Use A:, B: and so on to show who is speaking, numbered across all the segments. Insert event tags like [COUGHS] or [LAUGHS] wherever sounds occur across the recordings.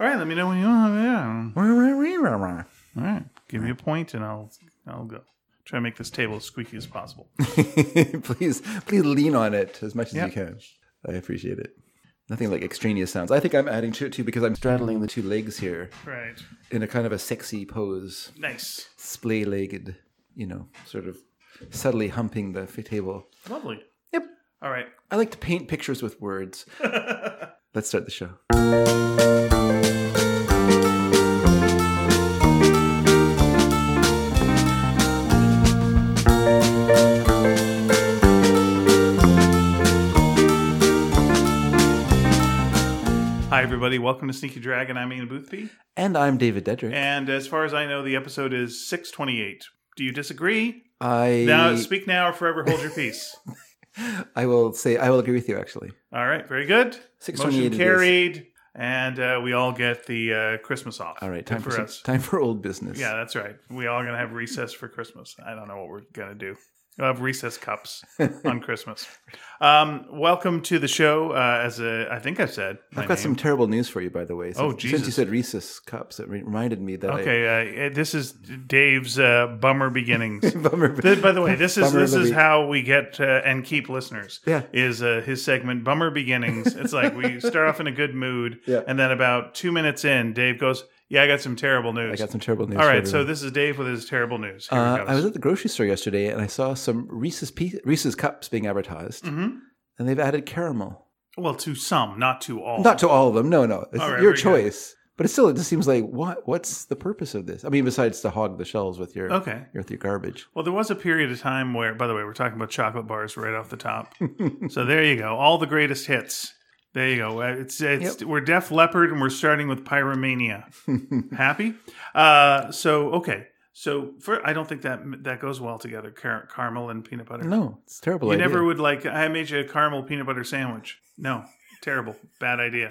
A: All right, let me know when you want. Yeah.
B: All
A: All right, give me a point and I'll I'll go. Try to make this table as squeaky as
B: [LAUGHS]
A: possible.
B: please, please lean on it as much as
A: Yep.
B: you can. I appreciate it. Nothing like extraneous sounds. I think I'm adding to it too because I'm straddling the two legs here
A: right.
B: in a kind of a sexy pose,
A: Nice.
B: splay legged, you know, sort of subtly humping the f- table.
A: Lovely.
B: Yep.
A: All right.
B: I like to paint pictures
A: [LAUGHS]
B: with words. Let's start the show.
A: Hi everybody. Welcome to Sneaky Dragon. I'm Ian Boothby.
B: And I'm David Dedrick.
A: And as far as I know, the episode is 628. Do you disagree?
B: I
A: Now speak now or forever hold your
B: [LAUGHS]
A: peace.
B: I will say I will agree with you actually.
A: All right. Very good.
B: 628
A: Motion
B: it is.
A: carried. And uh, we all get the uh, Christmas off.
B: All
A: Good
B: right, time for,
A: for
B: some-
A: us.
B: time for old business.
A: Yeah, that's right. We all gonna have recess for Christmas. I don't know what we're gonna do. We'll have recess
B: [LAUGHS]
A: cups on Christmas. Um, welcome to the show. Uh, as a, I think I said. my
B: I've got
A: name.
B: some terrible news for you, by the way. Since,
A: Oh,
B: Since you
A: Jesus.
B: said Reese's cups, it re- reminded me that
A: Okay, uh, this is Dave's uh, bummer beginnings.
B: [LAUGHS] I. [LAUGHS] Bummer.
A: Th- By the way, this is
B: Bummer
A: this
B: of the
A: is
B: week.
A: how we get uh, and keep listeners.
B: Yeah.
A: is uh, his segment "Bummer Beginnings." It's like
B: [LAUGHS]
A: we start off in a good mood,
B: Yeah.
A: and then about two minutes in, Dave goes, "Yeah, I got some terrible
B: I
A: news."
B: got some terrible news.
A: All
B: for
A: right, so
B: everyone.
A: this is Dave with his terrible news. Here
B: Uh,
A: it
B: I
A: goes.
B: was at the grocery store yesterday and I saw some Reese's pie- Reese's cups being advertised,
A: Mhm.
B: and they've added caramel.
A: Well, to some, not to all.
B: Not to all of them. No, no, it's
A: Oh. All right, very
B: your
A: good.
B: choice. But it still, it just seems like what? What's the purpose of this? I mean, besides to hog the shelves with your
A: Okay.
B: with your garbage.
A: Well, there was a period of time where, by the way, we're talking about chocolate bars right off the top.
B: [LAUGHS]
A: so there you go, all the greatest hits. There you go. Uh, It's it's we're Def Leopard and we're starting with
B: [LAUGHS]
A: Pyromania. Happy. Uh, so okay. So for, I don't think that that goes well together. Car- caramel and peanut butter.
B: No, it's a terrible.
A: you
B: idea.
A: never would like. I made you a caramel peanut butter sandwich. No, terrible, bad
B: [LAUGHS]
A: idea.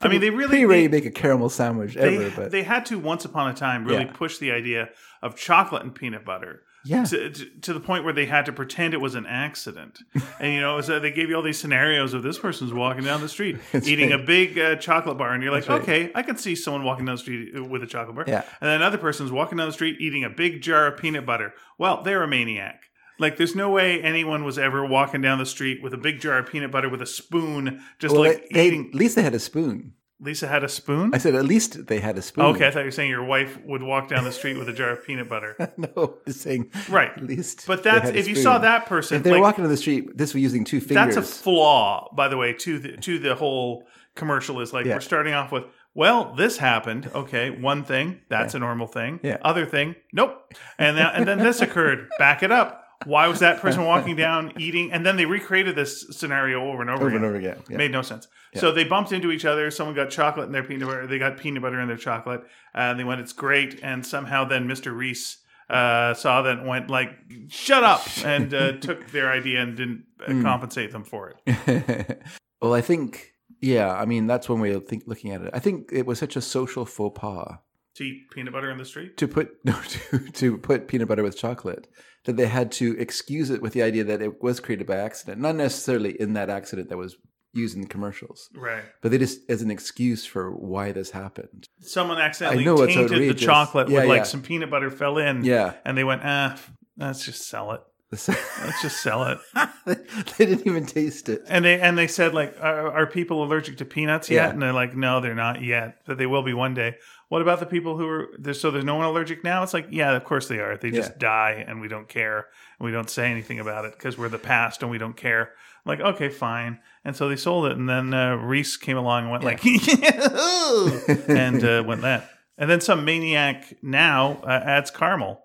A: I mean, they really
B: pretty ready to make a caramel sandwich
A: they,
B: ever, but
A: they had to once upon a time really
B: Yeah.
A: push the idea of chocolate and peanut butter
B: yeah,
A: to, to, to the point where they had to pretend it was an accident. And you know, so they gave you all these scenarios of this person's walking down the
B: [LAUGHS]
A: street eating a big uh, chocolate bar, and you're like, okay, I can see someone walking down the street uh, with a chocolate bar.
B: Yeah.
A: And then another person's walking down the street eating a big jar of peanut butter. Well, they're a maniac. Like, there's no way anyone was ever walking down the street with a big jar of peanut butter with a spoon, just
B: Well,
A: like
B: they- they-
A: eating.
B: at least they had a spoon.
A: Lisa had a spoon.
B: I said at least they had a spoon.
A: Okay, I thought you were saying your wife would walk down the street with a jar of peanut butter.
B: [LAUGHS] no, I'm saying
A: Right.
B: At least,
A: But
B: they
A: that's
B: had a
A: if you
B: spoon.
A: saw that person.
B: If they're
A: like,
B: walking on the street, this was using two fingers.
A: That's a flaw, by the way, to the to the whole commercial is like
B: Yeah.
A: we're starting off with, well, this happened. Okay, one thing, that's a normal thing.
B: Yeah.
A: Other thing, nope. And that, and then this occurred. Back it up. Why was that person walking down eating? And then they recreated this scenario over and over,
B: over
A: again.
B: and over again. Yeah.
A: Made no sense. So they bumped into each other. Someone got chocolate in their peanut butter. They got peanut butter in their chocolate, and they went, "It's great." And somehow then Mr. Reese uh, saw that and went like, "Shut
B: [LAUGHS]
A: up!" and uh, took their idea and didn't uh,
B: Hmm.
A: compensate them for it.
B: [LAUGHS] well, I think yeah. I mean, that's one way of think, looking at it. I think it was such a social faux pas
A: to eat peanut butter in the street?
B: to put [LAUGHS] no to, to put peanut butter with chocolate that they had to excuse it with the idea that it was created by accident, not necessarily in that accident that was used in the commercials,
A: Right.
B: but they just as an excuse for why this happened.
A: Someone accidentally
B: I know it's
A: tainted the
B: outrageous.
A: chocolate
B: Yeah,
A: with like
B: yeah.
A: some peanut butter fell in.
B: Yeah. [LAUGHS]
A: And they went, ah, f- let's just sell it. Let's just sell it.
B: they didn't even taste it.
A: And they and they said like, are, are people allergic to peanuts yet?
B: Yeah.
A: And they're like, no, they're not yet, but they will be one day. What about the people who are there? So there's no one allergic now. It's like, yeah, of course they are. They just
B: Yeah.
A: die, and we don't care, and we don't say anything about it because we're the past, and we don't care. I'm like, okay, fine. And so they sold it, and then uh, Reese came along and went like, [LAUGHS] and uh, went that, and then some maniac now uh, adds caramel.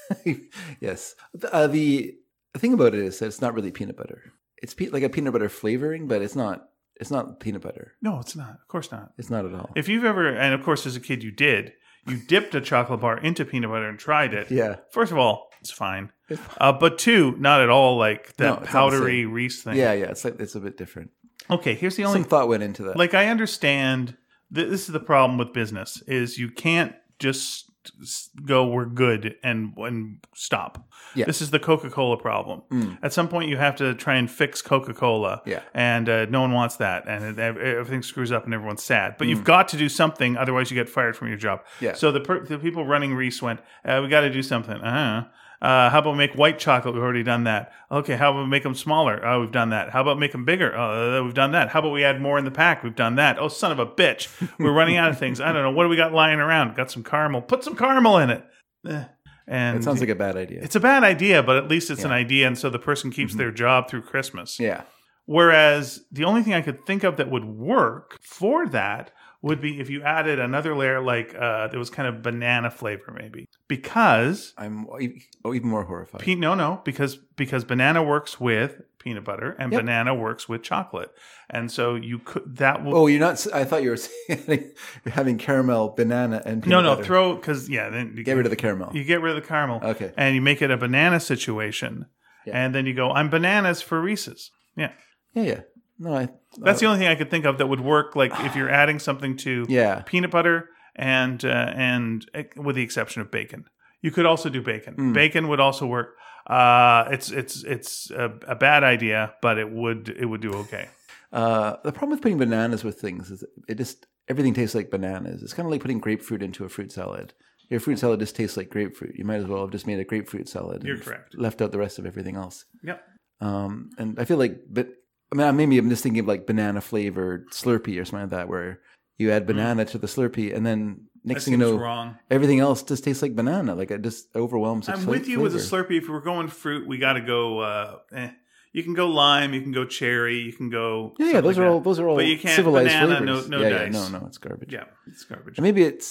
B: [LAUGHS] yes. Uh, the thing about it is that it's not really peanut butter. It's pe- like a peanut butter flavoring, but it's not. It's not peanut butter.
A: No, it's not. Of course not.
B: It's not at all.
A: If you've ever, and of course as a kid you did, you dipped a chocolate bar into peanut butter and tried it.
B: yeah.
A: First of all, it's fine. Uh, but two, not at all like that
B: No, it's not the
A: powdery Reese thing.
B: Yeah, yeah. It's like it's a bit different.
A: Okay, here's the only
B: Some thought went into that.
A: like I understand th- this is the problem with business is you can't just s- go we're good and and stop.
B: Yeah.
A: This is the Coca-Cola problem.
B: Mm.
A: At some point you have to try and fix Coca-Cola.
B: Yeah.
A: And uh, no one wants that and it, ev- everything screws up and everyone's sad.
B: Mm.
A: But you've got to do something otherwise you get fired from your job.
B: Yeah.
A: So the per- the people running Reese went, uh, we got to do something. Uh-huh. Uh, how about make white chocolate? We've already done that. Okay, how about make them smaller? Oh, we've done that. How about make them bigger? Uh, we've done that. How about we add more in the pack? We've done that. Oh, son of a bitch. We're running out of things. I don't know. What do we got lying around? Got some caramel. Put some caramel in it. Eh. And
B: It sounds like a bad idea.
A: it's a bad idea, but at least it's an idea. And so the person
B: Mm-hmm.
A: keeps their job through Christmas.
B: Yeah.
A: Whereas the only thing I could think of that would work for that would be if you added another layer, like uh, there was kind of banana flavor, maybe because
B: I'm e- oh, even more horrified.
A: pe- no, no, because because banana works with peanut butter and
B: Yep.
A: banana works with chocolate, and so you could that will
B: oh, you're not. s- I thought you were [LAUGHS] saying having caramel, banana, and
A: no
B: peanut
A: no
B: butter.
A: throw because yeah then you
B: Get rid of the caramel.
A: you get rid of the caramel
B: Okay.
A: and you make it a banana situation,
B: Yeah.
A: and then you go I'm bananas for Reese's. Yeah,
B: Yeah, yeah. No, I.
A: that's the only thing I could think of that would work. Like if you're
B: ah.
A: adding something to
B: Yeah.
A: peanut butter and uh, and eh, with the exception of bacon. You could also do bacon.
B: Mm.
A: Bacon would also work. Uh, it's it's it's a, a bad idea, but it would it would do okay.
B: Uh, the problem with putting bananas with things is it just everything tastes like bananas. It's kind of like putting grapefruit into a fruit salad. Your fruit salad just tastes like grapefruit. You might as well have just made a grapefruit salad.
A: You're
B: and
A: correct.
B: Left out the rest of everything else.
A: Yep.
B: Um, and I feel like, but I mean, maybe I'm just thinking of like banana flavored Slurpee or something like that, where you add banana to the Slurpee, and then next thing you know,
A: Mm-hmm. wrong.
B: everything else just tastes like banana. Like it just overwhelms. its
A: I'm
B: fla-
A: with you with a
B: flavor.
A: Slurpee. If we're going fruit, we got to go. Uh, eh. You can go lime. You can go cherry. You can go.
B: Yeah, yeah,
A: something
B: those
A: like
B: are
A: that.
B: all those are all
A: But you can't
B: civilized
A: banana,
B: flavors.
A: no- no
B: yeah,
A: dice.
B: yeah, no, no, it's garbage.
A: Yeah, it's garbage.
B: And maybe it's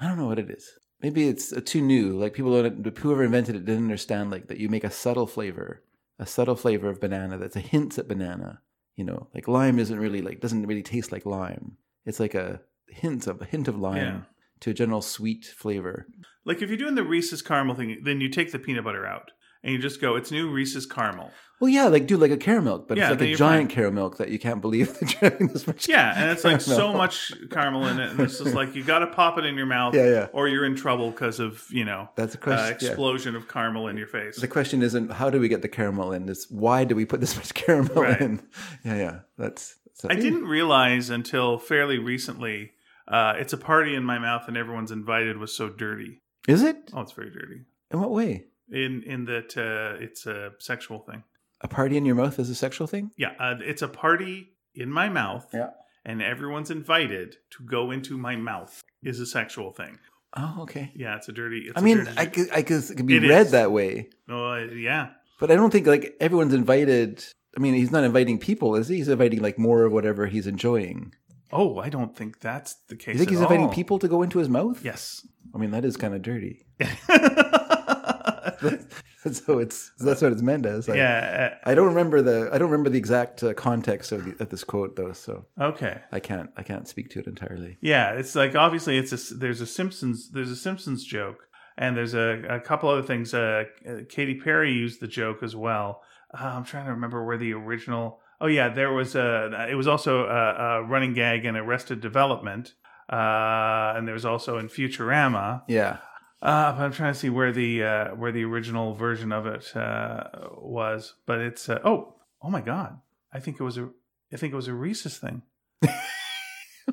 B: I don't know what it is. Maybe it's uh, too new. Like people don't whoever invented it didn't understand like that you make a subtle flavor, a subtle flavor of banana that's a hint at banana. You know, like lime isn't really like doesn't really taste like lime. It's like a hint of a hint of lime
A: Yeah.
B: to a general sweet flavor.
A: like if you're doing the Reese's caramel thing, then you take the peanut butter out and you just go. It's new Reese's
B: [LAUGHS]
A: caramel.
B: Well, yeah, like do like a caramel milk, but
A: Yeah, then
B: it's like a
A: you're
B: giant caramel milk that you can't believe [LAUGHS] that you're having this much.
A: Yeah, and it's like so
B: caramel.
A: much caramel in it, and it's just like you got to pop it in your mouth,
B: Yeah, yeah.
A: or you're in trouble because of you know
B: That's a
A: uh,
B: question. yeah.
A: explosion of caramel in your face.
B: The question isn't how do we get the caramel in? It's why do we put this much caramel
A: Right.
B: in? [LAUGHS] Yeah, yeah. That's. that's
A: I didn't realize until fairly recently. Uh, it's a party in my mouth, and everyone's invited was so dirty.
B: Is it?
A: Oh, it's very dirty.
B: In what way?
A: In in that uh, it's a sexual thing.
B: A party in your mouth is a sexual thing?
A: Yeah, uh, it's a party in my mouth.
B: Yeah.
A: And everyone's invited to go into my mouth is a sexual thing.
B: Oh, okay.
A: Yeah, it's a dirty. It's
B: I mean,
A: a dirty,
B: I could, I could, it could be
A: It
B: read
A: is.
B: that way,
A: Oh, yeah.
B: but I don't think like everyone's invited. I mean, he's not inviting people, is he? He's inviting like more of whatever he's enjoying.
A: Oh, I don't think that's the case.
B: You think
A: at
B: he's inviting
A: all.
B: people to go into his mouth? [LAUGHS]
A: Yes. [LAUGHS]
B: I mean, that is kind of dirty. [LAUGHS]
A: yeah.
B: so it's that's what it's meant as. I, I don't remember the I don't remember the exact uh, context of, the, of this quote though, so
A: uh, Okay.
B: I can't I can't speak to it entirely.
A: Yeah, it's like obviously it's a there's a Simpsons there's a Simpsons joke and there's a, a couple other things. Uh, uh, Katy Perry used the joke as well. Uh, I'm trying to remember where the original. Oh yeah, there was a. It was also a, a running gag in Arrested Development, uh, and there's also in Futurama.
B: Yeah.
A: Uh, but I'm trying to see where the uh, where the original version of it uh, was. But it's uh, oh oh my god! I think it was a I think it was a Reese's thing.
B: Oh [LAUGHS]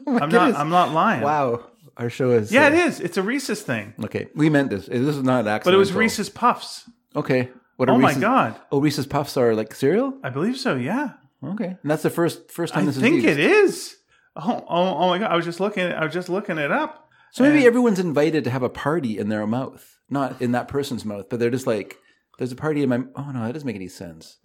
B: my
A: I'm not
B: goodness.
A: I'm not lying.
B: wow. Our show is
A: Yeah, it
B: uh,
A: is. It's a Reese's thing.
B: Okay, we meant this. This is not an accident.
A: But it was Reese's Puffs.
B: Okay. What
A: Oh my
B: Reese's-
A: god!
B: Oh, Reese's Puffs are like cereal.
A: I believe so. Yeah,
B: Okay, and that's the first first time
A: I
B: this
A: think
B: is
A: it
B: used.
A: is. Oh, oh, oh my god! I was just looking. I was just looking it up.
B: So maybe
A: And-
B: everyone's invited to have a party in their mouth, not in that person's mouth, but they're just like, "There's a party in my." Oh no, that doesn't make any sense.
A: [LAUGHS]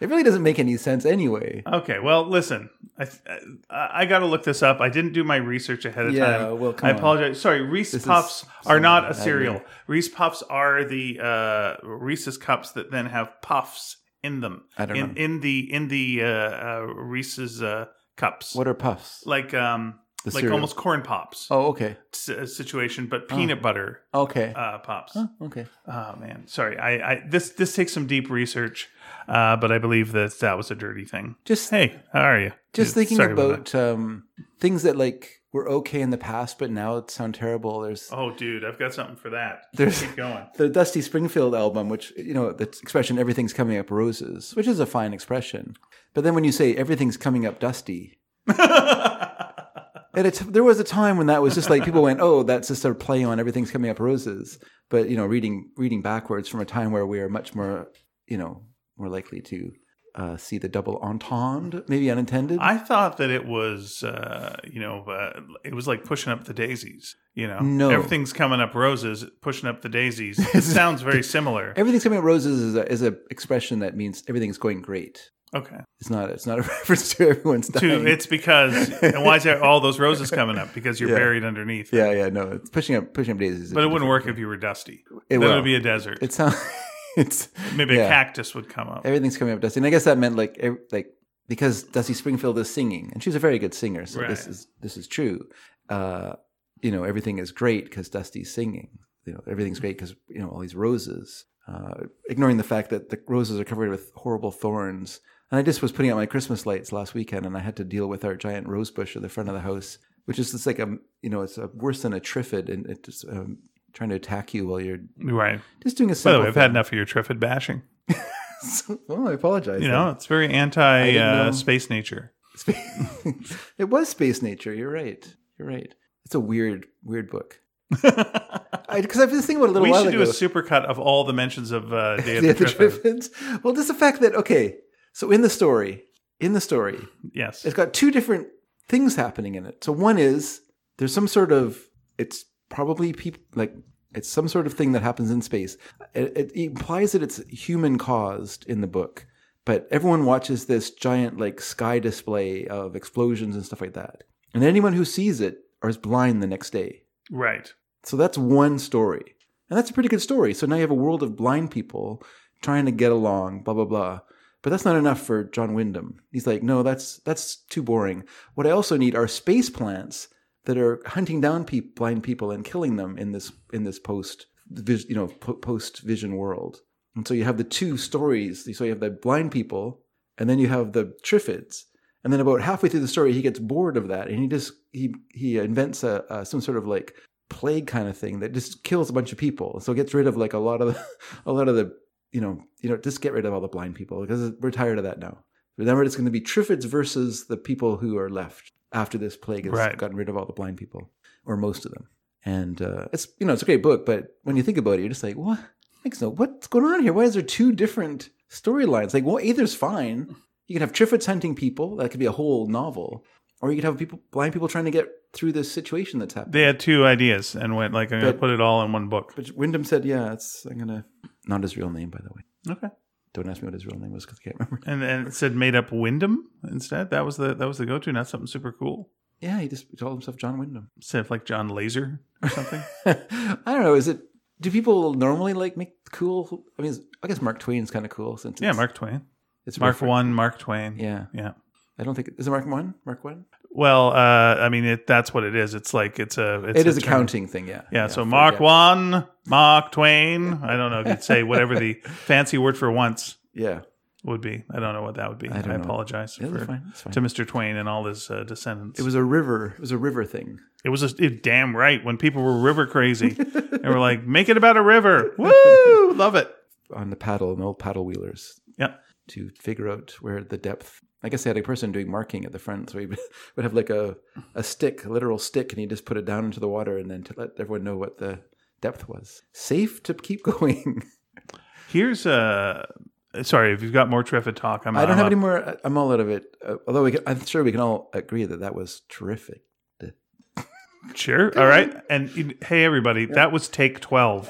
B: it really doesn't make any sense anyway.
A: Okay. Well, listen. I th- I, I got to look this up. I didn't do my research ahead of
B: Yeah,
A: time.
B: well, come
A: I
B: on.
A: apologize. Sorry. Reese
B: This is
A: Puffs are
B: something
A: not a
B: I
A: cereal.
B: made.
A: Reese Puffs are the uh, Reese's cups that then have puffs in them.
B: I don't
A: in,
B: know.
A: in the in the uh, uh, Reese's uh, cups.
B: What are puffs?
A: Like um
B: The
A: like
B: cereal.
A: almost corn pops
B: Oh, okay,
A: s- uh, situation, but peanut butter
B: okay,
A: uh, pops.
B: Huh, okay.
A: Oh man, sorry. I, I this this takes some deep research, uh, but I believe that that was a dirty thing.
B: Just
A: Hey, how are you?
B: just
A: Dude,
B: thinking
A: sorry
B: about um, things that like were okay in the past, but now it sound terrible. There's
A: Oh, dude, I've got something for that.
B: There's-
A: Keep going. [LAUGHS]
B: the Dusty Springfield album, which you know the expression "everything's coming up roses," which is a fine expression, but then when you say "everything's coming up dusty," at a t- there was a time when that was just like people went, "Oh, that's just a play on everything's coming up roses." But you know, reading reading backwards from a time where we are much more, you know, more likely to uh, see the double entendre, maybe unintended.
A: I thought that it was, uh, you know, uh, it was like pushing up the daisies. You know,
B: No.
A: everything's coming up roses, pushing up the
B: [LAUGHS]
A: daisies. It sounds very similar.
B: everything's coming up roses is a, is a expression that means everything's going great.
A: Okay,
B: It's not. It's not a [LAUGHS] reference to everyone's dying.
A: Two, it's because and why is there all those roses coming up? Because you're
B: Yeah.
A: buried underneath.
B: yeah, yeah, no. It's pushing up, pushing up daisies. is
A: But it wouldn't
B: different.
A: work if you were dusty.
B: It
A: then
B: will.
A: it would be a desert.
B: It sounds. [LAUGHS] it's
A: Maybe a
B: yeah.
A: cactus would come up.
B: everything's coming up dusty, and I guess that meant like ev- like because Dusty Springfield is singing, and she's a very good singer, so this
A: Right.
B: is this is true. Uh, you know, everything is great because Dusty's singing. You know, everything's great because you know all these roses. Uh, ignoring the fact that the roses are covered with horrible thorns. And I just was putting out my Christmas lights last weekend, and I had to deal with our giant rose bush at the front of the house, which is just like a you know it's a, worse than a triffid, and it just um, trying to attack you while you're
A: Right.
B: just doing
A: By
B: a
A: the
B: simple.
A: way, I've
B: thing.
A: had enough of your Triffid bashing.
B: [LAUGHS] oh, I apologize.
A: You know, it's very anti
B: didn't know.
A: uh, space nature.
B: [LAUGHS] it was space nature. You're right. You're right. It's a weird,
A: [LAUGHS]
B: weird book. Because I, was thinking about it a little
A: we
B: while
A: should do
B: ago.
A: a supercut of all the mentions of uh,
B: [LAUGHS]
A: Day of
B: Yeah,
A: the
B: [LAUGHS] the
A: Triffid.
B: Triffids. Well, just the fact that okay, so in the story, in the story,
A: Yes.
B: it's got two different things happening in it. So one is there's some sort of it's probably people like it's some sort of thing that happens in space. It, it implies that it's human caused in the book, but everyone watches this giant like sky display of explosions and stuff like that, and anyone who sees it or is blind the next day.
A: Right.
B: So that's one story. And that's a pretty good story. So now you have a world of blind people trying to get along, blah blah blah. But that's not enough for John Wyndham. He's like, "No, that's that's too boring. What I also need are space plants that are hunting down pe- blind people and killing them in this in this post vis- you know post vision world." And so you have the two stories. So you have the blind people and then you have the Triffids. And then about halfway through the story, he gets bored of that, and he just he he invents a, a some sort of like plague kind of thing that just kills a bunch of people. So it gets rid of like a lot of the, [LAUGHS] a lot of the you know you know just get rid of all the blind people because we're tired of that now. But then we're just going to be Triffids versus the people who are left after this plague has
A: Right.
B: gotten rid of all the blind people or most of them. And uh, it's you know it's a great book, but when you think about it, you're just like what makes no what's going on here? Why is there two different storylines? Like well, either's fine. You can have Triffids hunting people. That could be a whole novel. Or you could have people, blind people trying to get through this situation that's happening.
A: They had two ideas and went like, I'm going to
B: But-
A: put it all in one book.
B: But Wyndham said, "Yeah, it's I'm gonna not his real name, by the way.
A: Okay.
B: Don't ask me what his real name was because I can't remember. [LAUGHS]
A: And then it said made up Wyndham instead. That was the that was the go to, not something super cool.
B: Yeah, he just called himself John Wyndham.
A: Instead of like John Laser or [LAUGHS] something.
B: [LAUGHS] I don't know. Is it? Do people normally like make cool? I mean, I guess Mark Twain's kind of cool since
A: yeah,
B: it's,
A: Mark Twain.
B: It's
A: Mark
B: refer-
A: One, Mark Twain.
B: Yeah,
A: Yeah.
B: I don't think is it Mark one, Mark one.
A: Well, uh, I mean, it, that's what it is. It's like it's a it's
B: It is a
A: term.
B: counting thing. Yeah.
A: Yeah, so
B: for-
A: Mark
B: yeah.
A: One, Mark Twain. I don't know. You'd say whatever
B: [LAUGHS]
A: the fancy word for once
B: Yeah,
A: would be. I don't know what that would be. I,
B: I don't know.
A: apologize
B: yeah that's
A: for-
B: fine. That's fine.
A: to Mr. Twain and all his uh, descendants.
B: It was a river. It was a river thing.
A: It was just it, damn right when people were river
B: [LAUGHS]
A: crazy and were like, make it about a river. [LAUGHS] Woo! Love it.
B: on the paddle and old paddle wheelers.
A: Yeah.
B: To figure out where the depth. I guess they had a person doing marking at the front, so he [LAUGHS] would have like a, a stick, a literal stick, and he just put it down into the water and then to let everyone know what the depth was. Safe to keep [LAUGHS] going.
A: Here's uh Sorry, if you've got more Triffid talk, I'm
B: I don't
A: I'm
B: have
A: up.
B: any more. I'm all out of it. Uh, although we can, I'm sure we can all agree that that was terrific.
A: Sure.
B: [LAUGHS]
A: All right. And you- hey, everybody, that was take 12.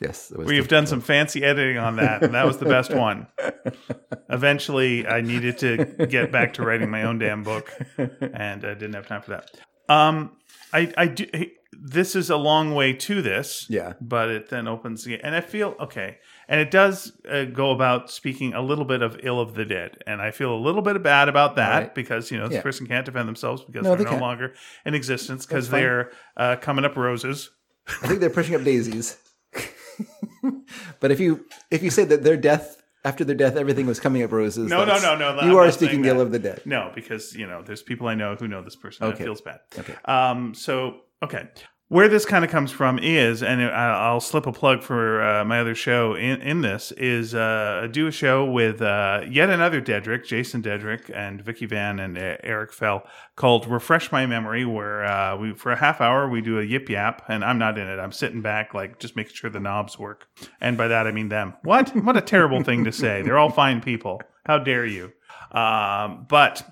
B: Yes, it was.
A: We've done some fancy editing on that, and that was the best
B: [LAUGHS]
A: one. Eventually, I needed to get back to writing my own damn book, and I didn't have time for that. Um, I, I do. hey, This is a long way to this.
B: yeah.
A: but it then opens again. And I feel okay. And it does uh, go about speaking a little bit of ill of the dead. And I feel a little bit bad about that
B: Right.
A: because, you know, this
B: Yeah.
A: person can't defend themselves because
B: No,
A: they're
B: they
A: no
B: can't.
A: longer in existence
B: That's
A: because
B: fine.
A: they're uh, coming up roses.
B: [LAUGHS] I think they're pushing up daisies. but if you if you say that their death after their death, everything was coming up roses.
A: No, no,
B: That's-
A: no, no, no.
B: You
A: I'm
B: are
A: not
B: speaking
A: saying
B: ill
A: that.
B: of the dead.
A: No, because you know, there's people I know who know this person. That
B: Okay.
A: feels bad.
B: Okay.
A: Um. So okay, where this kind of comes from is, and I- I'll slip a plug for uh, my other show in, in this is uh, I do a show with uh, yet another Dedrick, Jason Dedrick, and Vicky Van and uh, Eric Fell called "Refresh My Memory," where uh, we for a half hour we do a yip yap, and I'm not in it. I'm sitting back, like just making sure the knobs work, and by that I mean them. What? What a terrible thing to say. They're all fine people. How dare you? Um, but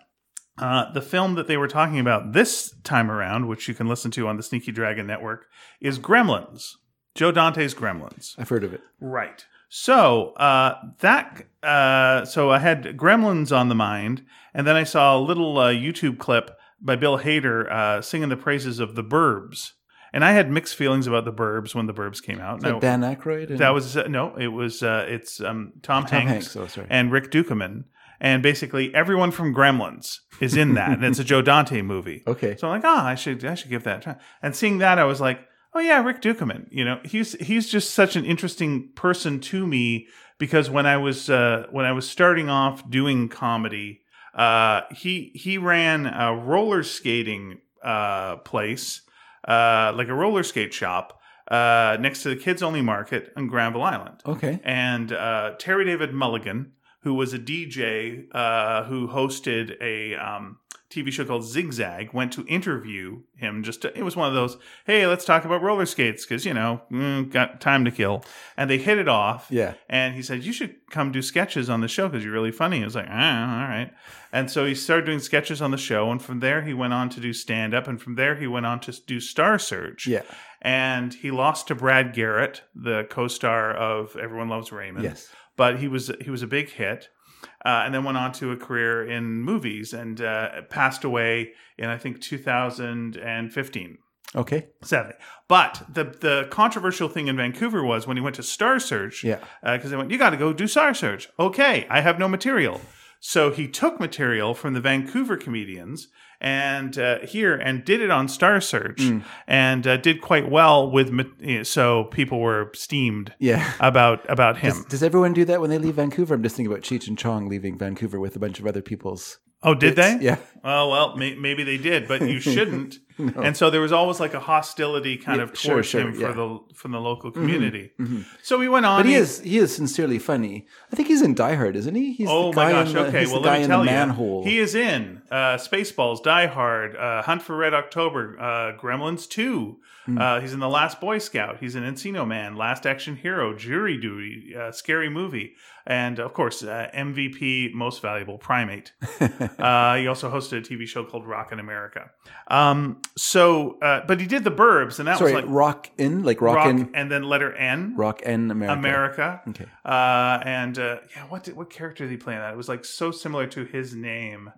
A: uh, the film that they were talking about this time around, which you can listen to on the Sneaky Dragon Network, is Gremlins. Joe Dante's Gremlins.
B: I've heard of it.
A: Right. So uh, that uh, so I had Gremlins on the mind, and then I saw a little uh, YouTube clip by Bill Hader uh, singing the praises of the Burbs, and I had mixed feelings about the Burbs when the Burbs came out.
B: Is that
A: Now,
B: Dan Aykroyd? and-
A: that was uh, no, it was uh, it's um, Tom,
B: Tom
A: Hanks
B: Hanks. Oh, sorry.
A: and Rick Dukeman. And basically, everyone from Gremlins is in that, and it's a Joe Dante movie.
B: okay.
A: So I'm like, ah, I should, I should give that a try. And seeing that, I was like, oh yeah, Rick Dukeman. You know, he's he's just such an interesting person to me because when I was uh, when I was starting off doing comedy, uh, he he ran a roller skating uh, place, uh, like a roller skate shop, uh, next to the Kids Only Market on Granville Island
B: Okay.
A: and uh, Terry David Mulligan, who was a DJ uh, who hosted a um, TV show called Zigzag, went to interview him. Just to, it was one of those, hey, let's talk about roller skates because you know mm, got time to kill, and they hit it off.
B: Yeah.
A: And he said, "You should come do sketches on the show because you're really funny." I was like, ah, "All right." And so he started doing sketches on the show, and from there he went on to do stand up, and from there he went on to do Star Search
B: Yeah.
A: and he lost to Brad Garrett, the co-star of Everyone Loves Raymond.
B: Yes.
A: but he was he was a big hit, uh, and then went on to a career in movies and uh, passed away in I think 2015.
B: Okay.
A: Sadly, but the the controversial thing in Vancouver was when he went to Star Search,
B: Yeah.
A: because they went, you got to go do Star Search. Okay, I have no material. So he took material from the Vancouver comedians and uh, here and did it on Star Search
B: Hmm.
A: and uh, did quite well with. ma- you know, So people were steamed
B: Yeah.
A: about about him.
B: Does, does everyone do that when they leave Vancouver? I'm just thinking about Cheech and Chong leaving Vancouver with a bunch of other people's.
A: oh, did they?
B: Yeah.
A: Oh well, may, maybe they did, but
B: [LAUGHS]
A: you shouldn't. And so there was always like a hostility kind
B: Yeah,
A: of towards
B: sure, sure,
A: him
B: yeah. Mm-hmm,
A: for the from the local community. So we went on.
B: But he
A: and-
B: is he is sincerely funny. I think he's in Die Hard, isn't he? He's
A: Oh
B: the
A: my
B: guy
A: gosh!
B: In the,
A: okay,
B: he's the
A: well
B: guy
A: let me
B: in
A: tell
B: the
A: you,
B: manhole.
A: he is in uh, Spaceballs, Die Hard, uh, Hunt for Red October, uh, Gremlins Two.
B: Hmm.
A: Uh, he's in The Last Boy Scout. He's in Encino Man, Last Action Hero, Jury Duty, uh, Scary Movie, and of course uh, MVP, Most Valuable
B: [LAUGHS]
A: Primate. uh, he also hosted a TV show called Rock in America. Um, so, uh, but he did The Burbs, and that
B: Sorry,
A: was like
B: Rock in like Rock,
A: Rock
B: in
A: and then letter N.
B: Rock in America.
A: America.
B: Okay.
A: Uh, and uh, yeah, what did, what character did he play in that? It was like so similar to his name.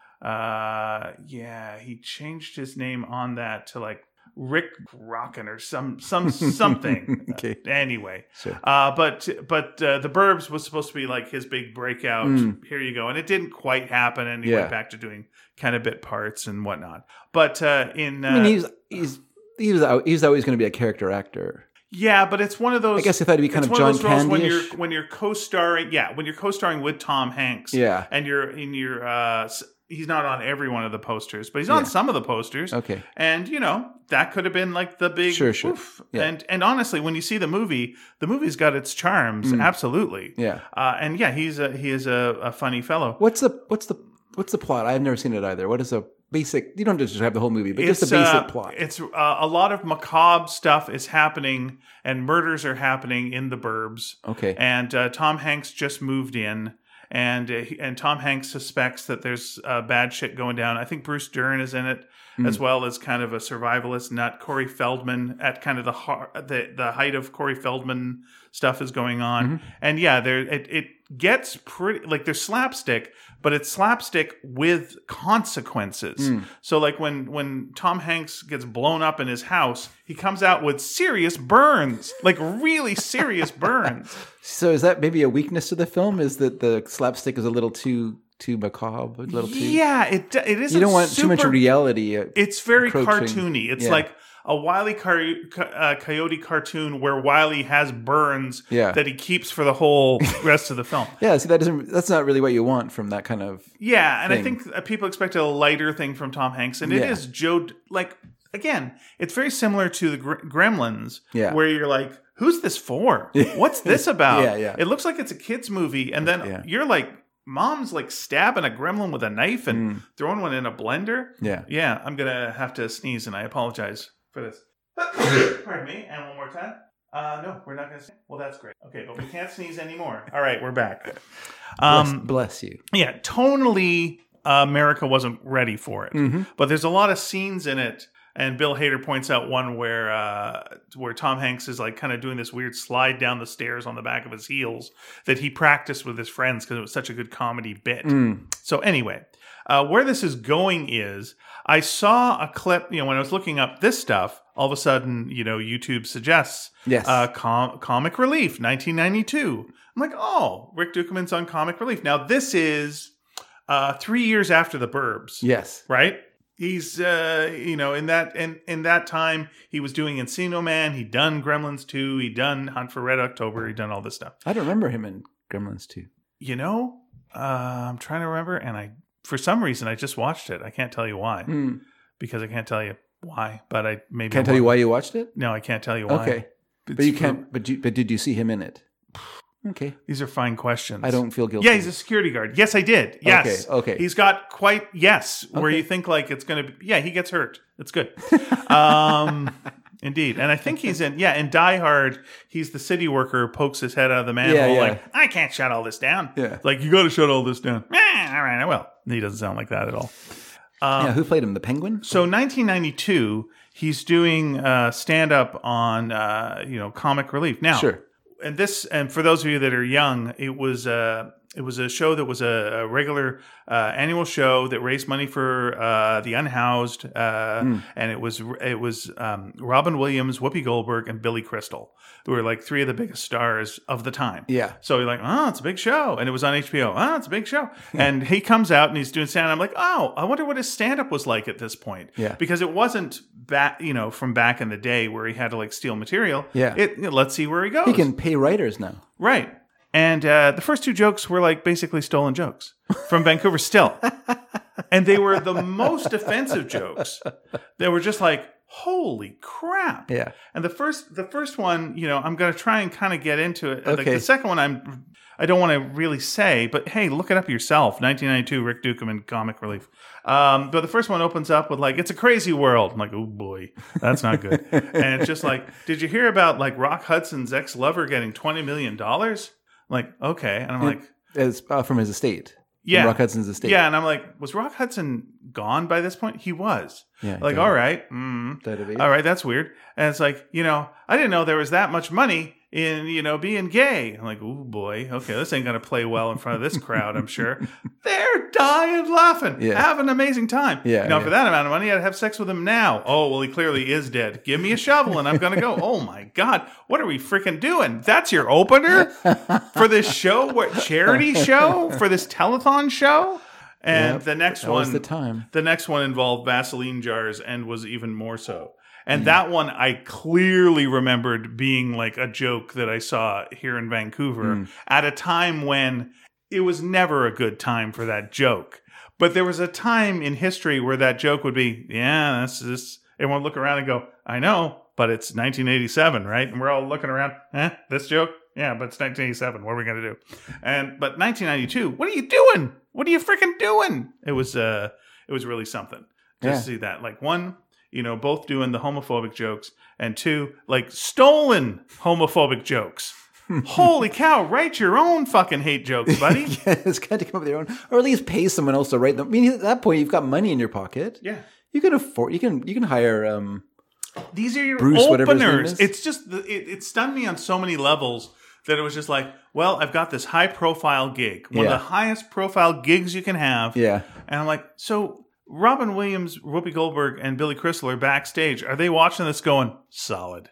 A: Uh, yeah, he changed his name on that to like Rick Rockin or some some something.
B: [LAUGHS] Okay.
A: Uh, anyway,
B: Sure.
A: uh, but but uh, the Burbs was supposed to be like his big breakout.
B: Mm.
A: Here you go, and it didn't quite happen, and he
B: Yeah.
A: went back to doing kind of bit parts and whatnot. But uh, in uh,
B: I mean, he's he's he was al- he's always going to be a character actor.
A: yeah, but it's one of those.
B: I guess I thought he'd be kind
A: it's
B: of
A: one
B: John
A: of those roles when you're
B: Candy-ish.
A: when you're co-starring. Yeah, when you're co-starring with Tom Hanks.
B: Yeah.
A: and you're in your. Uh, s- he's not on every one of the posters, but he's on
B: Yeah.
A: some of the posters.
B: Okay.
A: And you know that could have been like the big
B: Sure, sure.
A: oof.
B: Yeah.
A: And and honestly, when you see the movie, the movie's got its charms, absolutely.
B: Mm. Yeah.
A: Uh, and yeah, he's a he is a, a funny fellow.
B: What's the what's the what's the plot? I've never seen it either. What is a basic? You don't have to describe the whole movie, but just a basic
A: uh,
B: plot.
A: It's uh, a lot of macabre stuff is happening, and murders are happening in the burbs.
B: Okay.
A: and uh, Tom Hanks just moved in, and uh, he- and Tom Hanks suspects that there's uh, bad shit going down. I think Bruce Dern is in it, as well as kind of a survivalist nut. Corey Feldman at kind of the har- the the height of Corey Feldman stuff is going on, and yeah, there it it gets pretty like there's slapstick but it's slapstick with consequences so like when when tom hanks gets blown up in his house he comes out with serious burns like really serious burns
B: So is that maybe a weakness to the film? Is that the slapstick is a little too too macabre, a little too?
A: Yeah, it it isn't.
B: You don't want
A: super,
B: too much reality. uh,
A: It's very
B: encroaching.
A: cartoony. It's
B: Yeah.
A: like a Wiley Coy- Co- uh, Coyote cartoon where Wiley has burns
B: Yeah.
A: that he keeps for the
B: [LAUGHS]
A: whole rest of the film.
B: yeah. See, that doesn't. That's not really what you want from that kind of.
A: Yeah, and I
B: thing.
A: think uh, people expect a lighter thing from Tom Hanks, and it
B: Yeah.
A: is Joe. Like again, it's very similar to the Gr- Gremlins,
B: Yeah.
A: where you're like, "Who's this
B: [LAUGHS]
A: for? What's this about?"
B: Yeah, yeah.
A: It looks like it's a kids' movie, and then
B: Yeah.
A: you're like, "Mom's like stabbing a gremlin with a knife and
B: Mm.
A: throwing one in a blender."
B: Yeah.
A: Yeah, I'm gonna have to sneeze, and I apologize for this. [COUGHS] Pardon me, and one more time. Uh, no, we're not gonna. Sneeze. Well, that's great. Okay, but we can't sneeze anymore. All right, we're back.
B: Bless,
A: Um,
B: bless you.
A: Yeah, tonally, uh, America wasn't ready for it.
B: Mhm.
A: But there's a lot of scenes in it, and Bill Hader points out one where uh, where Tom Hanks is like kind of doing this weird slide down the stairs on the back of his heels that he practiced with his friends because it was such a good comedy bit.
B: mm,
A: So anyway, uh, where this is going is I saw a clip. You know, when I was looking up this stuff, all of a sudden, you know, YouTube suggests
B: Yes.
A: uh, com- Comic Relief, 1992. I'm like, oh, Rick Dukeman's on Comic Relief. Now, this is uh, three years after The Burbs,
B: yes.
A: right? He's, uh, you know, in that in, in that time, he was doing Encino Man. He'd done Gremlins 2. He'd done Hunt for Red October. He'd done all this stuff.
B: I don't remember him in Gremlins too.
A: You know, uh, I'm trying to remember. And I, for some reason, I just watched it. I can't tell you why because I can't tell you why, but I maybe
B: Hmm. Can't
A: I
B: tell you
A: won't.
B: why you watched it.
A: No, I can't tell you why.
B: Okay. But
A: It's
B: you
A: for-
B: can't. But you, but did you see him in it? Okay.
A: These are fine questions.
B: I don't feel guilty.
A: Yeah, he's a security guard. Yes, I did. Yes.
B: Okay, okay.
A: He's got quite yes, where
B: Okay.
A: you think like it's gonna be yeah, he gets hurt. It's good.
B: [LAUGHS]
A: Um indeed. And I think he's in yeah, in Die Hard, he's the city worker who pokes his head out of the manhole
B: yeah.
A: like, I can't shut all this down.
B: Yeah.
A: Like, you gotta shut all this down. "Eh, all right, I will. He doesn't sound like that at all.
B: yeah.
A: um,
B: Who played him? The Penguin.
A: So 1992, he's doing uh, stand up on uh, you know comic relief. Now,
B: Sure.
A: and this and for those of you that are young, it was uh, it was a show that was a, a regular uh, annual show that raised money for uh, the unhoused, uh,
B: Hmm.
A: and it was it was um, Robin Williams, Whoopi Goldberg, and Billy Crystal, who were like three of the biggest stars of the time.
B: Yeah.
A: So you're like, oh, it's a big show. And it was on HBO. Oh, it's a big
B: [LAUGHS]
A: show. and he comes out and he's doing stand I'm like, oh, I wonder what his stand up was like at this point.
B: Yeah.
A: Because it wasn't back, you know, from back in the day where he had to like steal material.
B: Yeah.
A: It, you know, let's see where he goes.
B: He can pay writers now.
A: right. And uh, the first two jokes were like basically stolen jokes from [LAUGHS] Vancouver still. and they were the most offensive jokes. They were just like, holy crap.
B: Yeah.
A: And the first the first one, you know, I'm going to try and kind of get into it. The- The,
B: Okay.
A: second one, I'm I don't want to really say, but hey, look it up yourself. 1992, Rick Dukeman, comic relief. Um, but the first one opens up with like, "It's a crazy world." I'm like, "Oh boy, that's not
B: [LAUGHS]
A: good." and it's just like, "Did you hear about like Rock Hudson's ex lover getting 20 million dollars?" Like, okay, and I'm like,
B: As uh, from his estate.
A: Yeah.
B: From Rock Hudson's estate.
A: yeah, and I'm like, was Rock Hudson gone by this point? He was.
B: Yeah,
A: Like,
B: yeah.
A: all right, mm,
B: Died of
A: all right, that's weird. And it's like, you know, I didn't know there was that much money in, you know, being gay. I'm like, oh boy, okay, this ain't gonna play well in front of this crowd, I'm
B: [LAUGHS]
A: sure. They're dying laughing,
B: Yeah.
A: have an amazing time.
B: Yeah,
A: Now,
B: yeah.
A: for that amount of money, I'd have sex with him now. Oh, well, he clearly is dead. Give me a shovel and I'm gonna go. Oh my God, what are we freaking doing? That's your opener for this show? What
B: [LAUGHS]
A: charity show? For this telethon show? And
B: Yep,
A: the next
B: That
A: one
B: was the time. [LAUGHS]
A: the next one involved Vaseline jars and was even more so. And that one I clearly remembered being like a joke that I saw here in Vancouver at a time when it was never a good time for that joke. But there was a time in history where that joke would be, yeah, that's this. Everyone look around and go, I know, but it's 1987, right? And we're all looking around, eh, this joke? Yeah, but it's 1987. What are we going to do? And, but 1992, what are you doing? What are you freaking doing? It was, uh, it was really something to
B: Yeah.
A: see that. Like, one, you know, both doing the homophobic jokes, and two, like stolen homophobic
B: [LAUGHS]
A: jokes. Holy cow, write your own fucking hate jokes, buddy.
B: [LAUGHS] Yeah, it's got to come up with your own, or at least pay someone else to write them. I mean, at that point, you've got money in your pocket.
A: yeah.
B: You can afford. You can. You can hire. Um.
A: These are your
B: Bruce, whatever his name
A: openers.
B: is.
A: It's just the, it, it stunned me on so many levels that it was just like, well, I've got this high profile gig, one
B: Yeah.
A: of the highest profile gigs you can have.
B: Yeah.
A: And I'm like, so Robin Williams, Whoopi Goldberg, and Billy Crystal are backstage. Are they watching this going
B: [LAUGHS]
A: solid?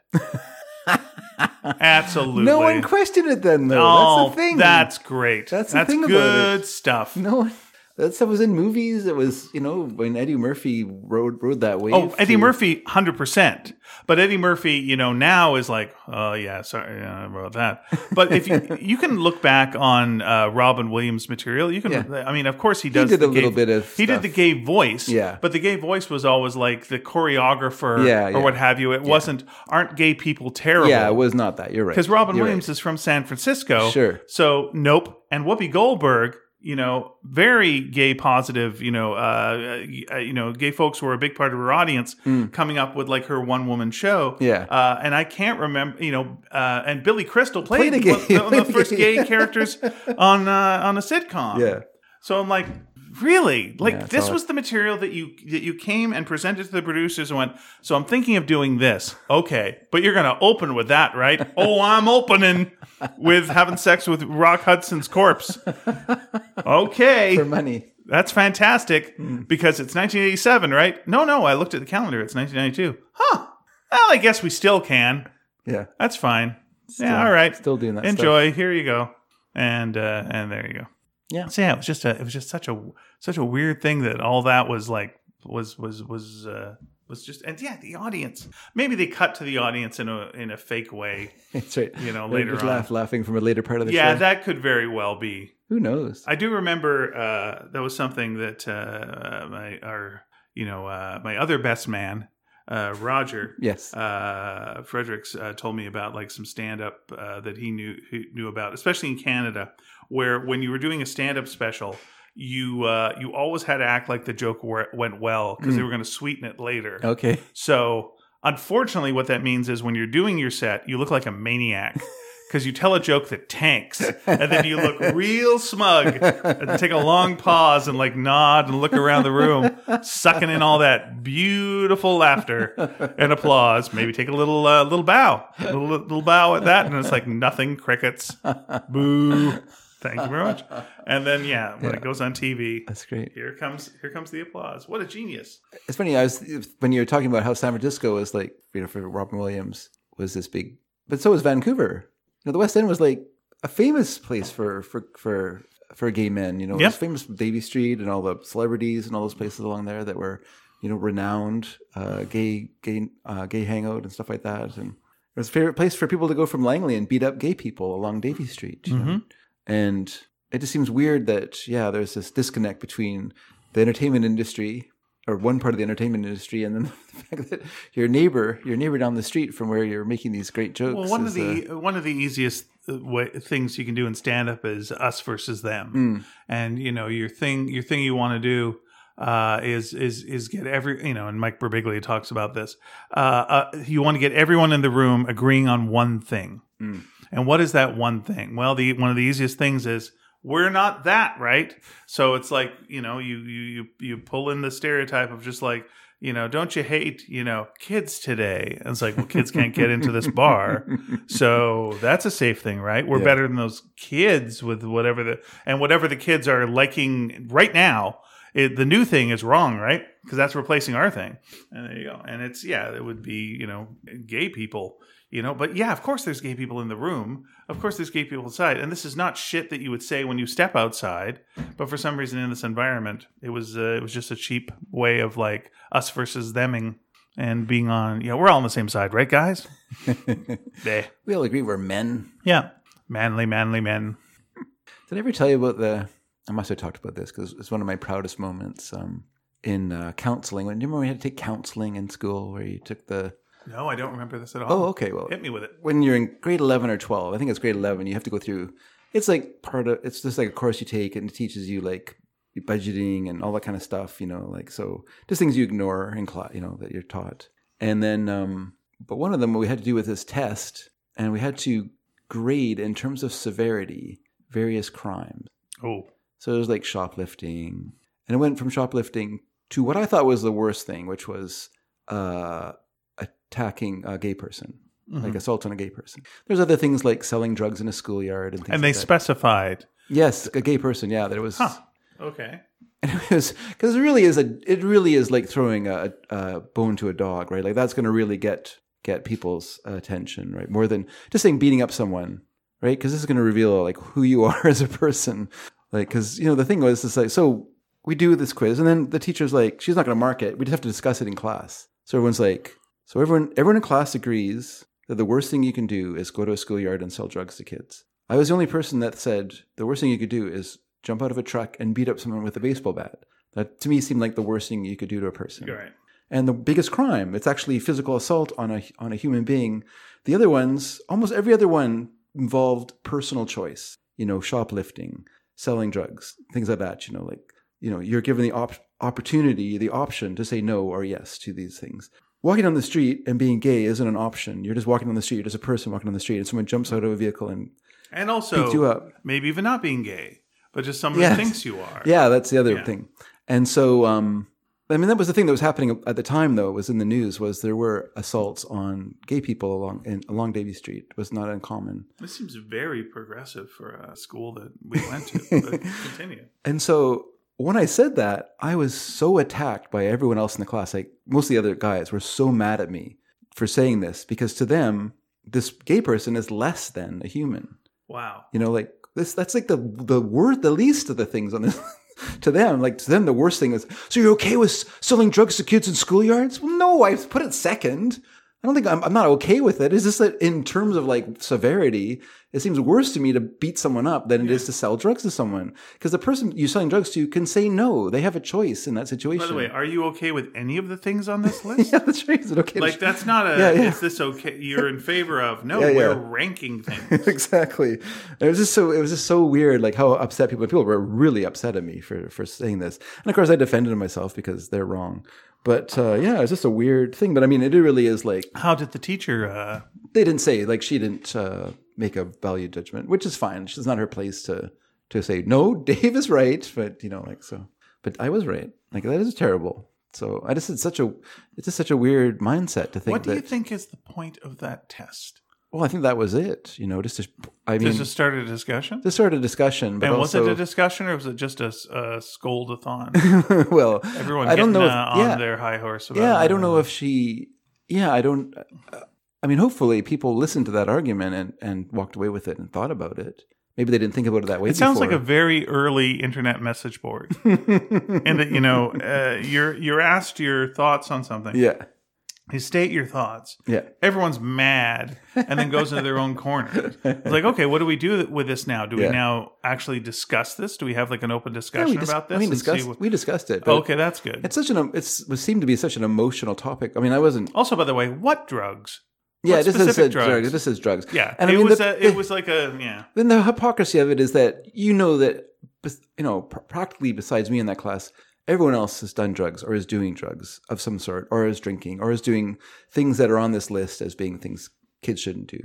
A: Absolutely.
B: No one questioned it then, though.
A: Oh,
B: that's the thing.
A: That's great.
B: That's
A: That's,
B: the thing about
A: good stuff.
B: [LAUGHS] no one. That stuff was in movies. It was, you know, when Eddie Murphy rode rode that wave.
A: Oh, Eddie
B: through-
A: Murphy, hundred percent. But Eddie Murphy, you know, now is like, oh yeah, sorry yeah, about that. But if
B: [LAUGHS]
A: you, you can look back on uh, Robin Williams material, you can.
B: Yeah.
A: I mean, of course, he
B: He
A: does.
B: did
A: the
B: a little
A: gay-
B: bit of.
A: He
B: stuff.
A: did the gay voice,
B: Yeah.
A: But the gay voice was always like the choreographer,
B: Yeah,
A: or
B: yeah.
A: what have you. It wasn't. Aren't gay people terrible?
B: Yeah, it was not that. You're right.
A: because Robin
B: You're
A: Williams is from San Francisco.
B: Sure.
A: So nope. And Whoopi Goldberg, you know, very gay positive. You know, uh, uh, you know, gay folks were a big part of her audience, coming up with like her one woman show.
B: Hmm. Yeah.
A: Uh, and I can't remember, you know, uh, and Billy Crystal played,
B: Played a gay-
A: one- one
B: [LAUGHS]
A: of the
B: played a
A: first
B: gay-
A: gay characters on uh, on a sitcom.
B: Yeah.
A: So I'm like, really? Like
B: Yeah, it's
A: this
B: all-
A: was the material that you that you came and presented to the producers and went, "So I'm thinking of doing this." Okay, but you're going to open with that, right?
B: [LAUGHS]
A: oh, I'm opening with having sex with Rock Hudson's corpse. Okay,
B: For money.
A: that's fantastic
B: Hmm.
A: because it's 1987, right? No, no, I looked at the calendar. It's 1992. Huh. Well, I guess we still can.
B: Yeah.
A: That's fine.
B: Still-
A: yeah, all right.
B: Still doing that. stuff. [LAUGHS]
A: Enjoy. Here you go. And uh, and there you go.
B: Yeah.
A: So yeah, it was just a it was just such a such a weird thing that all that was like was was was uh was just and yeah, the audience. Maybe they cut to the audience in a in a fake way.
B: That's right.
A: You know,
B: They
A: later
B: just
A: on.
B: laugh laughing from a later part of the
A: Yeah,
B: show.
A: that could very well be.
B: Who knows?
A: I do remember uh that was something that uh my our you know, uh my other best man, uh Roger
B: yes.
A: uh, Fredericks uh, told me about like some stand up uh, that he knew he knew about, especially in Canada, where when you were doing a stand up special, you uh, you always had to act like the joke were, went well because they were going to sweeten it later.
B: okay.
A: So unfortunately, what that means is when you're doing your set, you look like a maniac. Because you tell a joke that tanks, and then you look real smug, and take a long pause and like nod and look around the room, sucking in all that beautiful laughter and applause. Maybe take a little uh, little bow, little, little bow at that, and it's like nothing, crickets, boo. Thank you very much. And then yeah, when it goes on TV,
B: That's great.
A: here comes here comes the applause. What a genius!
B: It's funny. I was when you were talking about how San Francisco was like, you know, for Robin Williams was this big, but so was Vancouver. You know, the West End was like a famous place for for for for gay men. You know, it was
A: Yeah.
B: famous for Davy Street and all the celebrities and all those places along there that were, you know, renowned uh, gay gay uh, gay hangout and stuff like that. And it was a favorite place for people to go from Langley and beat up gay people along Davy Street. you know?
A: Mhm.
B: And it just seems weird that yeah, there's this disconnect between the entertainment industry or one part of the entertainment industry and then [LAUGHS] the fact that your neighbor, your neighbor down the street from where you're making these great jokes.
A: Well, one of
B: is, uh,
A: the one of the easiest uh, way, things you can do in stand up is us versus them,
B: Mm.
A: and you know your thing your thing you want to do uh, is is is get every you know, and Mike Birbiglia talks about this. Uh, uh, you want to get everyone in the room agreeing on one thing,
B: Mm.
A: and what is that one thing? Well, the one of the easiest things is we're not that right. So it's like you know you you you you pull in the stereotype of just like. You know, don't you hate, you know, kids today? And it's like, well, kids can't get into this
B: [LAUGHS]
A: bar. So that's a safe thing, right? We're
B: Yeah.
A: better than those kids with whatever the and whatever the kids are liking right now. It, the new thing is wrong, right? Because that's replacing our thing. And there you go. And it's yeah, it would be you know gay people, you know. But yeah, of course there's gay people in the room. Of course there's gay people outside. And this is not shit that you would say when you step outside. But for some reason in this environment, it was uh, it was just a cheap way of like us versus theming and being on. You know, we're all on the same side, right, guys? They.
B: we all agree we're men.
A: Yeah. Manly, manly men.
B: Did I ever tell you about the? I must have talked about this because it's one of my proudest moments um, in uh, counseling. When you remember we had to take counseling in school, where you took the.
A: No, I don't remember this at all.
B: Oh, okay. Well,
A: Hit me with it.
B: when you're in grade 11 or 12 i think it's grade 11 you have to go through it's like part of it's just like a course you take and it teaches you like budgeting and all that kind of stuff you know like so just things you ignore in class you know that you're taught and then um but one of them we had to do with this test and we had to grade in terms of severity various crimes
A: Oh,
B: so it was like shoplifting, and it went from shoplifting to what I thought was the worst thing, which was uh, attacking a gay person,
A: Mm-hmm.
B: like assault on a gay person. There's other things like selling drugs in a schoolyard and things.
A: and they
B: like that.
A: specified.
B: yes, a gay person. Yeah, that it was.
A: Huh. Okay.
B: And [LAUGHS] it was because it really is a it really is like throwing a, a bone to a dog, right? Like that's going to really get get people's attention, right? More than just saying beating up someone, [LAUGHS] right? Because this is going to reveal like who you are as a person, like because you know the thing was it's like so we do this quiz, and then the teacher's like, she's not going to mark it. We just have to discuss it in class. So everyone's like, so everyone, everyone in class agrees that the worst thing you can do is go to a schoolyard and sell drugs to kids. I was the only person that said the worst thing you could do is jump out of a truck and beat up someone with a baseball bat. That to me seemed like the worst thing you could do to a person.
A: You're right.
B: And the biggest crime, it's actually physical assault on a on a human being. The other ones, almost every other one involved personal choice. You know, shoplifting, selling drugs, things like that, you know, like you know, you're given the op- opportunity, the option to say no or yes to these things. Walking down the street and being gay isn't an option. You're just walking down the street. You're just a person walking down the street, and someone jumps out of a vehicle and
A: And
B: beats you
A: also,
B: up.
A: maybe even not being gay, but just someone
B: Yes.
A: who thinks you are.
B: Yeah, that's the other
A: Yeah.
B: thing. And so, um, I mean, that was the thing that was happening at the time, though, was in the news, was there were assaults on gay people along in, along Davy Street. It was not uncommon.
A: This seems very progressive for a school that [LAUGHS] we went to. But continue.
B: And so when I said that, I was so attacked by everyone else in the class. Like most of the other guys were so mad at me for saying this because to them, this gay person is less than a human.
A: Wow.
B: You know, like this that's like the the worst the least of the things on this [LAUGHS] to them. Like to them the worst thing is so you're okay with selling drugs to kids in schoolyards? Well no, I put it second. I don't think I'm, I'm not okay with it. It's just that in terms of like severity, it seems worse to me to beat someone up than it is to sell drugs to someone. Because the person you're selling drugs to can say no. They have a choice in that situation.
A: By the way, are you okay with any of the things on this list? [LAUGHS]
B: [LAUGHS] yeah, that's right. Is it okay? to-
A: Like that's not a
B: Yeah, yeah.
A: is this okay you're in favor of. No,
B: Yeah, yeah.
A: we're ranking things.
B: [LAUGHS] exactly. It was just so it was just so weird, like how upset people people were really upset at me for for saying this. And of course, I defended myself because they're wrong. But uh, yeah, it's just a weird thing. But I mean, it really is like
A: How did the teacher uh
B: they didn't say like she didn't uh, make a value judgment, which is fine. It's not her place to to say no. [LAUGHS] Dave is right, but you know, like so. But I was right. Like that is terrible. So I just it's such a it's just such a weird mindset to think
A: what do
B: that.
A: you think is the point of that test? Hmm.
B: well, I think that was it. You know, just to, I mean,
A: Just to
B: just,
A: start a discussion?
B: sort of discussion. But
A: And was
B: also,
A: it a discussion or was it just a, s- a
B: [LAUGHS]
A: scold-a-thon?
B: well,
A: Everyone
B: I
A: getting
B: don't know. If,
A: uh, on
B: yeah,
A: their uh, high horse about
B: yeah. I don't
A: it.
B: know if she. Yeah, I don't. Uh, I mean, hopefully, people listened to that argument and and walked away with it and thought about it. Maybe they didn't think about it that way.
A: It sounds like a very early internet message
B: [LAUGHS]
A: board, and that you know uh, you're you're asked your thoughts on something.
B: yeah,
A: You state your thoughts.
B: yeah,
A: Everyone's mad, and then goes into their own corner. It's like, okay, what do we do with this now? Do
B: Yeah.
A: we now actually discuss this? Do we have like an open
B: Yeah,
A: discussion
B: we dis-
A: about this?
B: We
A: and see
B: discussed.
A: what-
B: we discussed it. but
A: okay, that's good.
B: It's such an it's it seemed to be such an emotional topic. I mean, I wasn't.
A: also, by the way, what drugs?
B: Yeah, this is
A: specific
B: drugs. drugs.
A: drugs?
B: This is drugs.
A: Yeah,
B: and
A: it
B: I mean,
A: was
B: the-
A: a, it was like a yeah.
B: then the hypocrisy of it is that you know that bes- you know pr- practically besides me in that class everyone else has done drugs or is doing drugs of some sort or is drinking or is doing things that are on this list as being things kids shouldn't do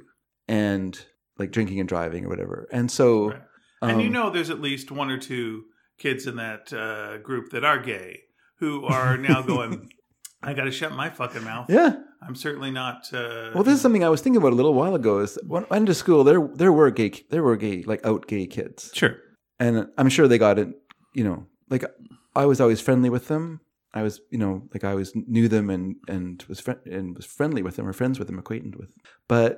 B: and like drinking and driving or whatever and so
A: Right. and you
B: um,
A: know, there's at least one or two kids in that uh, group that are gay who are now [LAUGHS] going. I got to shut my fucking mouth.
B: yeah
A: I'm certainly not. Uh, [LAUGHS]
B: well this is something i was thinking about a little while ago is when i went to school there there were gay ki- there were gay like out gay kids
A: sure.
B: and I'm sure they got it. You know, like I was always friendly with them. I was, you know, like I always knew them and and was friend and was friendly with them or friends with them, acquainted with. But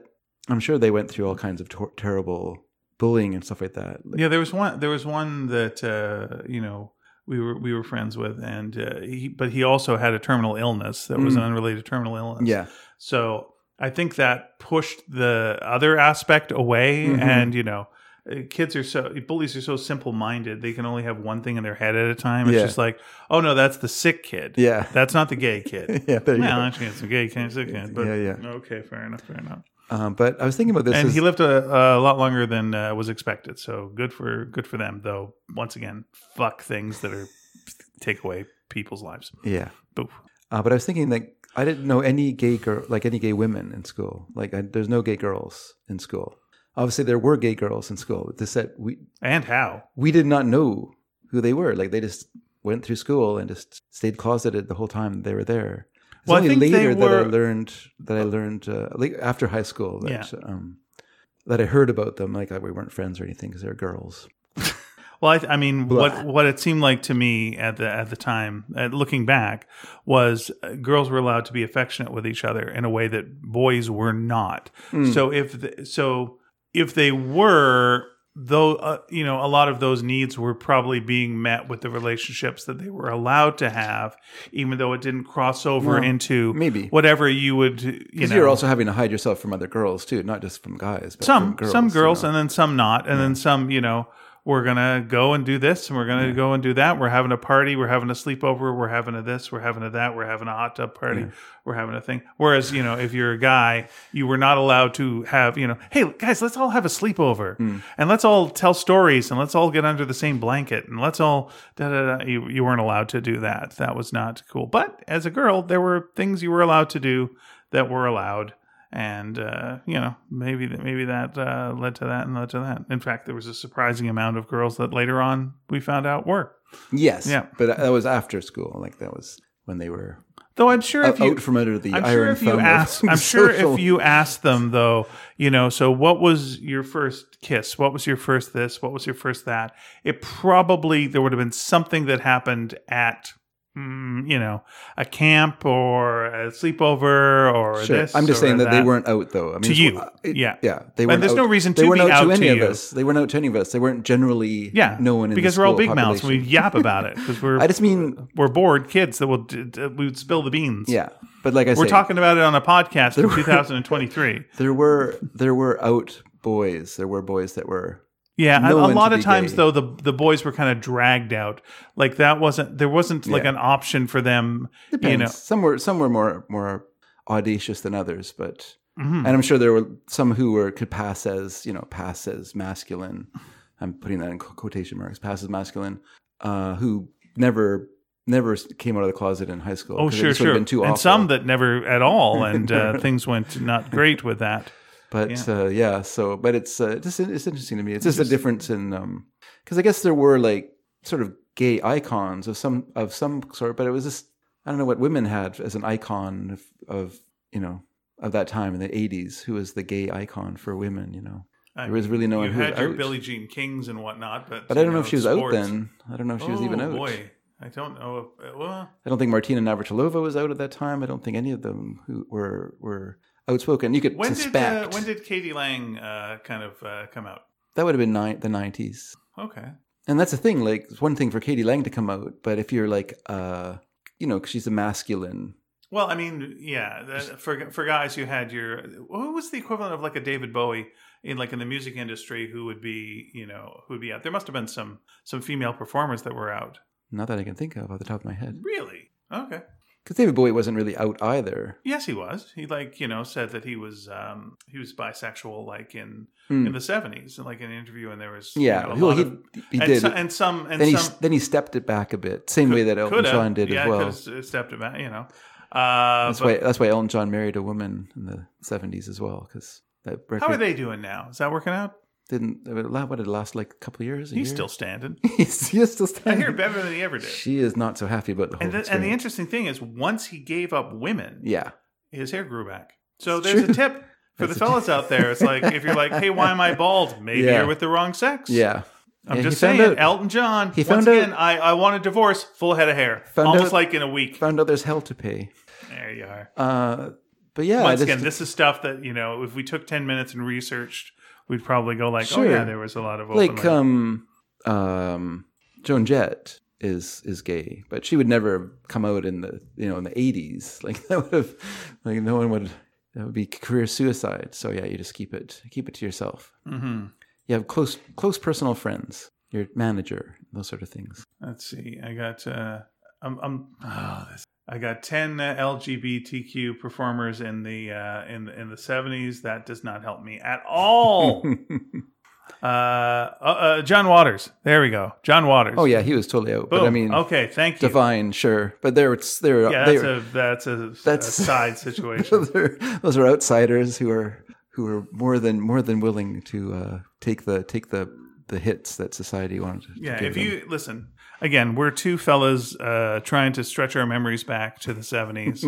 B: I'm sure they went through all kinds of tor- terrible bullying and stuff like that. Like,
A: Yeah, there was one. There was one that uh, you know we were we were friends with, and uh, he, but he also had a terminal illness that was an unrelated terminal illness.
B: yeah,
A: So I think that pushed the other aspect away,
B: Mhm.
A: and you know. uh, Kids are so bullies are so simple minded. They can only have one thing in their head at a time. It's
B: Yeah.
A: just like, oh no, that's the sick kid.
B: yeah, [LAUGHS]
A: That's not the gay kid.
B: yeah. There you
A: well, actually, it's a gay kid, sick kid. But
B: Yeah, yeah.
A: Okay, fair enough, fair enough.
B: go. Um, but I was thinking about this.
A: and
B: as-
A: he lived a, a lot longer than uh, was expected. So good for good for them, though. Once again, fuck things that are take away people's lives.
B: yeah,
A: Boo.
B: uh, but I was thinking like I didn't know any gay girl, like any gay women in school. Like I, there's no gay girls in school. Obviously, there were gay girls in school. But this that we
A: And how?
B: we did not know who they were. Like they just went through school and just stayed closeted the whole time they were there. It's
A: Well, I
B: only
A: think they
B: later that I
A: were-
B: learned that I learned uh, like after high school that
A: Yeah.
B: um, that I heard about them. Like we weren't friends or anything because they're girls.
A: Well, I, th- I mean,
B: Blah.
A: what what it seemed like to me at the at the time, uh, looking back, was uh, girls were allowed to be affectionate with each other in a way
B: Hmm.
A: Hmm. that boys were not. So if the, so, if they were, though uh, you know a lot of those needs were probably being met with the relationships that they were allowed to have even though it didn't cross over
B: Well,
A: into
B: maybe.
A: whatever you would you
B: Because
A: know
B: you are also having to hide yourself from other girls too, not just from guys. But
A: some
B: from girls,
A: some girls
B: you know.
A: and then some not and then some you know we're gonna go and do this and we're gonna go and do that we're having a party we're having a sleepover we're having a this we're having a that we're having a hot tub party we're having a thing whereas you know if you're a guy you were not allowed to have you know hey guys let's all have a sleepover
B: Mm.
A: and let's all tell stories and let's all get under the same blanket and let's all da da da you, you weren't allowed to do that that was not cool but as a girl there were things you were allowed to do that were allowed and uh, you know maybe that maybe that uh, led to that and led to that. In fact, there was a surprising amount of girls that later on we found out were.
B: yes,
A: Yeah.
B: but that- that was after school. Like that was when they were
A: Though I'm sure if
B: out
A: you,
B: from under the
A: I'm
B: iron
A: sure if
B: thumb.
A: you
B: of [LAUGHS]
A: asked, I'm sure
B: social-
A: if you asked them though, you know. So what was your first kiss? What was your first this? What was your first that? It probably there would have been something that happened at. mm, you know, a camp or a sleepover or
B: Sure.
A: this.
B: I'm just
A: or
B: saying that, they weren't out though. I mean, it's- uh,
A: you,
B: it-
A: yeah.
B: yeah. They weren't.
A: there's
B: out-
A: no reason
B: they
A: to
B: weren't
A: be
B: out to
A: out
B: any
A: to
B: of
A: you.
B: us. They weren't out to any of us. They weren't generally.
A: Yeah,
B: no one in
A: because
B: the
A: we're all
B: school
A: big mouths. We
B: population.
A: yap about it because we're
B: [LAUGHS] I just mean,
A: we're bored kids that will d- d- we would spill the beans.
B: yeah. But like I
A: we're
B: said,
A: talking about it on a podcast in
B: [LAUGHS]
A: 2023.
B: there were there were out boys. There were boys that were
A: Yeah,
B: No
A: a- a,
B: one
A: lot
B: to
A: of
B: be
A: times
B: gay.
A: though the the boys were kind of dragged out. Like that wasn't there wasn't like
B: Yeah.
A: an option for them. You
B: Depends.
A: know,
B: some were some were more more audacious than others, but
A: Mhm.
B: and I'm sure there were some who were could pass as you know pass as masculine. I'm putting that in qu- quotation marks. Pass as masculine, uh, who never never s- came out of the closet in high school.
A: oh
B: 'cause it
A: sure,
B: just would have
A: sure,
B: Been too
A: and
B: awful.
A: some that never at
B: [LAUGHS]
A: all, and uh, things went not great with that.
B: but
A: yeah.
B: yeah. Uh, yeah. So, but it's uh, just it's interesting to me. It's just a difference in because I guess there were like sort of gay icons of some of some sort, but it was just I don't know what women had as an icon of, of you know of that time in the '80s. Who was the gay icon for women? You know,
A: I
B: there was really no
A: you
B: one who was
A: had your
B: out.
A: Billie Jean Kings and whatnot, but
B: but I don't
A: you
B: know if she was out
A: sports-
B: then. I don't know if she was even
A: Oh,
B: out.
A: Boy, I don't know. If, well,
B: I don't think Martina Navratilova was out at that time. I don't think any of them who were were outspoken. You could
A: when did
B: suspect
A: uh, when did Katie Lang uh, kind of uh, come out?
B: that would have been ni- the '90s.
A: Okay.
B: and that's the thing like it's one thing for katie lang to come out but if you're like uh you know 'cause she's a masculine
A: Well, I mean, yeah, that, for for guys, you had your who was the equivalent of like a David Bowie in like in the music industry who would be you know who would be out. There must have been some some female performers that were out.
B: not that i can think of off the top of my head
A: Really? Okay.
B: because david bowie wasn't really out either
A: Yes, he was. He like you know said that he was um he was bisexual like in
B: Hmm.
A: in the seventies and like in an interview and there was you
B: yeah
A: know, a
B: well,
A: lot
B: he,
A: of-
B: he
A: and,
B: did
A: so, and some and
B: then he
A: some
B: then he stepped it back a bit same way that elton
A: coulda.
B: john did
A: yeah,
B: as well
A: coulda stepped it back you know. Uh,
B: that's
A: but-
B: why that's why elton john married a woman in the 70s as well because that
A: How are
B: record
A: they doing now? Is that working out?
B: didn't it la- what did it last like a couple of years a
A: He's
B: year?
A: still standing.
B: [LAUGHS] he's, he's still
A: I hear
B: standing.
A: better than he ever did.
B: she is not so happy about the whole
A: And the, and the
B: experience.
A: interesting thing is, once he gave up women,
B: yeah
A: his hair grew back. So
B: It's
A: there's
B: true.
A: a tip for the
B: That's a tip.
A: fellas out there. It's like if you're like, "Hey, why am I bald?" Maybe
B: Yeah.
A: you're with the wrong sex.
B: yeah
A: I'm
B: Yeah,
A: just
B: he found
A: saying.
B: out-
A: Elton John.
B: he
A: once
B: found out-
A: again, I, I want a divorce, full head of hair,
B: Found
A: almost
B: out-
A: like in a week.
B: found out there's hell to pay
A: There you are.
B: Uh, but yeah,
A: Once
B: this-
A: again, this is stuff that you know. If we took ten minutes and researched, we'd probably go like,
B: Sure.
A: "Oh yeah, there was a lot of open
B: like um, um, Joan Jett is is gay, but she would never have come out in the you know in the eighties. [LAUGHS] Like that would have like no one would that would be career suicide. So yeah, you just keep it keep it to yourself.
A: hmm
B: You have close close personal friends, your manager, those sort of things.
A: Let's see. I got uh I'm I'm oh, this, I got 10 uh, LGBTQ performers in the uh in the, in the 70s. That does not help me at
B: [LAUGHS]
A: all. uh, uh uh John Waters. There we go. John Waters.
B: Oh yeah, he was totally out.
A: Boom.
B: But I mean,
A: okay, thank you.
B: Divine, sure, but they're they're
A: Yeah,
B: they're,
A: that's a that's a,
B: That's-
A: a side
B: [LAUGHS]
A: situation.
B: those are those are outsiders who are who are more than more than willing to uh, take the take the the hits that society wanted. To
A: Yeah,
B: give
A: if
B: them.
A: you listen, again, we're two fellas uh, trying to stretch our memories back to the
B: [LAUGHS]
A: seventies,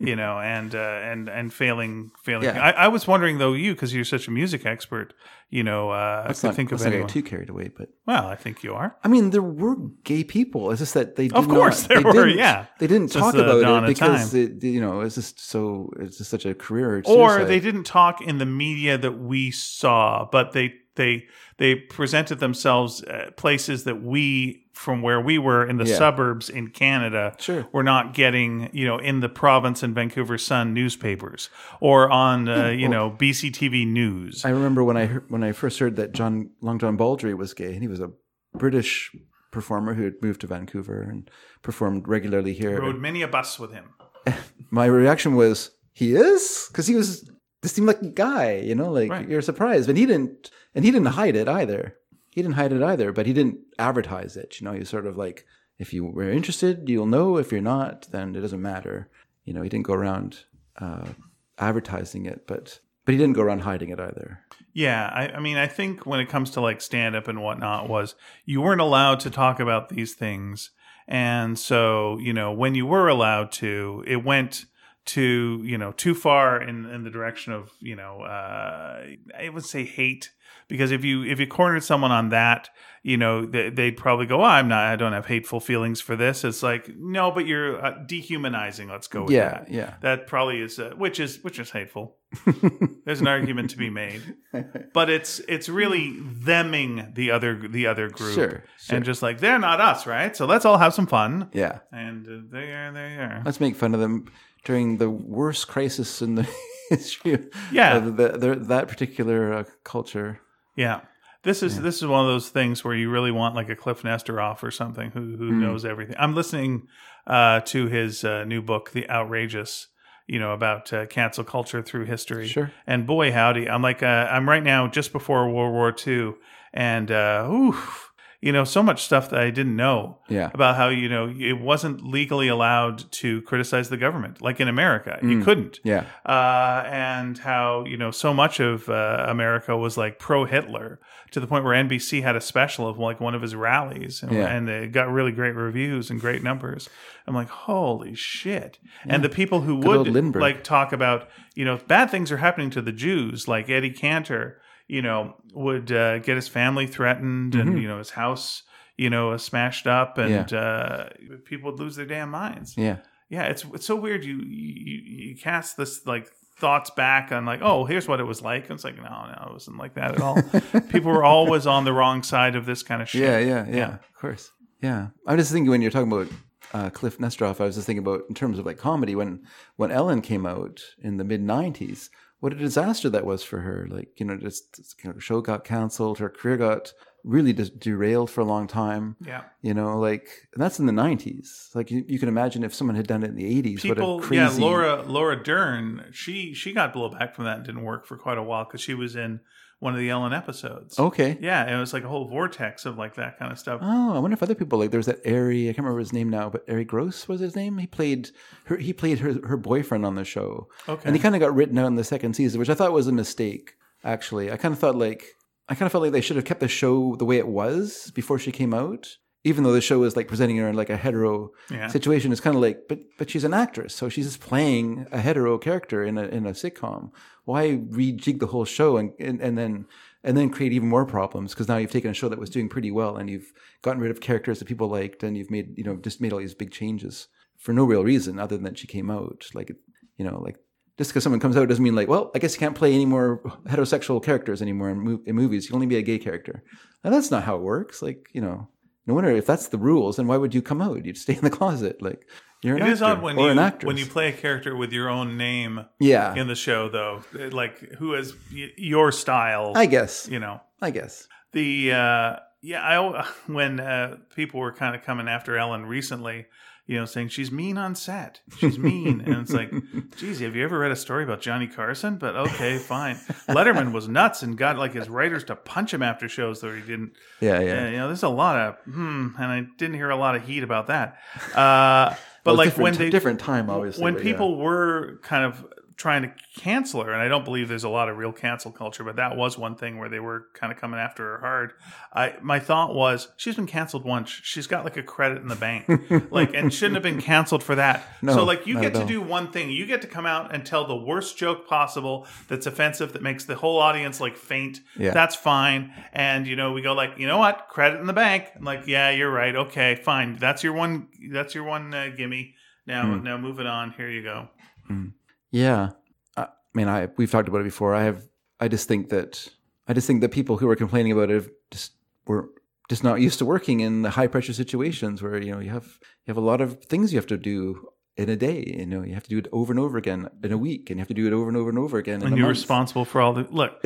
A: you know, and uh, and and failing, failing.
B: Yeah.
A: I, I was wondering though, you because you're such a music expert, you know, uh, I
B: Let's
A: could
B: not-
A: think of
B: let's not get
A: anyone.
B: too carried away, but
A: well, I think you are.
B: I mean, there were gay people. It's just that they did
A: Of course
B: not-
A: there
B: they
A: were,
B: didn't-
A: yeah.
B: they didn't
A: Since
B: talk
A: the dawn
B: about
A: of
B: it because it, you know it's just so it's just such a career
A: Or
B: suicide.
A: they didn't talk in the media that we saw, but they they they presented themselves at places that we from where we were in the
B: Yeah.
A: suburbs in Canada
B: Sure.
A: were not getting you know in the province and Vancouver Sun newspapers or on uh, you know BCTV news.
B: I remember when I heard, when I first heard that John Long John Baldry was gay, and he was a British performer who had moved to Vancouver and performed regularly here.
A: Rode many a bus with him.
B: My reaction was, "He is," because he was this seemed like a guy, you know, like
A: Right.
B: you're surprised, but he didn't, and he didn't hide it either. He didn't hide it either, but he didn't advertise it. You know, he was sort of like, if you were interested, you'll know. If you're not, then it doesn't matter. You know, he didn't go around uh, advertising it, but but he didn't go around hiding it either.
A: Yeah, I, I mean, I think when it comes to like stand up and whatnot, was you weren't allowed to talk about these things, and so you know when you were allowed to, it went to you know too far in in the direction of you know uh, I would say hate because if you if you cornered someone on that, you know they, they'd probably go, oh, I'm not, I don't have hateful feelings for this. It's like no, but you're uh, dehumanizing. Let's go with
B: Yeah,
A: that.
B: yeah.
A: That probably is uh, which is which is hateful.
B: [LAUGHS]
A: There's an argument to be made, but it's it's really theming the other the other group,
B: Sure, sure.
A: and just like they're not us, right? So let's all have some fun.
B: Yeah.
A: And uh, they are, they are.
B: Let's make fun of them during the worst crisis in the [LAUGHS] history of
A: Yeah.
B: of the, the, that particular uh, culture.
A: Yeah. This is this is one of those things where you really want like a Cliff Nester off or something who who
B: Mm-hmm.
A: knows everything. I'm listening uh, to his uh, new book, The Outrageous, you know about uh, cancel culture through history.
B: Sure.
A: And boy howdy, I'm like uh, I'm right now just before World War II, and uh, oof, you know so much stuff that I didn't know.
B: Yeah.
A: about how you know it wasn't legally allowed to criticize the government like in america you couldn't
B: Yeah.
A: uh, and how you know so much of uh, america was like pro-hitler to the point where nbc had a special of like one of his rallies and,
B: Yeah.
A: and they got really great reviews and great numbers i'm like holy shit and the people who
B: old
A: would
B: Lindbergh.
A: like talk about you know bad things are happening to the jews like eddie cantor you know would uh, get his family threatened
B: Mm-hmm.
A: and you know his house you know is smashed up and uh, people would lose their damn minds
B: Yeah.
A: yeah it's it's so weird you you, you cast this like thoughts back on like oh here's what it was like and it's like no no it wasn't like that at
B: [LAUGHS]
A: all people were always on the wrong side of this kind of shit
B: Yeah. Yeah. Yeah. Of course. Yeah. I'm just thinking when you're talking about uh, Cliff Nestroff, I was just thinking about in terms of like comedy when when Ellen came out in the mid '90s. What a disaster that was for her. Like you know, just, just you know, show got canceled. Her career got really just derailed for a long time.
A: yeah
B: You know, like and that's in the '90s. Like you, you can imagine if someone had done it in the '80s,
A: people
B: what a crazy.
A: yeah laura laura dern she she got blowback from that and didn't work for quite a while because she was in one of the ellen episodes
B: Okay.
A: yeah it was like a whole vortex of like that kind of stuff
B: Oh, I wonder if other people like there was that Ari. I can't remember his name now, but Ari Gross was his name. He played her. He played her her boyfriend on the show,
A: okay
B: and he kind of got written out in the second season, which I thought was a mistake. Actually, I kind of thought like I kind of felt like they should have kept the show the way it was before she came out, even though the show is like presenting her in like a hetero
A: yeah
B: situation is kind of like, but but she's an actress, so she's just playing a hetero character in a in a sitcom. Why rejig the whole show and and, and then and then create even more problems because now you've taken a show that was doing pretty well and you've gotten rid of characters that people liked and you've made you know just made all these big changes for no real reason other than that she came out like you know like just because someone comes out doesn't mean like well I guess you can't play any more heterosexual characters anymore in, mov- in movies you can only be a gay character and that's not how it works like you know no wonder if that's the rules, then why would you come out? You'd stay in the closet. Like you're an
A: it
B: actor
A: is odd when
B: or
A: you
B: an actress.
A: when you play a character with your own name
B: yeah,
A: in the show though like who has y- your style
B: I guess.
A: you know
B: I guess.
A: the uh yeah i al- [LAUGHS] when uh people were kind of coming after ellen recently you know saying she's mean on set she's mean and it's
B: [LAUGHS]
A: like geez have you ever read a story about johnny carson but okay fine letterman was nuts and got like his writers to punch him after shows though he didn't
B: Yeah, yeah.
A: yeah, you know, there's a lot of hmm, and I didn't hear a lot of heat about that. Uh, but
B: Well,
A: like
B: different
A: when
B: ti-
A: they
B: different time, obviously.
A: when
B: but
A: people were kind of trying to cancel her, and I don't believe there's a lot of real cancel culture, but that was one thing where they were kind of coming after her hard. I my thought was she's been canceled once. She's got like a credit in the bank,
B: [LAUGHS]
A: like and shouldn't have been canceled for that.
B: No,
A: so like you
B: not
A: get
B: at
A: to
B: all.
A: do one thing. You get to come out and tell the worst joke possible that's offensive that makes the whole audience like faint.
B: Yeah.
A: That's fine. And you know we go like you know what credit in the bank. I'm like yeah you're right okay fine that's your one that's your one uh, gimme. Now, now moving on. Here you go.
B: yeah. yeah. I I mean, I we've talked about it before. I have. I just think that I just think that people who were complaining about it have just were just not used to working in the high pressure situations where you know you have you have a lot of things you have to do in a day. You know, you have to do it over and over again in a week, and you have to do it over and over and over again. In
A: and
B: a
A: you're
B: month.
A: responsible for all the
B: [LAUGHS]
A: look.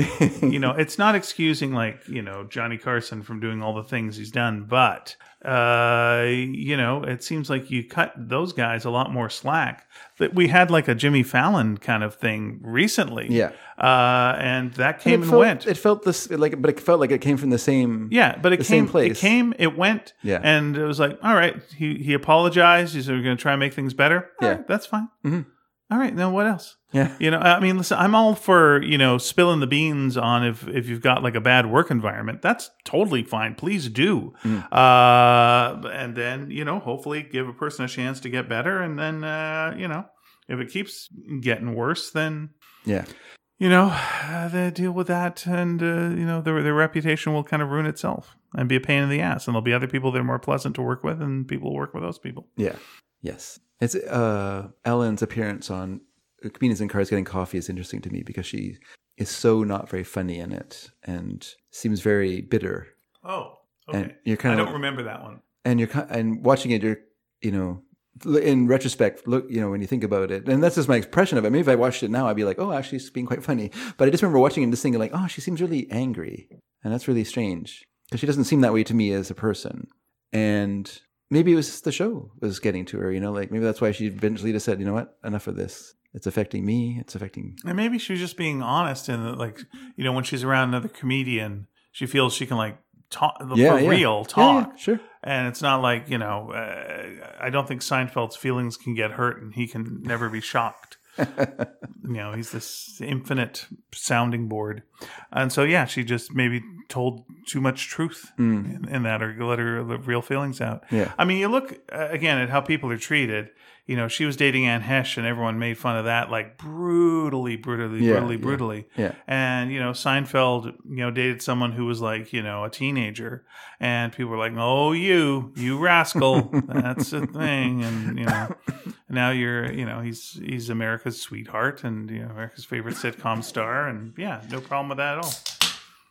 A: you know, it's not excusing like you know Johnny Carson from doing all the things he's done, but uh, you know, it seems like you cut those guys a lot more slack. That we had like a Jimmy Fallon kind of thing recently,
B: Yeah.
A: uh, and that
B: And
A: came
B: it
A: and,
B: felt,
A: went.
B: It felt this like, but it felt like it came from the same.
A: yeah, but it
B: the
A: came.
B: same place.
A: It came. It went.
B: Yeah.
A: and it was like, all right. He he apologized. He said we're going to try and make things better. All
B: Yeah.
A: right, that's fine.
B: Mhm.
A: All right, now what else?
B: yeah,
A: You know, I mean, listen, I'm all for you know spilling the beans on if if you've got like a bad work environment. That's totally fine. Please do, uh, and then you know, hopefully, give a person a chance to get better. And then uh, you know, if it keeps getting worse, then
B: yeah.
A: you know, [SIGHS] they deal with that, and uh, you know, their their reputation will kind of ruin itself and be a pain in the ass. And there'll be other people that are more pleasant to work with, and people will work with those people.
B: Yeah. Yes. It's uh Ellen's appearance on Comedians in Cars Getting Coffee is interesting to me because she is so not very funny in it and seems very bitter.
A: Oh,
B: And you're kind of
A: remember that one.
B: and you're ki- and watching it, you're you know l- in retrospect look you know when you think about it and that's just my expression of it maybe if i watched it now i'd be like oh actually it's being quite funny but i just remember watching it and just thinking like oh she seems really angry and that's really strange because she doesn't seem that way to me as a person and maybe it was just the show was getting to her you know like maybe that's why she eventually just said you know what enough of this it's affecting me it's affecting
A: And maybe she was just being honest and that, like, you know, when she's around another comedian, she feels she can like talk
B: Yeah,
A: for
B: yeah.
A: real
B: Yeah, yeah,
A: talk.
B: sure
A: And it's not like, you know, uh, I don't think Seinfeld's feelings can get hurt and he can never be
B: [LAUGHS]
A: shocked. you know, he's this infinite sounding board. And so, yeah, she just maybe told too much truth
B: Mm.
A: in, in that or let her the real feelings out.
B: yeah
A: I mean, you look uh, again at how people are treated. You know, she was dating Anne Hesh, and everyone made fun of that, like brutally, brutally,
B: Yeah,
A: brutally,
B: yeah.
A: brutally.
B: yeah
A: And you know, Seinfeld, you know, dated someone who was like, you know, a teenager, and people were like, "Oh, you, you rascal, that's a thing." And you know, now you're, you know, he's he's America's sweetheart and you know America's favorite sitcom star, and yeah, no problem with that at all.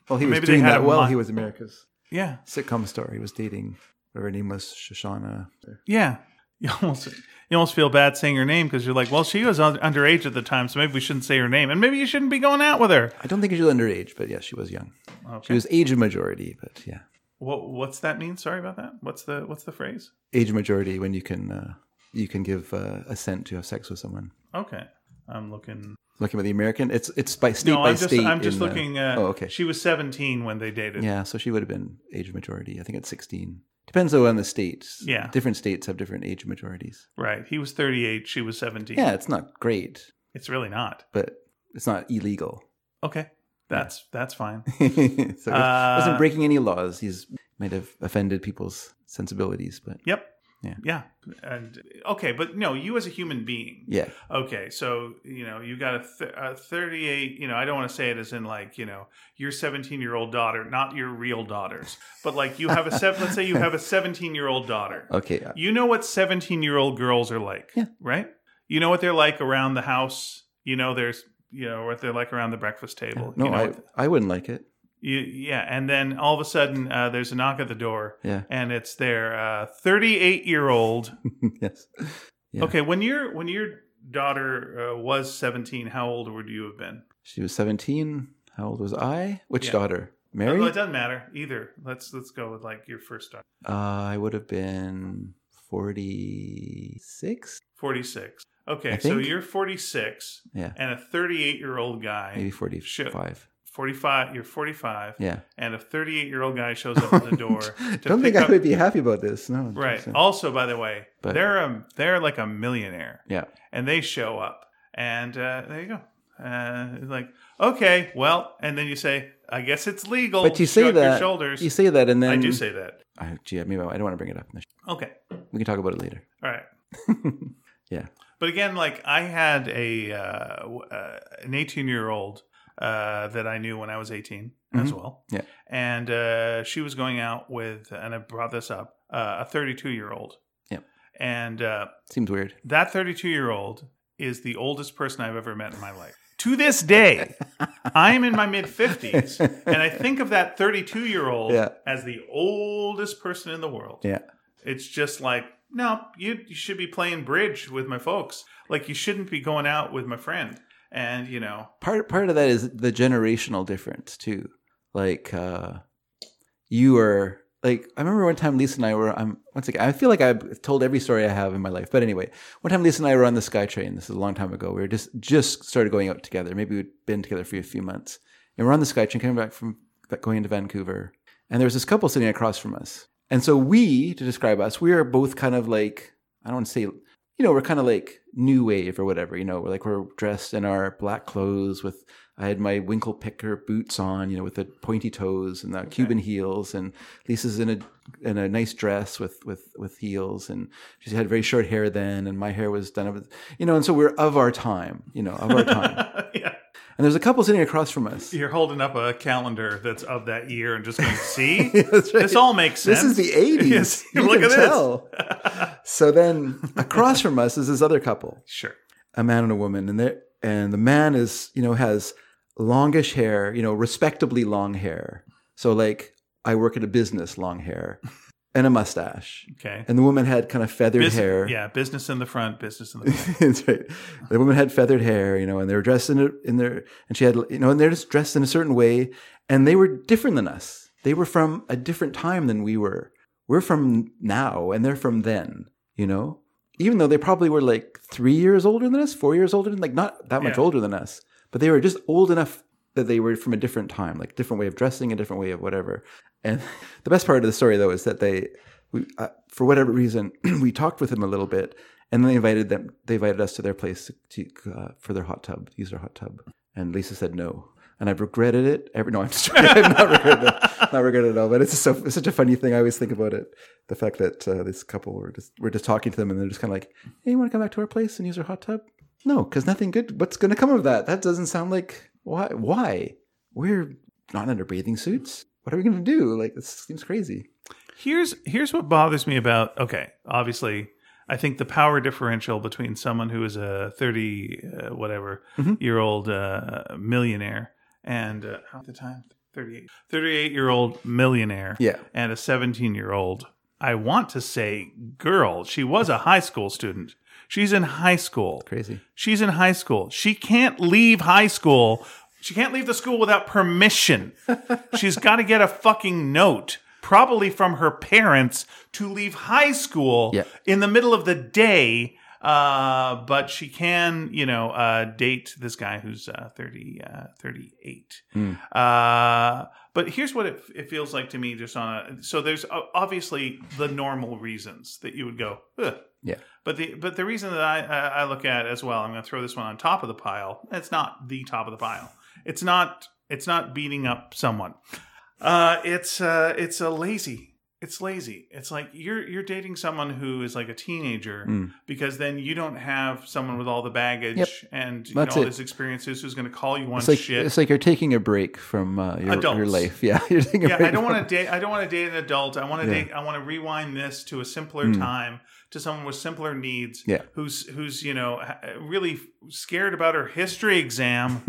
B: well he was
A: Maybe they
B: doing
A: had
B: that
A: a
B: well
A: mon-
B: he was america's
A: Yeah,
B: sitcom star he was dating her name was shoshana
A: Yeah. You almost you almost feel bad saying her name because you're like, well, she was un- underage at the time, so maybe we shouldn't say her name, and maybe you shouldn't be going out with her.
B: I don't think she was underage, but yeah, she was young. She
A: Okay.
B: was age of majority, but yeah,
A: What, what's that mean? Sorry about that. What's the what's the phrase?
B: age of majority when you can uh, you can give uh, assent to have sex with someone.
A: Okay. I'm looking.
B: Looking at the American, it's it's by state
A: No,
B: by
A: I'm just
B: state.
A: I'm just
B: in, uh,
A: looking. Uh,
B: oh, okay.
A: She was 17 when they dated.
B: yeah, so she would have been age of majority. I think at sixteen. Depends though on the states.
A: Yeah.
B: different states have different age majorities.
A: Right. He was 38. She was 17.
B: Yeah, it's not great,
A: It's really not.
B: but it's not illegal. [LAUGHS]
A: Okay. That's that's fine.
B: so he
A: Uh,
B: wasn't breaking any laws. He's might have offended people's sensibilities, but
A: Yep.
B: Yeah.
A: Yeah. And okay, but no, you as a human being.
B: yeah,
A: Okay, so you know you got a, th- a thirty-eight. You know, I don't want to say it as in like you know your seventeen-year-old daughter, not your real daughters, but like you have a seven. let's say you have a seventeen-year-old daughter.
B: okay, uh,
A: You know what seventeen-year-old girls are like,
B: Yeah.
A: right? You know what they're like around the house. You know, there's you know what they're like around the breakfast table.
B: no,
A: you know,
B: I I wouldn't like it.
A: you, yeah, and then all of a sudden uh, there's a knock at the door,
B: Yeah,
A: and it's their uh, thirty-eight-year-old.
B: [LAUGHS] yes. Yeah.
A: Okay, when your when your daughter uh, was 17, how old would you have been?
B: She was 17. How old was I? Which
A: Yeah.
B: daughter? Mary?
A: Uh, Well, it doesn't matter either. Let's let's go with like your first daughter,
B: Uh, I would have been 46,
A: 46. Okay,
B: I
A: so
B: think.
A: you're 46
B: Yeah.
A: and a 38 year old
B: maybe
A: guy,
B: 45.
A: 45. You're 45,
B: Yeah.
A: and a 38 year old guy shows up at
B: [LAUGHS]
A: the door. to
B: Don't
A: pick
B: think I
A: up-
B: would be happy about this. No. it
A: Right.
B: doesn't.
A: Also, by the way,
B: But-
A: they're a, they're like a millionaire.
B: Yeah.
A: and they show up and uh, there you go uh, it's like okay well and then you say i guess it's legal
B: But you say
A: Shrug your
B: that-
A: shoulders
B: You say that, and then
A: i do say that
B: I, gee, maybe I I don't want to bring it up. in the sh-
A: okay
B: We can talk about it later.
A: all right
B: [LAUGHS] Yeah.
A: but again like i had a uh, w- uh, an 18 year old uh, that i knew when i was 18 as
B: Mhm.
A: well
B: Yeah.
A: and uh, she was going out with and i brought this up uh, a 32 year old
B: Yep.
A: and uh,
B: Seems weird.
A: That 32 year old is the oldest person I've ever met in my life. to this
B: [LAUGHS]
A: day, I am in my mid 50s, and I think of that 32 year old
B: Yeah.
A: as the oldest person in the world.
B: Yeah.
A: It's just like, no, you, you should be playing bridge with my folks. Like, you shouldn't be going out with my friend. And, you know, [LAUGHS]
B: Part part of that is the generational difference too. Like uh you are like I remember one time Lisa and I were I'm once again I feel like I've told every story I have in my life. But anyway, one time Lisa and I were on the Sky Train, this is a long time ago. We were just just started going out together. Maybe we'd been together for a few months. And we're on the Sky Train coming back from going into Vancouver. And there was this couple sitting across from us. And so we, to describe us, we are both kind of like, I don't want to say, you know, we're kind of like new wave or whatever, you know, we're like, we're dressed in our black clothes with, I had my winkle picker boots on, you know, with the pointy toes and the Cuban heels. And Lisa's in a, in a nice dress with, with, with heels. And she had very short hair then. And my hair was done up, with- you know, and so we're of our time, you know, of
A: [LAUGHS]
B: our time.
A: yeah.
B: and there's a couple sitting across from us.
A: You're holding up a calendar that's of that year and just going, see?
B: [LAUGHS] That's right.
A: This all makes sense.
B: This is the 80s.
A: [LAUGHS] Yes.
B: You
A: Look
B: can
A: at this.
B: tell.
A: [LAUGHS]
B: so then across from us is this other couple,
A: Sure.
B: a man and a woman, and they and the man is, you know, has longish hair, you know, respectably long hair. So like I work at a business, long hair and a mustache.
A: Okay.
B: And the woman had kind of feathered
A: Bus-
B: hair.
A: Yeah, business in the front, business in the back.
B: [LAUGHS] That's right. The woman had feathered hair, you know, and they were dressed in a, in their and she had you know, and they're just dressed in a certain way, and they were different than us. They were from a different time than we were. We're from now, and they're from then. You know, even though they probably were like three years older than us, four years older than like not that much
A: Yeah.
B: older than us, but they were just old enough that they were from a different time, like different way of dressing, a different way of whatever. And [LAUGHS] the best part of the story though is that they, we, uh, for whatever reason, [CLEARS THROAT] we talked with them a little bit, and then they invited them. They invited us to their place to, uh, for their hot tub. Use their hot tub. And Lisa said no. And I've regretted it every. No, I'm just [LAUGHS] I'm not regretted it. Not regretted it at all. But it's just so it's such a funny thing. I always think about it. The fact that uh, this couple were just we're just talking to them, and they're just kind of like, "Hey, you want to come back to our place and use our hot tub?" No, because nothing good. What's going to come of that? That doesn't sound like why. Why we're not under bathing suits? What are we going to do? Like this seems crazy.
A: Here's here's what bothers me about okay, obviously I think the power differential between someone who is a 30 uh, whatever
B: Mhm.
A: year old uh, millionaire and uh, how at the time 38 38 year old millionaire
B: Yeah.
A: and a 17 year old I want to say girl, she was a high school student. She's in high school.
B: Crazy.
A: She's in high school. She can't leave high school. She can't leave the school without permission. She's got to get a fucking note, probably from her parents, to leave high school
B: Yeah.
A: in the middle of the day. Uh, but she can, you know, uh, date this guy who's uh, 30, uh, 38. Uh, but here's what it, it feels like to me just on a, so there's uh, obviously the normal reasons that you would go, Ugh,
B: Yeah.
A: but the but the reason that I I I look at as well, I'm going to throw this one on top of the pile. It's not the top of the pile. It's not it's not beating up someone. Uh, it's uh, it's a lazy. It's lazy. It's like you're you're dating someone who is like a teenager
B: Mm.
A: because then you don't have someone with all the baggage
B: Yep.
A: and you know,
B: That's
A: all
B: it.
A: this experiences who's going to call you on
B: It's like
A: shit.
B: it's like you're taking a break from uh, your, your
A: Adults.
B: life. [LAUGHS] Yeah, you're taking a
A: yeah,
B: break.
A: I don't
B: from-
A: want to date. I don't want to date an adult. I want to
B: Yeah.
A: date. I want to rewind this to a simpler
B: Mm.
A: time, to someone with simpler needs.
B: [LAUGHS] Yeah.
A: Who's who's you know ha- really scared about her history
B: [LAUGHS]
A: exam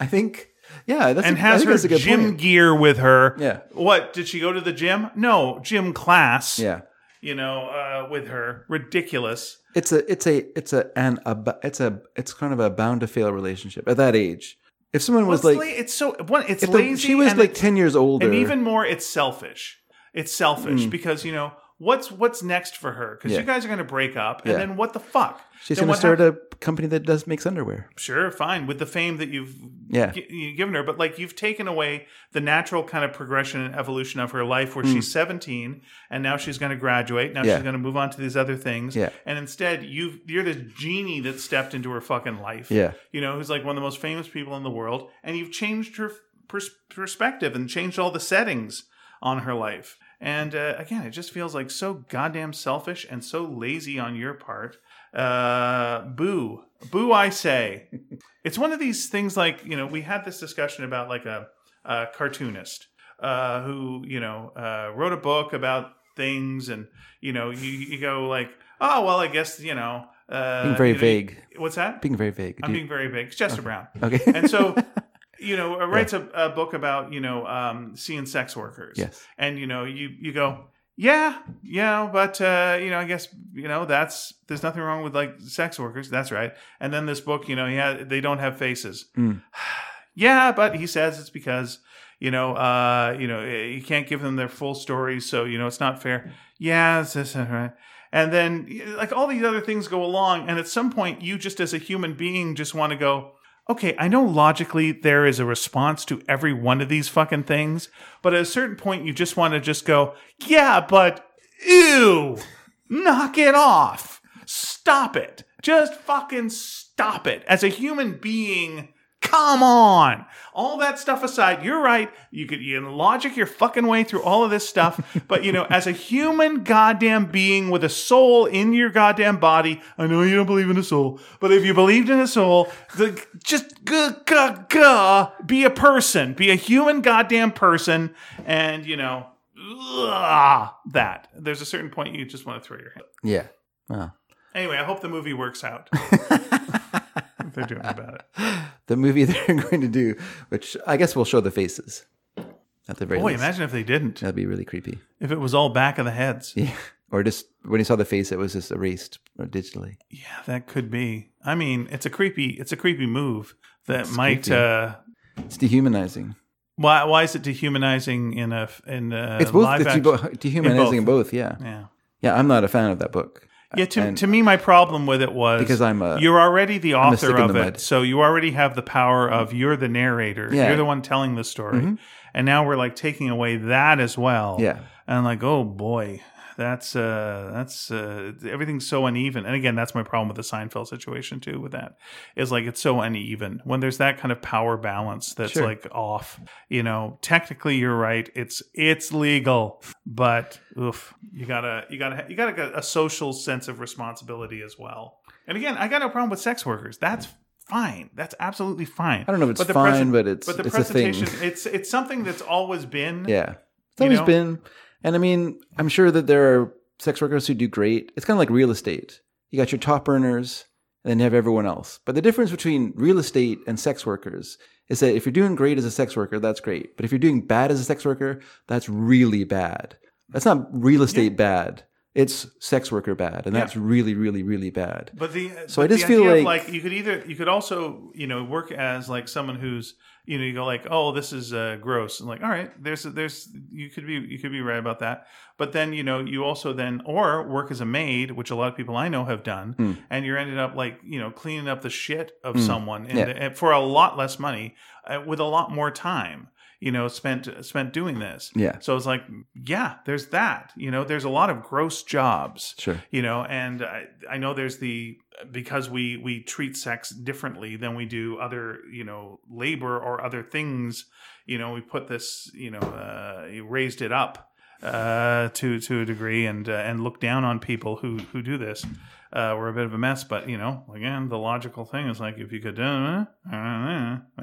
B: I think. Yeah, that's
A: and
B: a, I
A: has
B: think
A: her
B: that's a good
A: gym
B: point.
A: gear with her.
B: Yeah.
A: What did she go to the gym? No, gym class.
B: Yeah,
A: You know, uh, with her ridiculous.
B: it's a it's a it's a an a bu- it's a it's kind of a bound to fail relationship at that age. If someone was
A: What's
B: like,
A: la- it's so one. It's
B: if the-
A: lazy.
B: she was
A: and
B: like
A: it's-
B: ten years older,
A: and even more it's selfish it's selfish because you know what's what's next for her because
B: Mm. Yeah.
A: you guys are going to break up and
B: Yeah.
A: then what the fuck
B: she's
A: Then
B: going to
A: what
B: start
A: hap-
B: a company that does makes underwear.
A: sure fine with the fame that you've
B: Yeah.
A: gi- you've given her but like you've taken away the natural kind of progression and evolution of her life where she's 17 and now she's going to graduate now
B: Hmm. Yeah.
A: she's going to move on to these other things
B: Yeah.
A: and instead you've you're this genie that stepped into her fucking life
B: Yeah,
A: you know, who's like one of the most famous people in the world, and you've changed her pers- perspective and changed all the settings on her life. And uh, again, it just feels like so goddamn selfish and so lazy on your part. Uh, boo, boo! I
B: [LAUGHS]
A: say, it's one of these things. Like you know, we had this discussion about like a, a cartoonist uh, who you know uh, wrote a book about things, and you know, you, you go like, oh well, I guess you know Uh,
B: Being very
A: you know,
B: vague.
A: What's that?
B: Being very vague.
A: I'm
B: Do
A: being
B: you-
A: very vague. It's Chester Brown.
B: okay.
A: [LAUGHS]
B: [LAUGHS]
A: And so, you know, uh, writes a, a book about you know um, seeing sex workers.
B: yes.
A: and you know you you go yeah yeah but uh you know i guess you know that's there's nothing wrong with like sex workers that's right and then this book you know yeah they don't have faces
B: Mm.
A: [SIGHS] yeah but he says it's because you know uh you know eh, you can't give them their full stories so you know it's not fair yeah it's this and right and then eh, like all these other things go along and at some point you just as a human being just want to go okay i know logically there is a response to every one of these fucking things but at a certain point you just want to just go yeah but ew knock it off stop it just fucking stop it as a human being come on all that stuff aside you're right you could you can logic your fucking way through all of this stuff but you know as a human goddamn being with a soul in your goddamn body i know you don't believe in a soul but if you believed in a soul the, just g- g- g- be a person be a human goddamn person and you know ugh, that there's a certain point you just want to throw your hand
B: Yeah. Wow.
A: anyway i hope the movie works
B: [LAUGHS]
A: out What they're doing about it
B: the movie [LAUGHS] they're going to do, which I guess will show the faces at the very
A: boy
B: least.
A: imagine if they didn't
B: That'd be really creepy.
A: if it was all back of the heads
B: Yeah. [LAUGHS] Or just when you saw the face, it was just erased or digitally.
A: Yeah, that could be. I mean, it's a creepy it's a creepy move that
B: It's
A: might
B: creepy.
A: uh
B: It's dehumanizing. why
A: why why is it dehumanizing in a in a
B: it's both
A: live
B: it's
A: action?
B: debo- dehumanizing in both. Yeah.
A: Yeah.
B: Yeah. I'm not a fan of that book.
A: Yeah, to
B: And-
A: to me my problem with it was
B: because I'm a
A: you're already the
B: a stick
A: author
B: in
A: of
B: the
A: it.
B: mud.
A: So you already have the power of you're the narrator.
B: Yeah. Mm-hmm.
A: You're the one telling the story. And now we're like taking away that as well.
B: yeah.
A: And I'm like, oh boy, that's uh that's uh everything's so uneven. And again, that's my problem with the Seinfeld situation too with that. Is like it's so uneven. When there's that kind of power balance that's
B: Sure.
A: like off, you know, technically you're right. It's it's legal, but oof, you gotta you gotta you gotta get a social sense of responsibility as well. And again, I got no problem with sex workers. That's fine. That's absolutely fine.
B: I don't know if it's
A: the
B: fine,
A: presen-
B: but it's-
A: but the
B: it's a thing.
A: presentation it's it's something that's always been
B: Yeah. It's
A: You
B: always
A: know?
B: been. And I mean, I'm sure that there are sex workers who do great. It's kind of like real estate. You got your top earners and then you have everyone else. But the difference between real estate and sex workers is that if you're doing great as a sex worker, that's great. But if you're doing bad as a sex worker, that's really bad. That's not real estate bad. It's sex worker bad. And that's really, really, really bad.
A: But the
B: So
A: but
B: I just
A: the
B: feel
A: idea of,
B: like-
A: you could either you could also you know work as like someone who's you know you go like oh this is uh, gross and like all right there's there's you could be you could be right about that but then you know you also then or work as a maid which a lot of people I know have done
B: Hmm.
A: and you're ended up like you know cleaning up the shit of
B: Hmm.
A: someone and,
B: Yeah.
A: and for a lot less money uh, with a lot more time you know spent spent doing this
B: Yeah.
A: so it's like yeah there's that you know there's a lot of gross jobs
B: Sure.
A: you know and I, I know there's the because we we treat sex differently than we do other you know labor or other things you know we put this you know uh you raised it up uh to to a degree and uh, and look down on people who who do this uh we're a bit of a mess but you know again the logical thing is like if you could uh, uh, uh,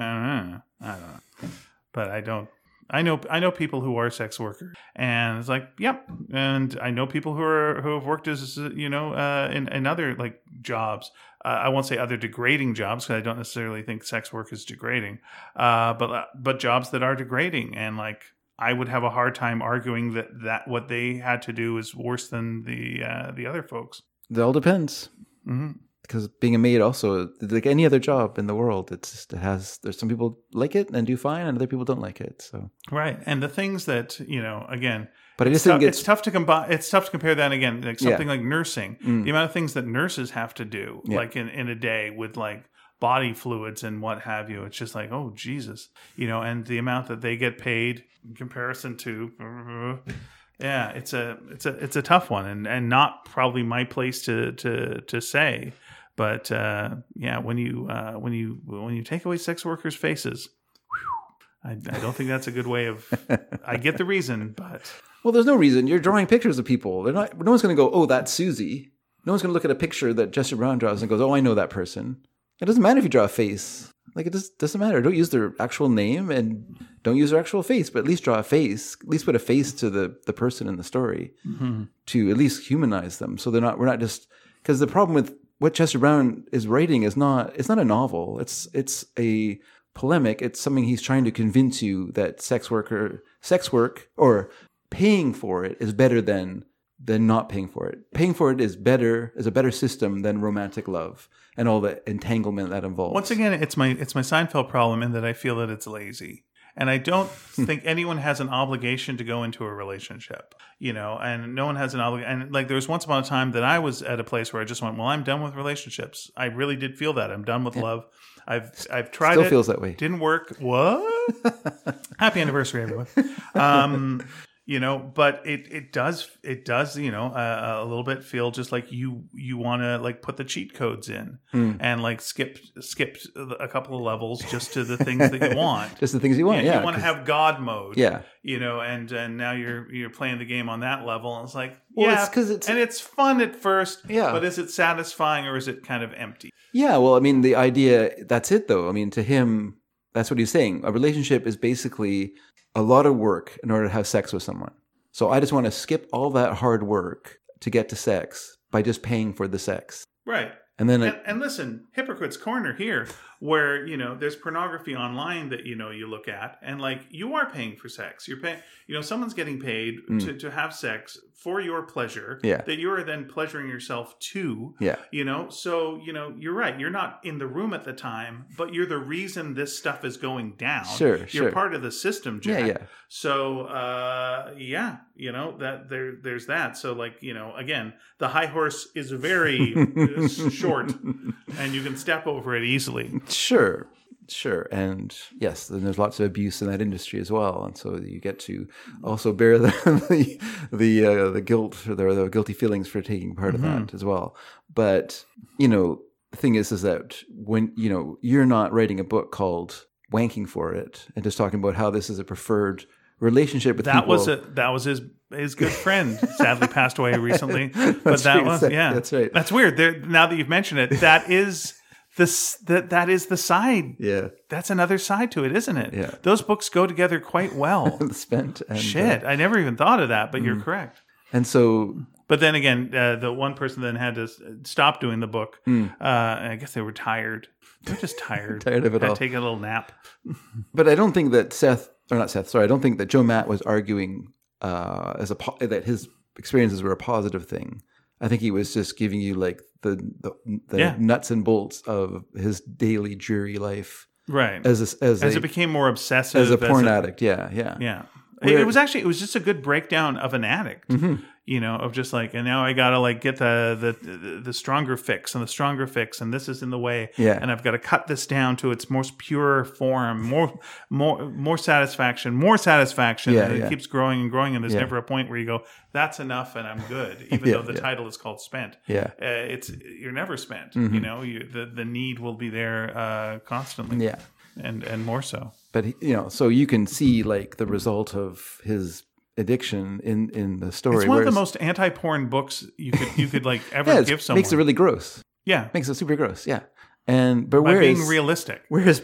A: uh, i don't know but i don't I know I know people who are sex workers, and it's like, yep. And I know people who are who have worked as you know uh, in, in other like jobs. Uh, I won't say other degrading jobs because I don't necessarily think sex work is degrading, uh, but uh, but jobs that are degrading and like I would have a hard time arguing that that what they had to do is worse than the uh, the other folks.
B: It all depends.
A: hmm
B: because being a maid also like any other job in the world it's just it has there's some people like it and do fine and other people don't like it so
A: Right, and the things that you know again.
B: but i just
A: tou-
B: think
A: it's
B: it's
A: tough to combine. It's tough to compare that again, like
B: Yeah.
A: something like nursing.
B: Mm.
A: The amount of things that nurses have to do,
B: Yeah.
A: like in, in a day, with like body fluids and what have you. It's just like, oh Jesus, you know. And the amount that they get paid in comparison to, yeah, it's a it's a it's a tough one, and and not probably my place to to to say. But uh, yeah, when you uh, when you when you take away sex workers' faces, whew, I, I don't think that's a good way of. I get the reason, but.
B: well there's no reason you're drawing pictures of people they're not no one's going to go oh that's susie no one's going to look at a picture that jesse brown draws and goes oh i know that person it doesn't matter if you draw a face like it just doesn't matter don't use their actual name and don't use their actual face but at least draw a face at least put a face to the the person in the story to at least humanize them so they're not we're not just because the problem with what Chester Brown is writing is not it's not a novel. It's it's a polemic. It's something he's trying to convince you that sex worker sex work or paying for it is better than than not paying for it. Paying for it is better is a better system than romantic love and all the entanglement that involves.
A: Once again, it's my it's my Seinfeld problem in that I feel that it's lazy. And I don't
B: Hmm.
A: think anyone has an obligation to go into a relationship, you know, and no one has an obligation. And like there was once upon a time that I was at a place where I just went, well, I'm done with relationships. I really did feel that. I'm done with love. I've I've tried
B: Still
A: it.
B: feels that way.
A: Didn't work.
B: [LAUGHS]
A: What? Happy anniversary, everyone. Um, you know, but it it does it does you know uh, a little bit feel just like you you want to like put the cheat codes in
B: Mm.
A: and like skip skip a couple of levels just to the things that
B: [LAUGHS]
A: you want.
B: Just the things you want. Yeah,
A: you want to
B: 'cause-
A: have God mode.
B: Yeah,
A: you know, and and now you're you're playing the game on that level, and it's like
B: Well,
A: yeah,
B: it's 'cause it's-
A: and it's fun at first.
B: Yeah.
A: but is it satisfying or is it kind of empty?
B: yeah. Well, I mean, the idea that's it though. I mean, to him, that's what he's saying. A relationship is basically a lot of work in order to have sex with someone. So I just want to skip all that hard work to get to sex by just paying for the sex,
A: Right.
B: and then
A: And,
B: it,
A: and listen, hypocrite's corner here, where you know there's pornography online that you know you look at, and like you are paying for sex. You're paying, you know, someone's getting paid
B: Mm.
A: to to have sex for your pleasure.
B: Yeah.
A: that you are then pleasuring yourself to.
B: yeah,
A: You know, so you know you're right. You're not in the room at the time, but you're the reason this stuff is going down.
B: Sure,
A: you're
B: sure.
A: part of the system, Jack.
B: yeah, yeah.
A: So uh, yeah, you know that there there's that. So like you know again, the high horse is very uh,
B: [LAUGHS]
A: short, and you can step over it easily.
B: Sure, sure, and yes, and there's lots of abuse in that industry as well, and so you get to also bear [LAUGHS] the the the, uh, the guilt or the, the guilty feelings for taking part of that
A: Mm-hmm.
B: as well. But you know, the thing is, is that when you know you're not writing a book called "Wanking for It" and just talking about how this is a preferred relationship with
A: That
B: people.
A: was a, that was his his good friend. Sadly, passed away
B: [LAUGHS]
A: recently. But
B: That's
A: that
B: right,
A: was
B: that-
A: yeah.
B: that's right.
A: That's weird. There, now that you've mentioned it, that is this that that is the side.
B: yeah, [LAUGHS]
A: That's another side to it, isn't it?
B: Yeah.
A: Those books go together quite well.
B: spent [LAUGHS] and uh, Mm.
A: Shit, I never even thought of that, but you're correct.
B: and so
A: But then again, uh, the one person then had to s- stop doing the book. Uh, and I guess they were tired. They're
B: [LAUGHS]
A: just tired.
B: Hmm. Tired of it
A: Had to
B: all.
A: Take a little nap.
B: But I don't think that Seth, or not Seth, sorry, I don't think that Joe Matt was arguing uh, as a po- that his experiences were a positive thing. I think he was just giving you like the the, the
A: Yeah.
B: nuts and bolts of his daily dreary life
A: Right. As,
B: as a, as, a,
A: it became more obsessive.
B: as a porn addict. Yeah, yeah,
A: Yeah. It,
B: Where- Mm-hmm.
A: it was actually it was just a good breakdown of an addict. You know, of just like, and now I gotta like get the, the the the stronger fix and the stronger fix, and this is in the way,
B: Yeah.
A: And I've got to cut this down to its most pure form, more more more satisfaction, more satisfaction.
B: Yeah,
A: and it
B: yeah.
A: keeps growing and growing, and there's
B: Yeah.
A: never a point where you go, "That's enough," and I'm
B: [LAUGHS]
A: good, even
B: Yeah,
A: though the
B: yeah.
A: title is called "Spent."
B: yeah, Mm-hmm.
A: Uh, it's you're never spent. You know, you, the the need will be there uh, constantly,
B: yeah.
A: and and more so.
B: But he, you know, so you can see like the result of his addiction in in the story.
A: It's one of the
B: whereas-
A: most anti-porn books you could you could like ever
B: [LAUGHS] yeah,
A: give
B: it
A: someone.
B: makes it really gross.
A: yeah,
B: Makes it super gross. Yeah, and but
A: by
B: whereas
A: being realistic.
B: Whereas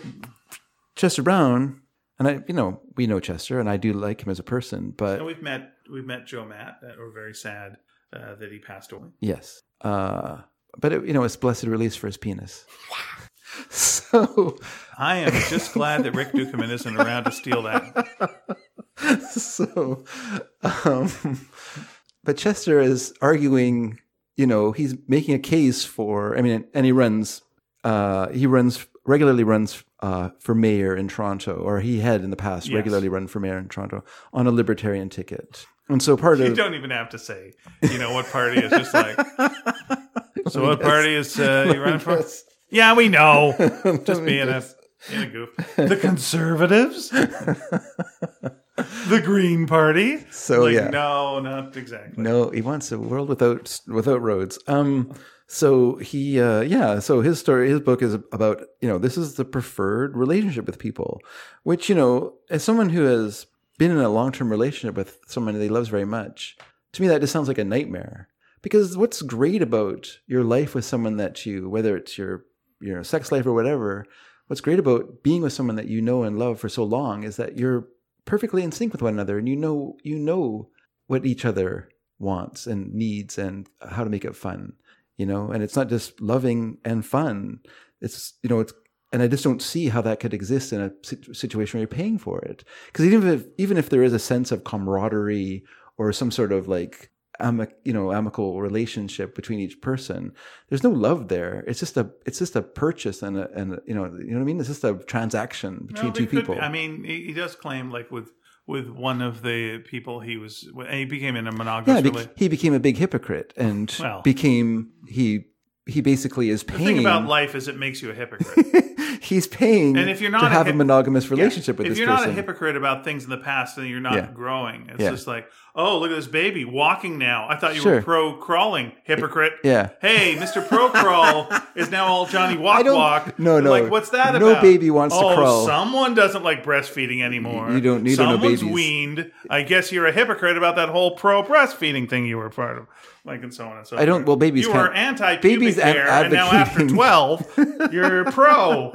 B: Chester Brown, and I, you know, we know Chester, and I do like him as a person,
A: And
B: but
A: we've met we've met Joe Matt. Uh, we're very sad uh, that he passed away.
B: yes, uh, but it, you know, it's blessed release for his penis. [LAUGHS] So,
A: I am just glad that Rick Dukeman isn't around to steal that.
B: so, um, but Chester is arguing. You know, he's making a case for. I mean, and he runs. Uh, he runs regularly. Runs uh, for mayor in Toronto, or he had in the past
A: Yes.
B: regularly run for mayor in Toronto on a libertarian ticket. And so part [LAUGHS]
A: You
B: of
A: don't even have to say, you know, what party is just
B: [LAUGHS]
A: like. So what party is uh, you running for? Yeah, we
B: [LAUGHS]
A: know. Just being a, being a goof. The
B: [LAUGHS]
A: conservatives, the Green Party.
B: So,
A: Like,
B: yeah.
A: no, not exactly.
B: No, he wants a world without without roads. Um, so he, uh, yeah, so his story, his book is about you know this is the preferred relationship with people, which you know as someone who has been in a long term relationship with someone they loves very much, to me that just sounds like a nightmare. Because what's great about your life with someone that you, whether it's your your sex life or whatever, what's great about being with someone that you know and love for so long is that you're perfectly in sync with one another and you know you know what each other wants and needs and how to make it fun. you know and it's not just loving and fun it's you know it's and i just don't see how that could exist in a sit- situation where you're paying for it because even if even if there is a sense of camaraderie or some sort of like amic- you know amicable relationship between each person there's no love there it's just a it's just a purchase and a, and a, you know you know what i mean it's just a transaction between
A: No,
B: two
A: it could be-
B: people
A: I mean, he he does claim like with with one of the people he was, and he became in a
B: yeah
A: monogamous
B: be-
A: relationship.
B: he became a big hypocrite and
A: Well.
B: became he he basically is
A: The thing
B: paying
A: about life is it makes you a hypocrite.
B: [LAUGHS] he's paying
A: And if you're
B: to
A: not a
B: have a
A: hip-
B: monogamous relationship with
A: if
B: this
A: you're
B: person
A: not a hypocrite about things in the past, then you're not
B: Yeah.
A: growing. It's
B: Yeah.
A: just like, oh, look at this baby walking now. I thought you
B: Sure.
A: were pro crawling hypocrite.
B: yeah
A: Hey, Mr. Pro Crawl is now all Johnny Walk
B: I don't-
A: Walk.
B: no, no.
A: Like, what's that
B: No
A: about?
B: baby wants to
A: oh,
B: crawl.
A: Someone doesn't like breastfeeding anymore.
B: You don't need to know
A: Someone's
B: babies.
A: weaned. I guess you're a hypocrite about that whole pro breastfeeding thing you were part of, like, and so on and so.
B: I don't-
A: forth.
B: well, babies
A: You
B: can't-
A: were anti pubic
B: babies am-
A: hair, and now after
B: advocating- [LAUGHS]
A: twelve, you're pro.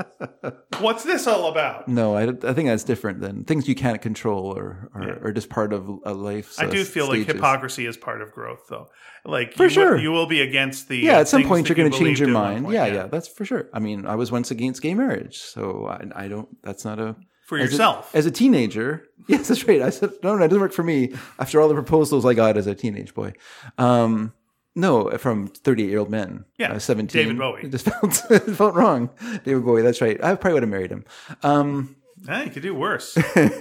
A: What's this all about?
B: no I, don't- I think that's different than things you can't control or or, or just part of a life's
A: I do
B: uh,
A: feel like
B: stages.
A: hypocrisy is part of growth, though. Like
B: For
A: you
B: sure.
A: will, you will be against the
B: yeah at some
A: things
B: point
A: that
B: you're going to
A: you
B: change your
A: believed at one
B: mind
A: point,
B: yeah, yeah that's for sure i mean i was once against gay marriage so i, I don't that's not a
A: for
B: as a-
A: yourself.
B: as a teenager [LAUGHS] yes that's right i said no no it doesn't work for me after all the proposals i got as a teenage boy um no from 38 year old men
A: Yeah,
B: I was 17
A: David Bowie.
B: it [LAUGHS] just felt, it felt wrong david bowie that's right i probably would have married him um
A: Eh, you could do worse.
B: [LAUGHS]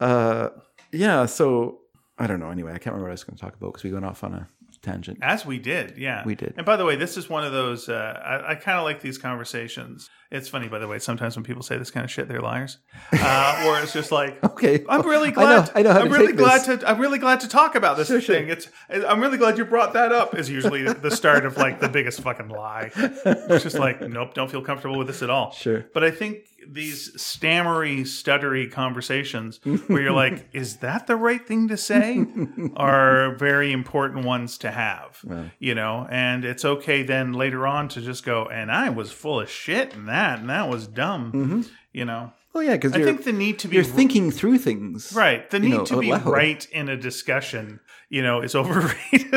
B: uh yeah so i don't know anyway i can't remember what i was going to talk about because we went off on a tangent
A: As we did, yeah.
B: We did.
A: And by the way, this is one of those, uh, I, I kind of like these conversations. It's funny, by the way, sometimes when people say this kind of shit, they're liars. Uh, or it's just like,
B: [LAUGHS] okay
A: I'm really
B: Oh, I know-
A: glad.
B: I know how
A: am
B: to
A: really
B: take
A: glad
B: this.
A: to. I'm really glad to talk about this
B: Sure, sure.
A: thing. It's. I'm really glad you brought that up. Is usually the start of like the biggest fucking lie. It's just like, nope, don't feel comfortable with this at all.
B: Sure.
A: But I think these stammery, stuttery conversations where you're
B: [LAUGHS]
A: like, is that the right thing to say? Are very important ones to have. You know, and it's okay then later on to just go. And I was full of shit and that and that was dumb. You know.
B: well yeah because
A: I
B: Mm-hmm. you're,
A: think the need to be
B: you're thinking through things
A: Right. The need
B: know,
A: to
B: out
A: be
B: loud.
A: right in a discussion, you know, is [LAUGHS] overrated.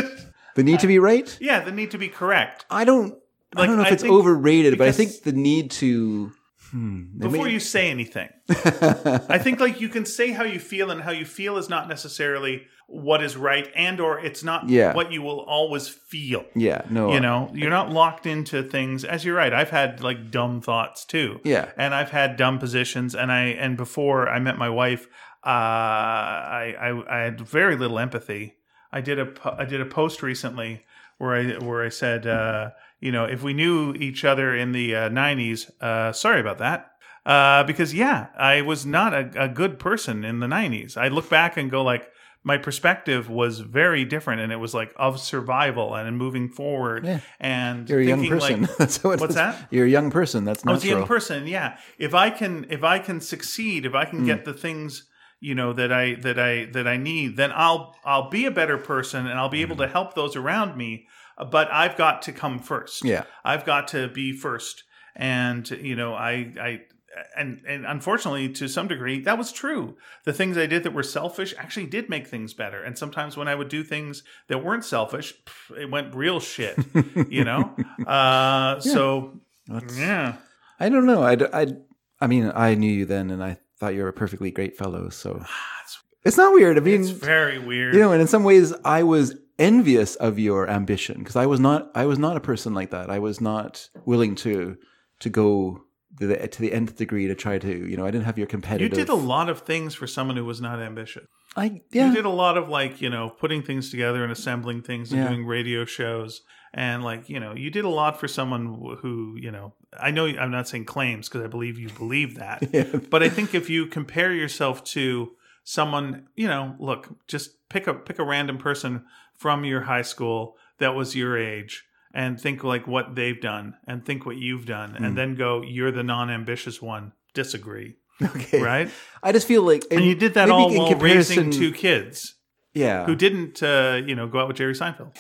B: the need to be right
A: yeah, the need to be correct.
B: I don't. I
A: Like,
B: don't know if
A: I
B: it's
A: think-
B: overrated, but I
A: because-
B: think the need to. Hmm, I
A: Before
B: [LAUGHS] mean-
A: you say anything, I think like you can say how you feel, and how you feel is not necessarily what is right, and or it's not
B: Yeah.
A: what you will always feel.
B: yeah, no,
A: You know, you're not locked into things. As you're right, I've had like dumb thoughts too.
B: Yeah.
A: and I've had dumb positions. And I and before I met my wife, uh, I, I I had very little empathy. I did a po- I did a post recently where I where I said, uh, you know, if we knew each other in the uh, '90s, uh, sorry about that. Uh, because yeah, I was not a, a good person in the '90s. I look back and go like, my perspective was very different, and it was like of survival and moving forward
B: Yeah.
A: and
B: You're a young
A: thinking,
B: person.
A: Like,
B: [LAUGHS] that's how it
A: what's
B: is.
A: that?
B: You're a young person. That's
A: I
B: natural.
A: was a young person, Oh, yeah. If I can, if I can succeed, if I
B: Hmm.
A: can get the things you know that I that I that I need, then I'll I'll be a better person, and I'll be
B: Hmm.
A: able to help those around me. Uh, But I've got to come first.
B: Yeah.
A: I've got to be first, and you know, I I and and unfortunately, to some degree, that was true. The things I did that were selfish actually did make things better. And sometimes when I would do things that weren't selfish, pff, it went real
B: [LAUGHS]
A: shit. You know. uh, So
B: That's-
A: yeah.
B: I don't know. I, d- I- I mean, I knew you then, and I thought you were a perfectly great
A: [SIGHS]
B: fellow. So it's not weird. I mean,
A: It's very weird.
B: you know, and in some ways, I was envious of your ambition because I was not. I was not a person like that. I was not willing to to go. To the, to the nth degree to try to you know I didn't have your
A: you
B: competitive
A: did a lot of things for someone who was not ambitious.
B: I yeah
A: You did a lot of like, you know, putting things together and assembling things and
B: Yeah.
A: doing radio shows. And like, you know, you did a lot for someone who, you know, I know I'm not saying claims because I believe you believe
B: [LAUGHS]
A: that.
B: [LAUGHS] Yeah.
A: But I think if you compare yourself to someone, you know, look, just pick a pick a random person from your high school that was your age and think like what they've done and think what you've done
B: Hmm.
A: and then go you're the non-ambitious one. Disagree,
B: okay
A: right?
B: I just feel like
A: And you did that
B: Eh, maybe
A: all
B: in
A: while
B: comparison-
A: raising two kids
B: yeah
A: who didn't, uh, you know, go out with Jerry Seinfeld.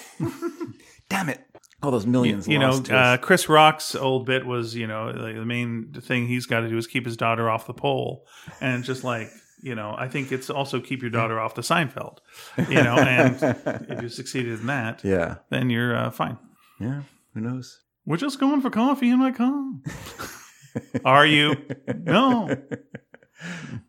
B: damn it all those millions
A: You know,
B: lost to
A: uh,
B: us.
A: Chris Rock's old bit was, you know, like, the main thing he's got to do is keep his daughter off the pole, and just like, you know, I think it's also keep your daughter off the Seinfeld. You know, and if you succeeded in that,
B: yeah
A: then you're uh, fine.
B: Yeah, who knows?
A: We're just going for coffee in my car. Are you?
B: [LAUGHS]
A: No.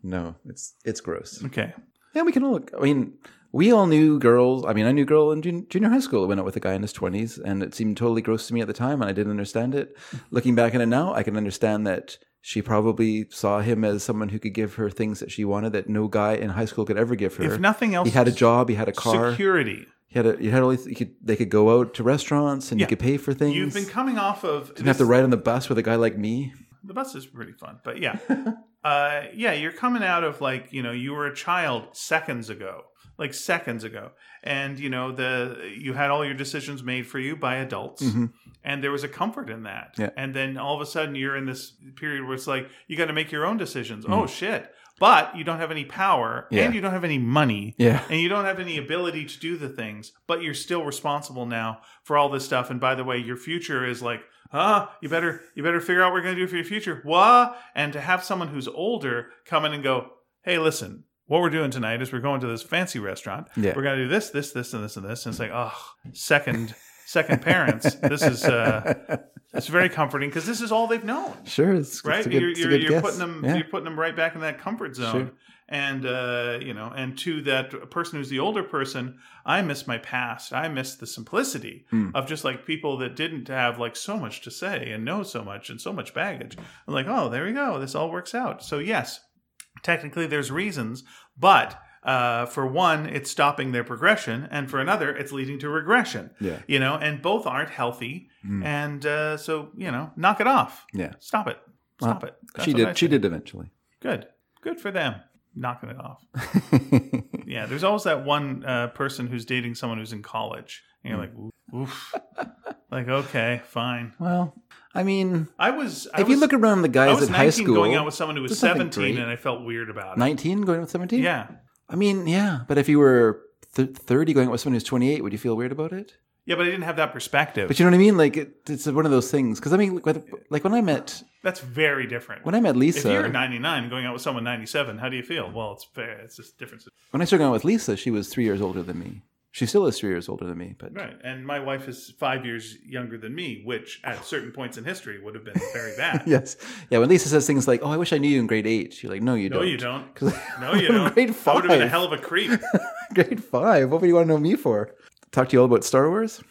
B: No, it's it's gross.
A: Okay.
B: Yeah, we can all. I mean, we all knew girls. I mean, I knew a girl in jun- junior high school that went out with a guy in his twenties, and it seemed totally gross to me at the time, and I didn't understand it.
A: Mm-hmm.
B: Looking back on it now, I can understand that she probably saw him as someone who could give her things that she wanted that no guy in high school could ever give her.
A: If nothing else,
B: he had a job, he had a car,
A: security.
B: he had a, he had all these. He could, they could go out to restaurants, and
A: Yeah.
B: you could pay for things.
A: You've been coming off of
B: didn't have to ride on the bus with a guy like me.
A: the bus is pretty fun, but
B: [LAUGHS]
A: yeah, uh, yeah, you're coming out of like you know you were a child seconds ago, like seconds ago, and you know the you had all your decisions made for you by adults,
B: Mhm.
A: and there was a comfort in that,
B: Yeah.
A: and then all of a sudden you're in this period where it's like you got to make your own decisions. Oh shit! But you don't have any power,
B: Mm-hmm. Yeah.
A: and you don't have any money.
B: Yeah.
A: [LAUGHS] And you don't have any ability to do the things, but you're still responsible now for all this stuff. And by the way, your future is like, ah, you better you better figure out what you're gonna do for your future. What? And to have someone who's older come in and go, hey, listen, what we're doing tonight is we're going to this fancy restaurant.
B: Yeah.
A: We're gonna do this, this, this, and this, and this. And it's like, oh, second second parents. this is uh it's very comforting because this is all they've known
B: Sure, it's, it's
A: right?
B: a good,
A: you're
B: it's a
A: you're,
B: good
A: you're
B: guess.
A: putting them
B: Yeah.
A: you're putting them right back in that comfort zone.
B: Sure.
A: And uh, you know, and to that person who's the older person, I miss my past. I miss the simplicity
B: Hmm.
A: of just like people that didn't have like so much to say and know so much and so much baggage. I'm like, oh, there we go. This all works out. So yes, technically there's reasons, but uh, for one, it's stopping their progression, and for another, it's leading to regression.
B: Yeah. Hmm.
A: You know, and both aren't healthy. And uh, so you know, knock it off.
B: Yeah.
A: Stop it.
B: Well,
A: Stop it. That's
B: she
A: what I
B: did. She
A: think.
B: did eventually.
A: Good. Good for them. Knocking it
B: [LAUGHS]
A: off. yeah. There's always that one uh, person who's dating someone who's in college. And you're like,
B: Hmm.
A: oof. like, okay, fine.
B: well, I mean,
A: I was. I
B: if
A: was,
B: you look around the
A: I
B: guys
A: was
B: at high
A: 19
B: school,
A: going out with someone who was
B: there's nothing
A: 17
B: great.
A: and I felt weird about it.
B: nineteen going out with seventeen.
A: Yeah.
B: I mean, yeah, but if you were th- thirty going out with someone who's twenty-eight, would you feel weird about it?
A: Yeah, but I didn't have that perspective.
B: But you know what I mean? Like it, it's one of those things. Because I mean, like, whether- like when I met
A: That's very different.
B: when I met
A: if
B: Lisa,
A: you're 99 going out with someone 97, how do you feel? Well, it's fair. It's just difference.
B: when I started going out with Lisa, she was three years older than me. She still is three years older than me, but
A: Right. And my wife is five years younger than me, which at certain points in history would have been very bad.
B: yes, yeah. When Lisa says things like, "Oh, I wish I knew you in grade eight," you're like, "No, you
A: No,
B: don't. [LAUGHS]
A: you [LAUGHS] don't.
B: 'Cause
A: No, you
B: I'm
A: don't.
B: grade
A: I would have been a
B: five.
A: hell of a creep.
B: grade five. What would you want to know me for? Talk to you all about Star Wars?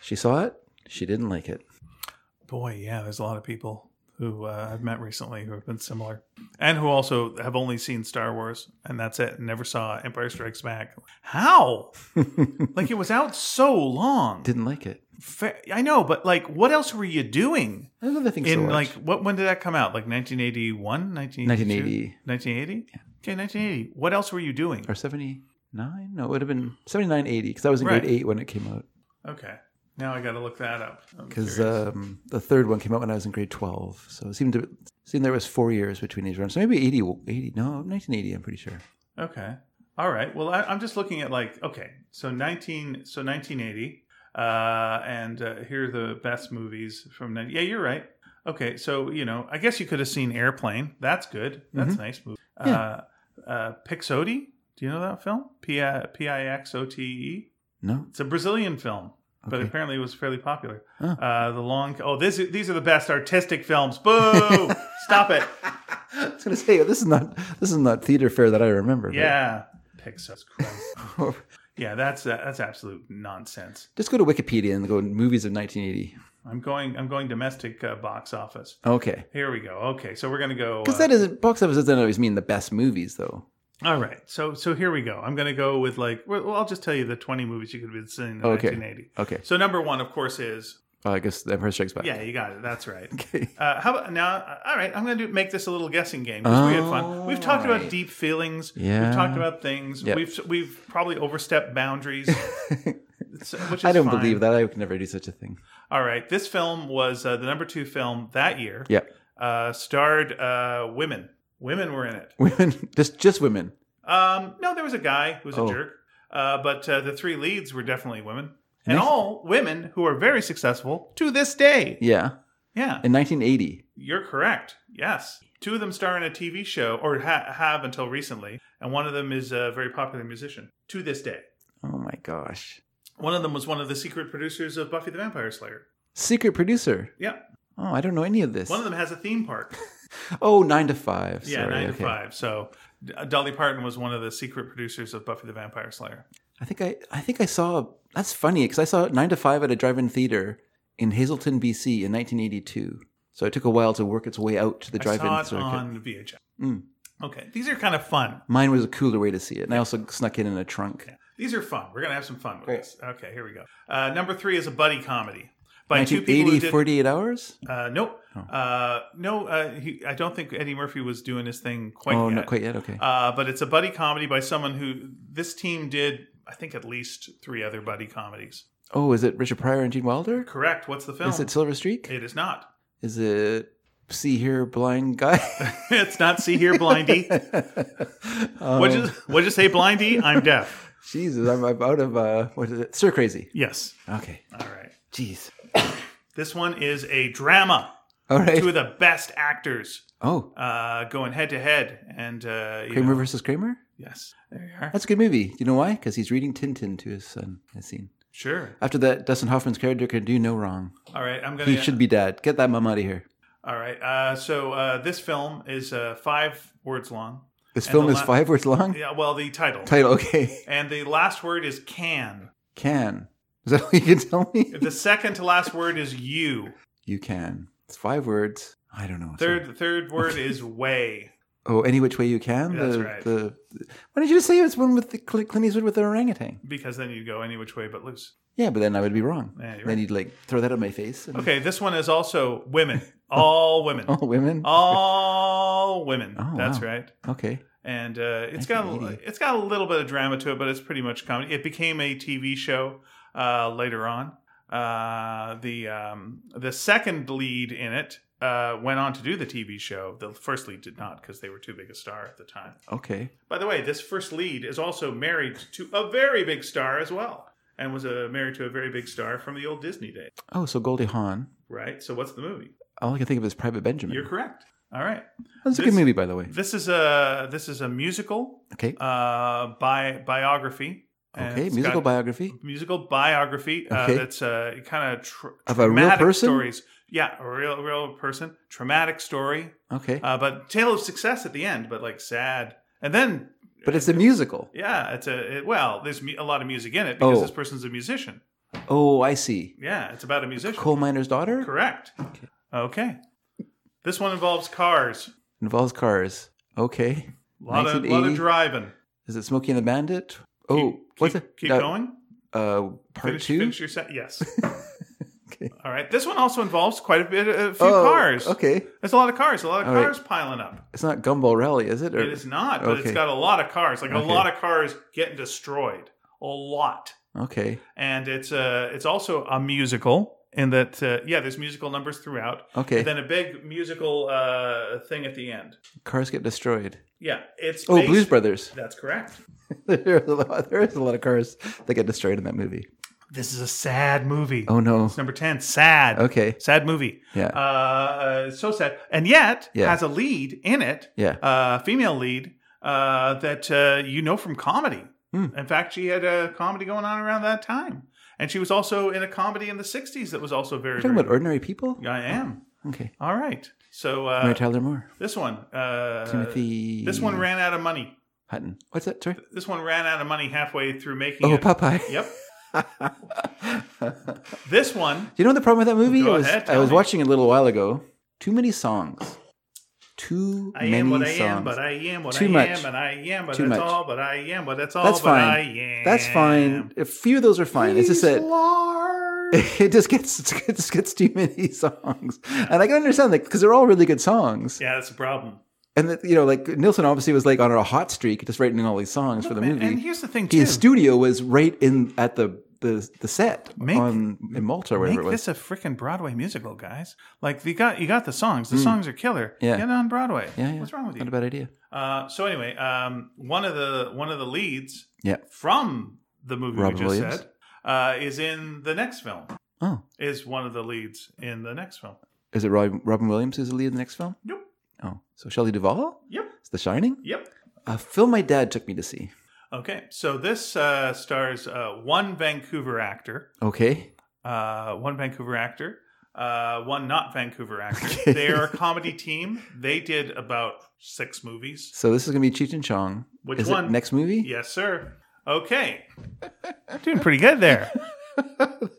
B: She saw it. She didn't like it.
A: [LAUGHS] Boy, yeah, there's a lot of people who uh, I've met recently who have been similar, and who also have only seen Star Wars and that's it, and never saw Empire Strikes Back. How? [LAUGHS] like it was out so long.
B: Didn't like it.
A: Fa- I know, but like, what else were you doing
B: There's other things to
A: in
B: watch.
A: like what? When did that come out? Like 1981, 1982?
B: 1980
A: 1980. Okay, 1980. What else were you doing?
B: or 79? No, it would have been 79, 80 because I was in
A: Right.
B: grade eight when it came out.
A: Okay, now I got to look that up I'm
B: Because
A: curious.
B: um, the third one came out when I was in grade 12, so it seemed to seemed there was four years between these runs. So maybe 80, 80 no, 1980. I'm pretty sure.
A: Okay. All right. Well, I, I'm just looking at like okay, so 19, so 1980, uh, and uh, here are the best movies from. 90, yeah, you're right. Okay, so you know, I guess you could have seen Airplane. That's good. That's a nice movie.
B: Mm-hmm. Yeah.
A: Uh, uh, Pixote. Do you know that film? P I X O T E.
B: No, [LAUGHS]
A: It's a Brazilian film, but
B: Okay.
A: apparently it was fairly popular.
B: Oh.
A: Uh, the long. Oh, this is- these are the best artistic films.
B: [LAUGHS]
A: Boo! Stop it.
B: I was gonna say this is not this is not theater fare that I remember. but-
A: Yeah. Pixar. Christ. Yeah, that's uh, that's absolute nonsense.
B: [LAUGHS] just go to Wikipedia and go movies of 1980.
A: I'm going I'm going domestic uh, box office.
B: Okay.
A: Here we go. Okay, so we're gonna go.
B: Because
A: uh,
B: that isn't box office doesn't always mean the best movies though.
A: all right. So so here we go. I'm gonna go with like well, well, I'll just tell you the 20 movies you could have seen in
B: Okay.
A: 1980.
B: Okay,
A: So number one, of course, is
B: well, I guess The Empire Strikes Back. [LAUGHS]
A: yeah, you got it. That's right.
B: Okay.
A: Uh, how about now? uh, All right, I'm going to do, make this a little guessing game because we had fun.
B: Oh,
A: We've talked about
B: right.
A: deep feelings.
B: Yeah.
A: We've talked about things.
B: Yeah.
A: We've we've probably overstepped
B: [LAUGHS]
A: boundaries. It's- which is
B: I don't
A: fine.
B: believe that. I could never do such a thing.
A: All right, this film was uh, the number two film that year.
B: Yeah.
A: uh, starred uh, women. Women were in it.
B: Women, [LAUGHS] just just women.
A: Um, no, there was a guy who was
B: Oh.
A: a jerk, uh, but uh, the three leads were definitely women, and
B: Nice.
A: all women who are very successful to this day.
B: Yeah.
A: Yeah,
B: In 1980.
A: you're correct. Yes, two of them star in a TV show, or ha- have until recently, and one of them is a very popular musician to this day.
B: Oh my gosh.
A: One of them was one of the secret producers of Buffy the Vampire Slayer.
B: Secret producer.
A: Yeah.
B: Oh, I don't know any of this.
A: One of them has a theme
B: [LAUGHS]
A: park.
B: Oh, nine to five.
A: Yeah,
B: Sorry,
A: nine to
B: okay.
A: five. So D- Dolly Parton was one of the secret producers of Buffy the Vampire Slayer.
B: I think I, I think I saw. That's funny because I saw Nine to Five at a drive-in theater in Hazleton, BC, in 1982. So it took a while to work its way out to the
A: I
B: drive-in
A: saw it
B: circuit.
A: on VHS.
B: Mm.
A: Okay, these are kind of fun.
B: Mine was a cooler way to see it, and I also snuck in in a trunk.
A: Yeah. These are fun. We're gonna have some fun with
B: Great.
A: this. Okay, here we go. Uh, number three is a buddy comedy by two people
B: 1980,
A: who did.
B: 48 hours.
A: uh, nope.
B: Oh.
A: Uh, no, uh, he, I don't think Eddie Murphy was doing his thing quite
B: oh,
A: yet.
B: not quite yet. Okay.
A: Uh, but it's a buddy comedy by someone who this team did. I think at least three other buddy comedies.
B: oh, is it Richard Pryor and Gene Wilder?
A: Correct. What's the film?
B: Is it Silver Streak?
A: it is not. [LAUGHS]
B: Is it See Here Blind Guy? [LAUGHS]
A: it's not see here blindy.
B: Um,
A: What'd you, what'd you say, blindy? I'm deaf.
B: Jesus, I'm, I'm out of uh, what is it? Sir Crazy.
A: Yes.
B: Okay.
A: All right.
B: Jeez.
A: This one is a drama.
B: All
A: Two
B: right.
A: of the best actors
B: Oh,
A: uh, going head to head, and uh, you
B: Kramer
A: know,
B: versus Kramer.
A: yes, there you are.
B: That's a good movie. Do you know why? Because he's reading Tintin to his son. That scene.
A: Sure.
B: After that, Dustin Hoffman's character can do no wrong.
A: All right. I'm gonna.
B: He should be dead. Get that mum out of here.
A: All right. Uh, so uh, this film is uh, five words long.
B: This
A: And
B: film
A: the
B: is
A: la-
B: five words long.
A: Yeah. Well, the title.
B: Title okay. [LAUGHS]
A: And the last word is can.
B: Can is that all you can tell
A: [LAUGHS]
B: me?
A: The second to last word is you.
B: You can. It's five words. I don't know. what's
A: Third,
B: up.
A: the third word is
B: [LAUGHS]
A: way.
B: Oh, any which way you can.
A: That's
B: the,
A: right.
B: The, why did you just say it's one with the Cl- Clint Eastwood with the orangutan?
A: Because then you go any which way but loose.
B: Yeah, but then I would be wrong.
A: Yeah, you're
B: then
A: right.
B: you'd like throw that at my face. and-
A: Okay, this one is also
B: [LAUGHS]
A: women. All women.
B: All Oh, women.
A: Oh. All women.
B: Oh,
A: That's
B: wow.
A: right.
B: Okay.
A: And uh, it's got a,
B: 1980.
A: it's got a little bit of drama to it, but it's pretty much comedy. It became a TV show uh, later on. Uh, the um, the second lead in it uh, went on to do the TV show. The first lead did not because they were too big a star at the time.
B: Okay.
A: By the way, this first lead is also married to a very big star as well, and was uh, married to a very big star from the old Disney days.
B: Oh, so Goldie Hawn.
A: Right. So what's the movie?
B: All I can think of is Private Benjamin.
A: You're correct. All right.
B: That's a
A: this-
B: good movie, by the way.
A: This is a this is a musical
B: Okay.
A: uh, bi- biography. and
B: Okay.
A: it's
B: Musical
A: got
B: biography.
A: musical biography. Uh,
B: Okay.
A: That's uh, kind of tr-
B: Of a real
A: traumatic
B: person?
A: Stories. Yeah, a real real person. Traumatic story,
B: Okay.
A: uh, but tale of success at the end, but like sad. And then,
B: but it's a musical.
A: yeah, it's a it, well. There's mu- a lot of music in it because
B: Oh.
A: this person's a musician.
B: Oh, I see.
A: Yeah, it's about a musician.
B: Coal miner's daughter
A: Correct.
B: Okay.
A: Okay. This one involves cars.
B: involves cars. Okay.
A: A lot of, lot of
B: 1980.
A: driving.
B: Is it Smokey and the Bandit? Oh,
A: Keep-
B: what's
A: keep,
B: it?
A: Keep
B: no,
A: going.
B: Uh, part
A: finish,
B: two.
A: Finish your set. Yes.
B: [LAUGHS] Okay.
A: All right. This one also involves quite a bit, a few
B: Oh,
A: cars.
B: Okay.
A: There's a lot of cars. A lot of
B: All right.
A: cars piling up.
B: It's not Gumball Rally, is it? Or-
A: It is not, but it's
B: Okay.
A: got a lot of cars. Like a
B: Okay.
A: lot of cars getting destroyed. A lot.
B: Okay.
A: And it's uh, it's also a musical in that uh, yeah, there's musical numbers throughout.
B: Okay.
A: And then a big musical uh, thing at the end.
B: cars get destroyed.
A: Yeah, it's
B: Oh,
A: based-
B: Blues Brothers. [LAUGHS]
A: That's correct.
B: There's a lot- there is a lot of cars that get destroyed in that movie.
A: This is a sad movie.
B: Oh no.
A: It's number ten. Sad.
B: Okay.
A: Sad movie.
B: Yeah.
A: Uh, uh, so sad, and yet
B: Yeah.
A: has a lead in it,
B: yeah.
A: uh, female lead uh, that uh, you know from comedy.
B: Hmm.
A: In fact, she had a comedy going on around that time, and she was also in a comedy in the '60s that was also very.
B: You're talking
A: very
B: about ordinary people.
A: I am.
B: Okay.
A: All right. So
B: Mary
A: uh,
B: Tyler Moore.
A: this one, uh,
B: Timothy.
A: this one ran out of money.
B: Hutton. What's that? Sorry.
A: This one ran out of money halfway through making
B: Oh,
A: it.
B: Popeye.
A: Yep. [LAUGHS] This one,
B: Do you know the problem with that movie?
A: Go
B: I was,
A: ahead,
B: I
A: tell
B: was
A: me.
B: watching it a little while ago. Too many songs. Too
A: I
B: many
A: am what I
B: songs.
A: am, but I am what
B: Too
A: I
B: much.
A: am, and I am, but
B: Too
A: that's
B: much.
A: all, but I am, but that's all,
B: That's
A: but
B: fine.
A: I am.
B: That's fine. A few of those are fine. it's just
A: Please,
B: that
A: Lord.
B: [LAUGHS] it just gets it just gets too many [LAUGHS] songs, and I can understand that because they're all really good songs.
A: yeah, that's a problem.
B: And that, you know, like Nilsson obviously was like on a hot streak, just writing all these songs for the
A: And,
B: movie.
A: and here's the thing, too.
B: His studio was right in at the the, the set
A: Make-
B: on in Malta or
A: Make
B: whatever it was.
A: this a freaking Broadway musical, guys. Like you got you got the songs. The songs are killer.
B: Hmm. Yeah.
A: Get it on Broadway.
B: yeah, yeah.
A: What's wrong with
B: Not a
A: you?
B: bad idea.
A: Uh, so anyway, um, one of the one of the leads
B: Yeah.
A: from the movie
B: Robin
A: we just
B: Williams.
A: said uh, is in the next film.
B: Oh,
A: Is one of the leads in the next film?
B: is it Rob, Robin Williams who's the lead in the next film?
A: Yep.
B: Oh, so Shelley Duvall?
A: Yep.
B: It's The Shining?
A: Yep.
B: A film my dad took me to see.
A: Okay, so this uh, stars uh, one Vancouver actor,
B: Okay.
A: uh, one Vancouver actor, uh, one not Vancouver actor. [LAUGHS] They are a comedy team. They did about six movies.
B: So this is gonna be Cheech and Chong.
A: Which
B: is
A: one?
B: It next movie? [LAUGHS]
A: Yes, sir. Okay, [LAUGHS] doing pretty good there.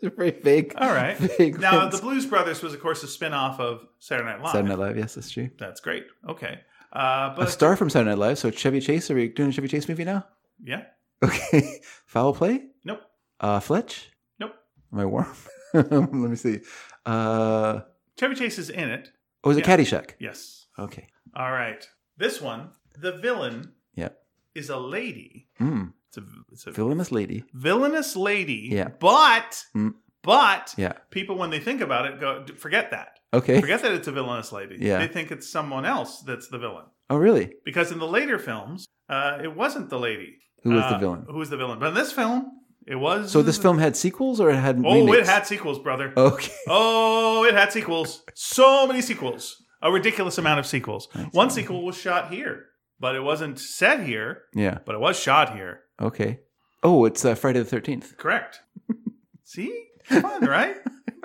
B: Very vague.
A: All right.
B: [LAUGHS] Vague
A: Now,
B: ones.
A: the Blues Brothers was, of course, a spin off of Saturday Night Live.
B: Saturday Night Live. Yes, that's true.
A: That's great. Okay, uh,
B: A
A: but
B: star from Saturday Night Live. So Chevy Chase. Are we doing a Chevy Chase movie now? [LAUGHS]
A: yeah,
B: Okay. Foul play.
A: nope.
B: Uh, Fletch.
A: Nope.
B: Am I warm? [LAUGHS] Let me see. Uh,
A: Chevy Chase is in it.
B: oh, is it
A: Yeah.
B: Caddyshack?
A: Yes.
B: Okay.
A: All right. This one, the villain
B: Yeah.
A: is a lady.
B: Mm.
A: It's a, it's a
B: Villainous lady.
A: villainous lady.
B: Yeah.
A: But,
B: Mm.
A: but
B: Yeah.
A: people, when they think about it, go, forget
B: [LAUGHS]
A: that.
B: Okay.
A: Forget that it's a villainous lady.
B: Yeah.
A: They think it's someone else that's the villain.
B: Oh, really?
A: Because in the later films, uh, it wasn't the lady.
B: Who was
A: Uh,
B: the villain?
A: Who was the villain? But in this film, it was.
B: So this film had sequels or it had
A: Oh,
B: remakes?
A: it had sequels, brother.
B: Okay. [LAUGHS]
A: Oh, it had sequels. So many sequels. A ridiculous amount of sequels.
B: Nice.
A: One sequel was shot here, but it wasn't set here,
B: Yeah.
A: but it was shot here.
B: Okay. Oh, it's uh, Friday the Thirteenth.
A: Correct. [LAUGHS]
B: [LAUGHS]
A: See? Fun, right?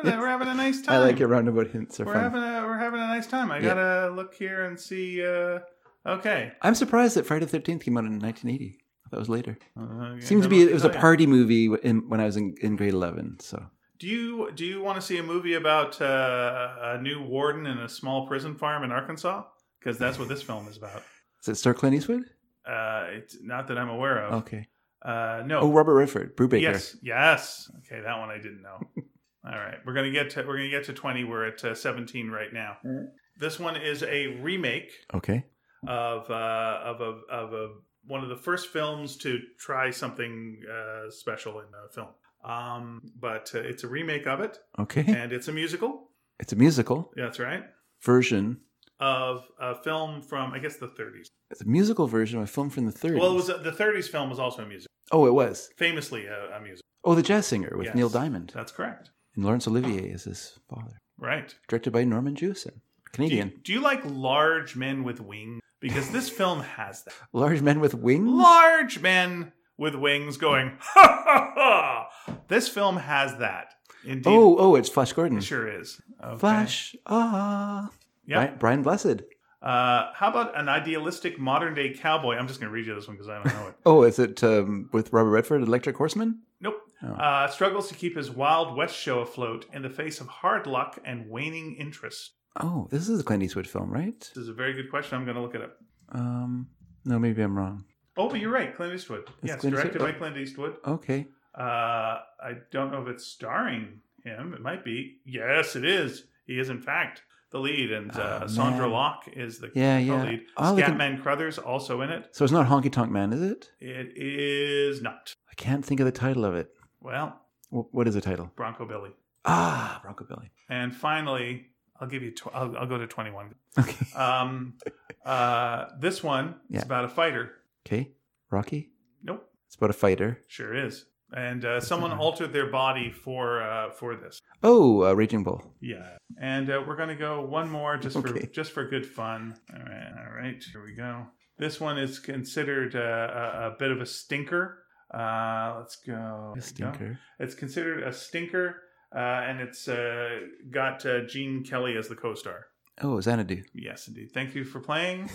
A: We're having a nice time.
B: I like your roundabout hints. Are
A: We're
B: fun.
A: having a we're having a nice time. I
B: Yeah.
A: gotta look here and see uh okay.
B: I'm surprised that Friday the Thirteenth came out in 1980. That was later.
A: Uh,
B: Seems to be it was a
A: yeah.
B: party movie w- in, when I was in, in grade 11. So
A: Do you do you want to see a movie about uh, a new warden in a small prison farm in Arkansas? Because that's what this film is about.
B: is it Sir Clint Eastwood?
A: Uh, it's not that I'm aware of.
B: Okay.
A: Uh, no.
B: Oh, Robert Redford, Brubaker.
A: Oh. Yes, yes. Okay, that one I didn't
B: [LAUGHS]
A: know. All right, we're gonna get to we're gonna get to twenty. We're at uh, seventeen right now. This one is a remake
B: Okay.
A: of uh, of a of a one of the first films to try something uh, special in a film. Um, but uh, it's a remake of it,
B: Okay.
A: and it's a musical.
B: It's a musical
A: That's right.
B: version.
A: Of a film from I guess the 30s.
B: It's a musical version of a film from the 30s.
A: Well, it was the 30s film was also a music,
B: oh, it was.
A: famously a, a music.
B: Oh, The Jazz Singer with
A: Yes.
B: Neil Diamond.
A: That's correct.
B: And Laurence Olivier is his father.
A: Right.
B: Directed by Norman Jewison,
A: Do you,
B: Canadian.
A: do you like large men with wings? Because
B: [LAUGHS]
A: this film has that.
B: Large men with wings?
A: Large men with wings going, ha ha ha! This film has that. Indeed.
B: oh, oh, it's Flash Gordon.
A: It sure is. Okay.
B: Flash. Ah.
A: Yeah.
B: Bri- Brian Blessed.
A: Uh, how about an idealistic modern day cowboy? I'm just going to read you this one because I don't
B: [LAUGHS]
A: know it.
B: Oh, is it um, with Robert Redford, Electric Horseman?
A: Nope.
B: Oh.
A: Uh, struggles to keep his Wild West show afloat in the face of hard luck and waning interest.
B: Oh, this is a Clint Eastwood film, right?
A: This is a very good question. I'm going to look it up.
B: Um, no, maybe I'm wrong.
A: Oh, but you're right. Clint Eastwood.
B: It's
A: yes,
B: Clint
A: directed
B: Eastwood.
A: by Clint Eastwood.
B: Okay.
A: Uh, I don't know if it's starring him. It might be. Yes, it is. He is, in fact, the lead, and
B: Oh,
A: uh,
B: man.
A: Sandra Locke is the
B: Yeah, yeah.
A: co-lead.
B: I'll look at-
A: Scatman Crothers also in it.
B: So it's not Honky Tonk Man, is it?
A: It is not.
B: I can't think of the title of it.
A: Well,
B: Wh- What is the title?
A: Bronco Billy.
B: Ah, Bronco Billy.
A: And finally, I'll give you. Tw- I'll, I'll go to twenty-one.
B: [LAUGHS] Okay.
A: Um, uh, this one
B: Yeah.
A: is about a fighter.
B: Okay. Rocky?
A: Nope,
B: It's about a fighter.
A: sure is. And uh, someone
B: not right.
A: altered their body for uh, for this.
B: Oh, uh, Raging Bull.
A: Yeah, and uh, we're gonna go one more just for
B: Okay.
A: just for good fun. All right, all right, here we go. This one is considered uh, a, a bit of a stinker. Uh, let's go.
B: A stinker.
A: It's considered a stinker, uh, and it's uh, got uh, Gene Kelly as the co-star.
B: Oh, Xanadu.
A: Yes, indeed. Thank you for playing.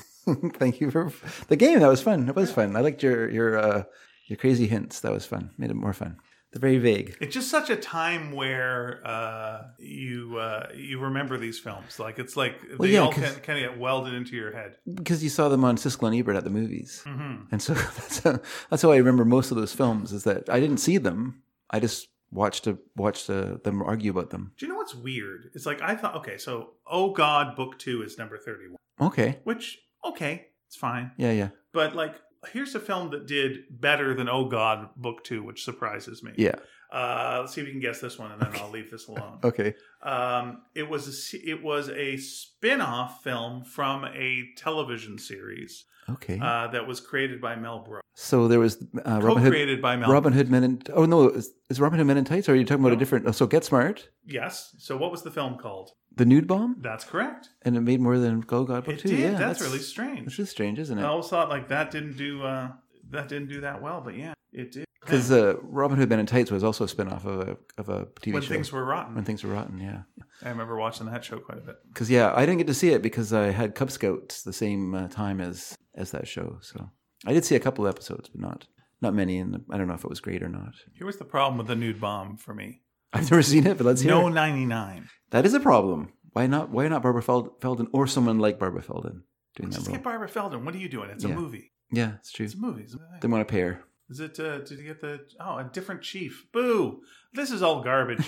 B: Thank you for the game. That was fun. That was fun. I liked your your uh, your crazy hints. That was fun. Made it more fun. They're very vague.
A: It's just such a time where uh, you uh, you remember these films. Like it's like they
B: yeah,
A: all
B: 'cause-
A: can kind of get welded into your head.
B: Because you saw them on Siskel and Ebert at the movies.
A: hmm
B: And so [LAUGHS] that's how, that's how I remember most of those films is that I didn't see them. I just watched a, watched uh them argue about them.
A: Do you know what's weird? It's like I thought. Okay, so Oh God, Book Two is number thirty-one,
B: Okay.
A: which okay, it's fine.
B: Yeah, yeah.
A: But like, here's a film that did better than Oh God, Book Two, which surprises me.
B: Yeah.
A: Uh, let's see if you can guess this one, and then I'll leave this alone.
B: [LAUGHS] Okay.
A: Um, it was a se- it was a spin-off film from a television series
B: Okay.
A: uh, that was created by Mel Brooks,
B: so there was uh, Robin Hood
A: co-created by Mel.
B: Robin Hood Men in Oh no, is, is Robin Hood Men in Tights or are you talking about
A: No.
B: a different oh, so Get Smart,
A: Yes. So what was the film called?
B: The Nude Bomb
A: That's correct.
B: and it made more than Go God Book
A: It
B: 2.
A: did.
B: Oh, Yeah.
A: that's, really Oh, strange.
B: That's just strange, isn't it?
A: I always thought like that didn't do uh, that didn't do that well, but yeah, it did.
B: Because uh, Robin Hood Men in Tights was also a spin off of a, of a TV
A: when
B: show.
A: things were rotten.
B: when things were rotten, yeah.
A: I remember watching that show quite a bit.
B: Because, yeah, I didn't get to see it because I had Cub Scouts the same uh, time as, as that show. So I did see a couple episodes, but not not many. And I don't know if it was great or not. [LAUGHS]
A: Here was the problem with the nude bomb for me.
B: I've never seen it, but let's hear
A: No
B: it.
A: 99.
B: That is a problem. Why not? Why not Barbara Fel- Felden or someone like Barbara Felden doing that
A: Just
B: role?
A: get Barbara Feldon. What are you doing? It's a
B: Yeah.
A: movie.
B: yeah, it's true.
A: It's a movie. It's a movie.
B: They want
A: [LAUGHS]
B: to pay her.
A: Is it? Uh, did you get the? Oh, a different chief. Boo! This is all
B: [LAUGHS]
A: garbage.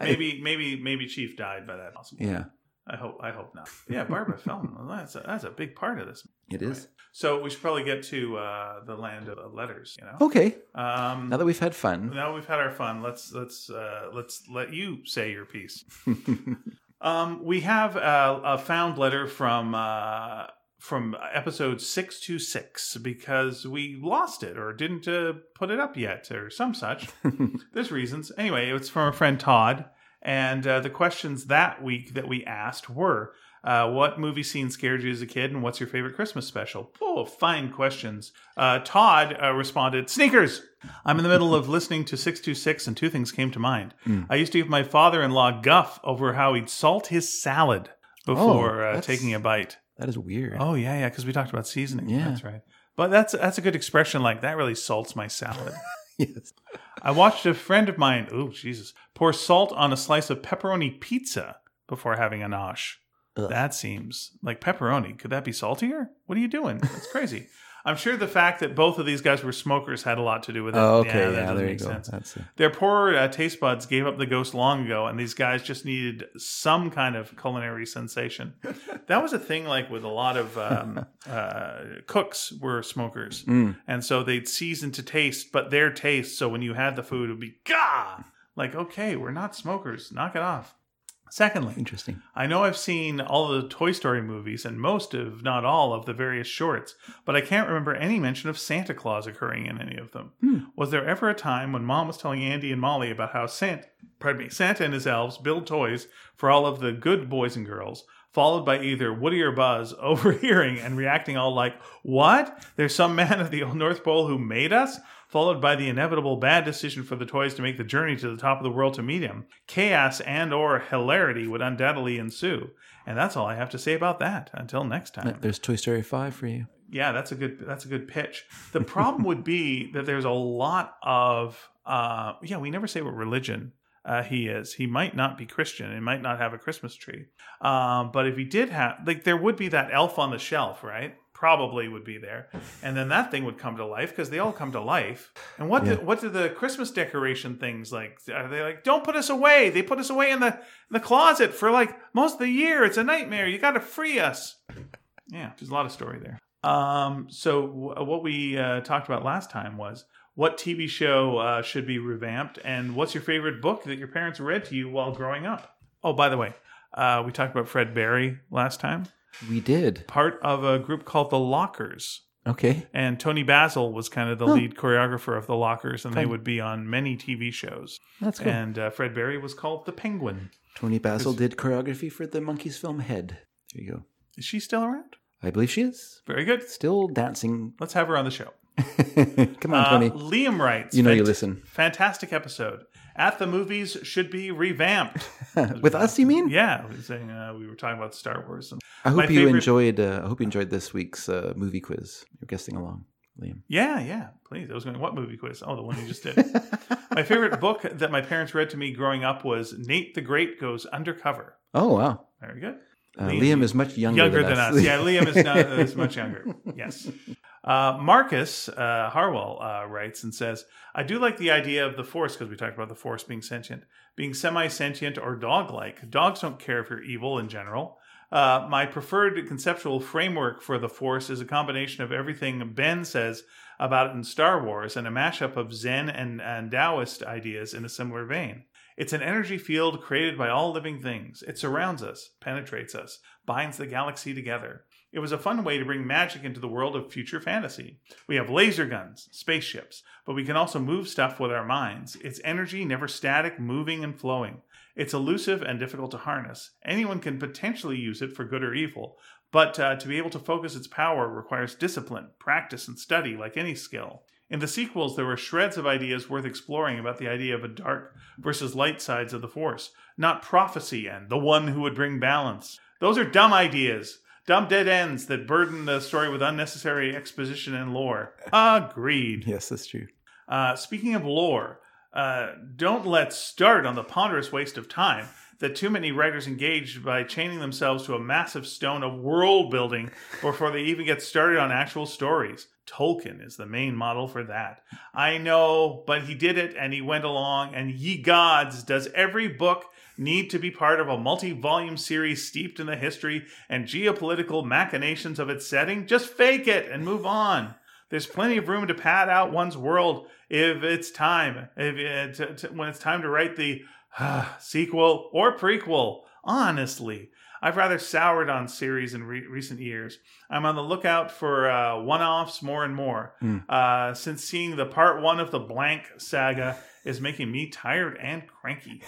A: maybe, maybe, maybe Chief died by that. Possible.
B: Yeah,
A: I hope. I hope not. Yeah, Barbara Feldon. [LAUGHS] well, That's a, that's a big part of this.
B: it is.
A: So we should probably get to uh, the land of the letters. You know.
B: Okay.
A: Um,
B: Now that we've had fun,
A: now we've had our fun. Let's let's uh, let's let you say your piece. um, we have a, a found letter from uh, from episode six two six because we lost it or didn't uh, put it up yet or some such. There's reasons. Anyway, it's from our friend Todd, and uh, the questions that week that we asked were. Uh, what movie scene scared you as a kid, and what's your favorite Christmas special? Oh, fine questions. Uh, Todd uh, responded, "Sneakers." I'm in the middle
B: [LAUGHS]
A: of listening to 626, and two things came to mind.
B: Hmm.
A: I used to give my father in law guff over how he'd salt his salad before uh,
B: Oh, that's-
A: taking a bite.
B: that is weird.
A: Oh, yeah, yeah, because we talked about seasoning.
B: Yeah.
A: That's right. But that's that's a good expression. Like, that really salts my salad.
B: [LAUGHS] yes.
A: I watched a friend of mine, oh, Jesus, pour salt on a slice of pepperoni pizza before having a nosh.
B: Ugh.
A: That seems like pepperoni. Could that be saltier? What are you doing? That's crazy. I'm sure the fact that both of these guys were smokers had a lot to do with it.
B: Oh, okay.
A: that
B: Yeah,
A: doesn't
B: there you
A: make
B: go.
A: sense.
B: That's a,
A: Their poor uh, taste buds gave up the ghost long ago, and these guys just needed some kind of culinary sensation. that was a thing, like with a lot of um, uh, cooks were smokers,
B: Mm.
A: and so they'd season to taste, but their taste. So when you had the food, it would be gah, like okay, we're not smokers, knock it off. Secondly,
B: interesting.
A: I know I've seen all the Toy Story movies and most, if not all, of the various shorts, but I can't remember any mention of Santa Claus occurring in any of them. Was there ever a time when Mom was telling Andy and Molly about how Santa, pardon me, Santa and his elves build toys for all of the good boys and girls, followed by either Woody or Buzz [LAUGHS] overhearing and reacting all like, "What? There's some man at the old North Pole who made us?" Followed by the inevitable bad decision for the toys to make the journey to the top of the world to meet him. Chaos and or hilarity would undoubtedly ensue. And that's all I have to say about that. Until next time.
B: There's Toy Story Five for you.
A: Yeah, that's a good that's a good pitch. The problem would be that there's a lot of uh, yeah. We never say what religion uh, he is. He might not be Christian. He might not have a Christmas tree. Um, but if he did have, like, there would be that elf on the shelf, right? Probably would be there, and then that thing would come to life because they all come to life. And what
B: Yeah.
A: do, what do the Christmas decoration things like? Are they like don't put us away? They put us away in the in the closet for like most of the year. It's a nightmare. You got to free us. Yeah, there's a lot of story there. Um, so w- what we uh, talked about last time was what TV show uh, should be revamped, and what's your favorite book that your parents read to you while growing up? Oh, by the way, uh, we talked about Fred Barry last time,
B: We did.
A: part of a group called the Lockers,
B: Okay.
A: and Tony Basil was kind of the
B: Huh.
A: lead choreographer of the Lockers, and they
B: Fun.
A: would be on many TV shows.
B: That's cool.
A: And uh, Fred Barry was called the Penguin.
B: Tony Basil
A: Chris-
B: did choreography for the Monkeys film Head. There you go.
A: Is she still around?
B: I believe she is
A: Very good.
B: still dancing.
A: Let's have her on the show.
B: [LAUGHS] Come on,
A: Uh,
B: Tony.
A: Liam writes.
B: You know you
A: "Fant- [LAUGHS]
B: listen.
A: Fantastic episode. At the movies should be revamped.
B: With us, you mean?
A: yeah, we were saying uh, we were talking about Star Wars. And,
B: I
A: My
B: hope you
A: favorite-
B: enjoyed. Uh, I hope you enjoyed this week's uh, movie quiz. You're guessing along, Liam.
A: yeah, yeah. Please, I was going. What movie quiz? Oh, the one you just did. my favorite book that my parents read to me growing up was Nate the Great Goes Undercover.
B: Oh wow,
A: Very good.
B: uh,
A: Liam,
B: Liam, is much younger,
A: Younger than us. [LAUGHS]
B: [LAUGHS]
A: Yeah, Liam is not is much younger. Yes. Uh, Marcus uh, Harwell uh, writes and says, "I do like the idea of the Force because we talked about the Force being sentient, being semi-sentient or dog-like. Dogs don't care if you're evil in general. Uh, my preferred conceptual framework for the Force is a combination of everything Ben says about it in Star Wars and a mashup of Zen and, and Taoist ideas in a similar vein. It's an energy field created by all living things. It surrounds us, penetrates us, binds the galaxy together. It was a fun way to bring magic into the world of future fantasy. We have laser guns, spaceships, but we can also move stuff with our minds. It's energy, never static, moving and flowing. It's elusive and difficult to harness. Anyone can potentially use it for good or evil, But uh, to be able to focus its power requires discipline, practice, and study, like any skill. In the sequels, there were shreds of ideas worth exploring about the idea of a dark versus light sides of the Force, not prophecy and the one who would bring balance. Those are dumb ideas, dumb dead ends that burden the story with unnecessary exposition and lore. Agreed.
B: Yes, that's true. [LAUGHS]
A: Uh, speaking of lore, uh, don't let's start on the ponderous waste of time that too many writers engage by chaining themselves to a massive stone of world building before they even get started on actual stories. Tolkien is the main model for that. I know, but he did it and he went along. And ye gods, does every book need to be part of a multi volume series steeped in the history and geopolitical machinations of its setting? Just fake it and move on. There's plenty of room to pad out one's world if it's time, if it, to, to, when it's time to write the uh, sequel or prequel. Honestly, I've rather soured on series in re- recent years. I'm on the lookout for uh, one offs more and more,
B: Mm.
A: uh, since seeing the part one of the blank saga is making me tired and cranky.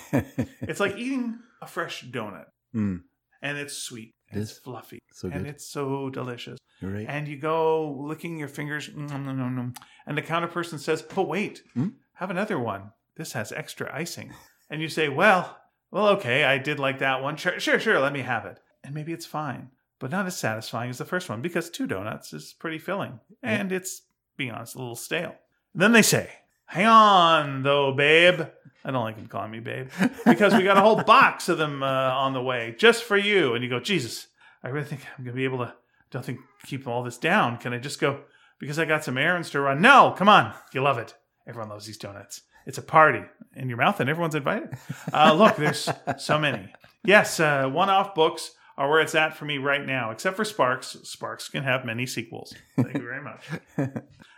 A: it's like eating a fresh donut,
B: Mm.
A: and it's sweet,
B: It
A: it's
B: is.
A: fluffy,
B: So
A: and
B: good.
A: it's so delicious.
B: You're right.
A: And you go licking your fingers, mm, nom, nom, nom, and the counter person says, But wait,
B: Hmm?
A: have another one. This has extra icing. And you say, Well, well, okay, I did like that one. Sure, sure, sure, let me have it. And maybe it's fine, but not as satisfying as the first one because two donuts is pretty filling. And it's, being honest, a little stale. Then they say, Hang on, though, babe. I don't like him calling me babe because we got a whole box of them uh, on the way just for you. And you go, Jesus, I really think I'm gonna be able to. Don't think keep all this down. Can I just go because I got some errands to run? No, come on, you love it. Everyone loves these donuts. It's a party in your mouth, and everyone's invited. Uh, look, there's so many. Yes, uh, one-off books are where it's at for me right now, except for Sparks. Sparks can have many sequels. Thank you very much.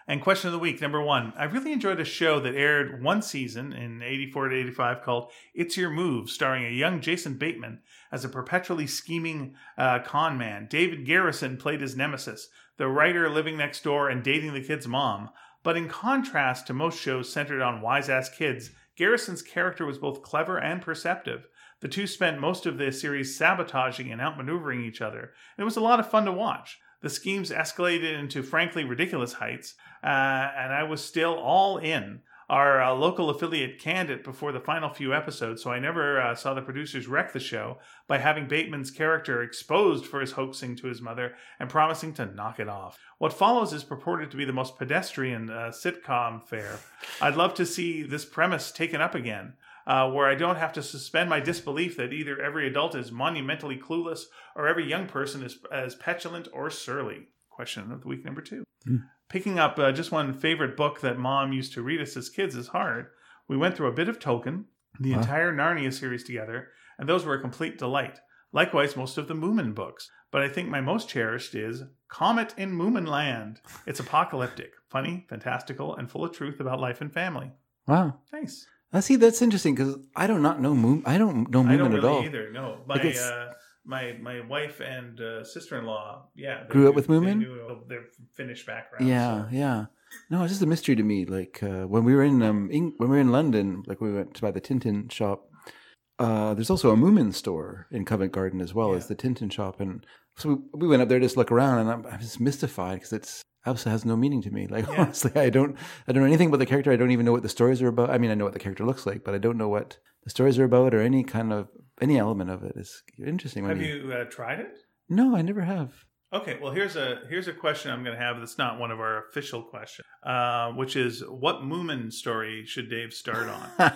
A: And question of the week number one: I really enjoyed a show that aired one season in '84 to '85 called "It's Your Move," starring a young Jason Bateman as a perpetually scheming uh, con man. David Garrison played his nemesis, the writer living next door and dating the kid's mom. But in contrast to most shows centered on wise ass kids, Garrison's character was both clever and perceptive. The two spent most of the series sabotaging and outmaneuvering each other. It was a lot of fun to watch. The schemes escalated into frankly ridiculous heights, uh, and I was still all in. Our uh, local affiliate canned it before the final few episodes, so I never uh, saw the producers wreck the show by having Bateman's character exposed for his hoaxing to his mother and promising to knock it off. What follows is purported to be the most pedestrian uh, sitcom fare. I'd love to see this premise taken up again, uh, where I don't have to suspend my disbelief that either every adult is monumentally clueless or every young person is as petulant or surly. Question of the week number two.
B: Hmm.
A: Picking up uh, just one favorite book that mom used to read us as kids is hard. We went through a bit of Tolkien, the
B: Wow.
A: entire Narnia series together, and those were a complete delight. Likewise, most of the Moomin books. But I think my most cherished is Comet in Moomin Land. It's apocalyptic, funny, fantastical, and full of truth about life and family.
B: Wow.
A: Nice.
B: I Ah, see. That's interesting because I do not know Moon. I don't know Moomin
A: I don't
B: at all.
A: really either. No, my
B: Like it's-
A: uh, my my wife and uh, sister in law, yeah, they
B: Grew up
A: knew-
B: with
A: they
B: Moomin?
A: knew Their Finnish background.
B: Yeah,
A: so-
B: yeah. No, it's just a mystery to me. Like uh, when we were in um Eng- when we were in London, like we went to buy the Tintin shop. Uh, there's also a Moomin store in Covent Garden as well as
A: Yeah.
B: the Tintin shop, and so we, we went up there to just look around, and I'm, I'm just mystified because it's absolutely has no meaning to me. Like [LAUGHS]
A: Yeah.
B: honestly, I don't I don't know anything about the character. I don't even know what the stories are about. I mean, I know what the character looks like, but I don't know what the stories are about or any kind of any element of it. It's interesting. When
A: Have you uh, tried it?
B: No, I never have.
A: Okay, well here's a here's a question I'm going to have that's not one of our official questions, uh, which is what Moomin story should Dave start
B: [LAUGHS]
A: on?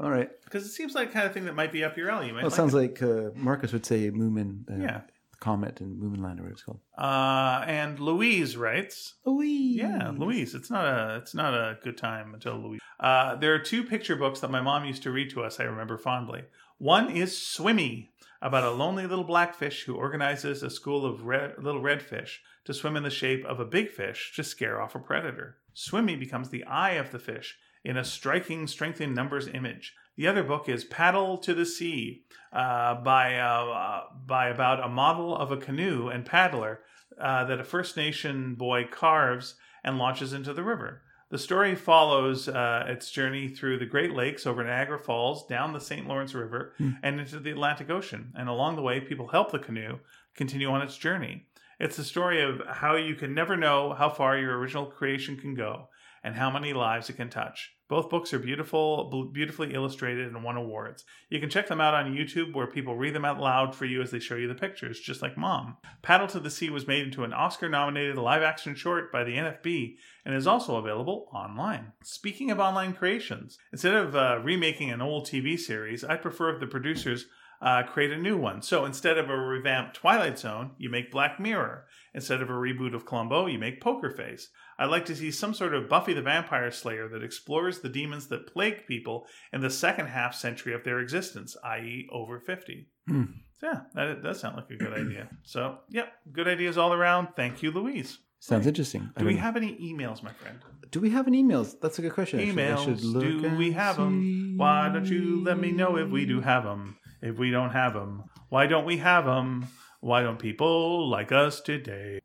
B: All right.
A: Because it seems like the kind of thing that might be up your alley. You might
B: Well, it
A: like
B: sounds like uh, Marcus would say Moomin, uh,
A: Yeah.
B: Comet, and Moomin Land, or whatever it's called.
A: Uh, and Louise writes,
B: Oh,
A: yeah, Louise. It's not a it's not a good time until Louise. Uh, there are two picture books that my mom used to read to us. I remember fondly. One is Swimmy, about a lonely little blackfish who organizes a school of red, little redfish to swim in the shape of a big fish to scare off a predator. Swimmy becomes the eye of the fish in a striking strength in numbers image. The other book is Paddle to the Sea uh, by, uh, uh, by about a model of a canoe and paddler uh, that a First Nation boy carves and launches into the river. The story follows uh, its journey through the Great Lakes, over Niagara Falls, down the St. Lawrence River,
B: Hmm.
A: and into the Atlantic Ocean. And along the way, people help the canoe continue on its journey. It's the story of how you can never know how far your original creation can go and how many lives it can touch. Both books are beautiful, bl- beautifully illustrated, and won awards. You can check them out on YouTube, where people read them out loud for you as they show you the pictures, just like Mom. Paddle to the Sea was made into an Oscar nominated live action short by the NFB and is also available online. Speaking of online creations, instead of uh, remaking an old TV series, I prefer if the producers uh, create a new one. So instead of a revamped Twilight Zone, you make Black Mirror. Instead of a reboot of Columbo, you make Poker Face. I'd like to see some sort of Buffy the Vampire Slayer that explores the demons that plague people in the second half century of their existence, i.e., over 50.
B: Hmm.
A: So yeah, that does sound like a good idea. So, yep, good ideas all around. Thank you, Louise.
B: Sounds interesting. I
A: Do we
B: don't-
A: have any emails, my friend?
B: Do we have any emails? That's a good question. actually. I should
A: Emails,
B: look
A: do we
B: and
A: have 'em?
B: see.
A: Why don't you let me know if we do have them? If we don't have them, why don't we have them? Why don't people like us
B: [LAUGHS]
A: today?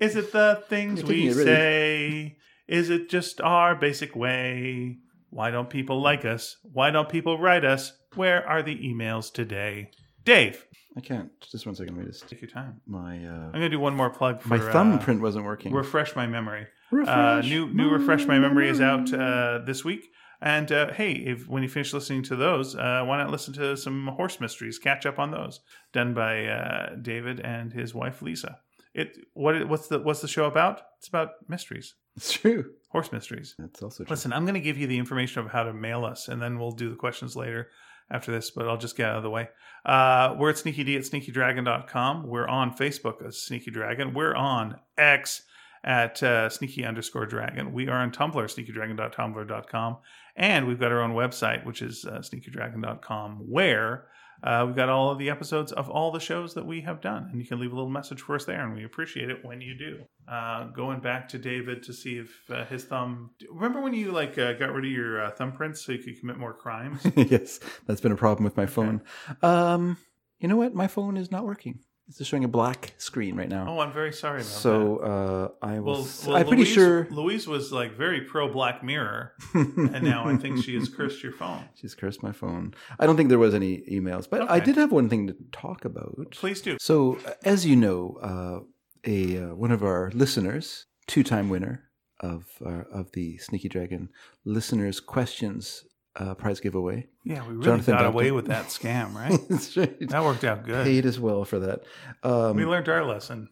A: Is it the things
B: You're
A: we
B: taking it really-
A: say? Is it just our basic way? Why don't people like us? Why don't people write us? Where are the emails today? Dave,
B: I can't. Just one second. Let me just.
A: take your time.
B: My
A: I'm
B: uh,
A: going to do one more plug for
B: my
A: uh,
B: thumbprint wasn't working.
A: refresh my memory. Uh, new new refresh my memory is out uh, this week. And uh, hey, if when you finish listening to those, uh, why not listen to some horse mysteries? Catch up on those done by uh, David and his wife Lisa. It what what's the what's the show about? It's about mysteries,
B: It's true.
A: horse mysteries.
B: That's also true.
A: Listen, I'm going to give you the information of how to mail us, and then we'll do the questions later after this, but I'll just get out of the way. Uh, we're at sneakyd at sneakydragon.com. We're on Facebook as Sneaky Dragon. We're on X at uh, sneaky underscore dragon. We are on Tumblr, sneakydragon.tumblr.com. And we've got our own website, which is uh, sneakydragon.com, where uh, we've got all of the episodes of all the shows that we have done. And you can leave a little message for us there, and we appreciate it when you do. Uh, going back to David to see if uh, his thumb. Remember when you like uh, got rid of your uh, thumbprints so you could commit more [LAUGHS] crimes?
B: [LAUGHS] yes, that's been a problem with my phone. Um, you know what? My phone is not working. It's just showing a black screen right now.
A: oh, I'm very sorry about that.
B: so uh, I will.
A: Well,
B: s-
A: well,
B: I'm pretty
A: Louise-
B: sure.
A: Louise was like very pro Black Mirror,
B: [LAUGHS]
A: and now I think she has [LAUGHS] cursed your phone.
B: She's cursed my phone. I don't think there was any emails, but I
A: Okay.
B: did have one thing to talk about.
A: Please do.
B: So, uh, as you know, uh, a uh, one of our listeners, two-time winner of uh, of the Sneaky Dragon listeners questions uh, prize giveaway, [LAUGHS]
A: Yeah, we really
B: Jonathan
A: got
B: Dupton.
A: away with that scam,
B: [LAUGHS]
A: right?
B: That's right.
A: that worked out good.
B: paid as well for that. Um,
A: we learned our lesson.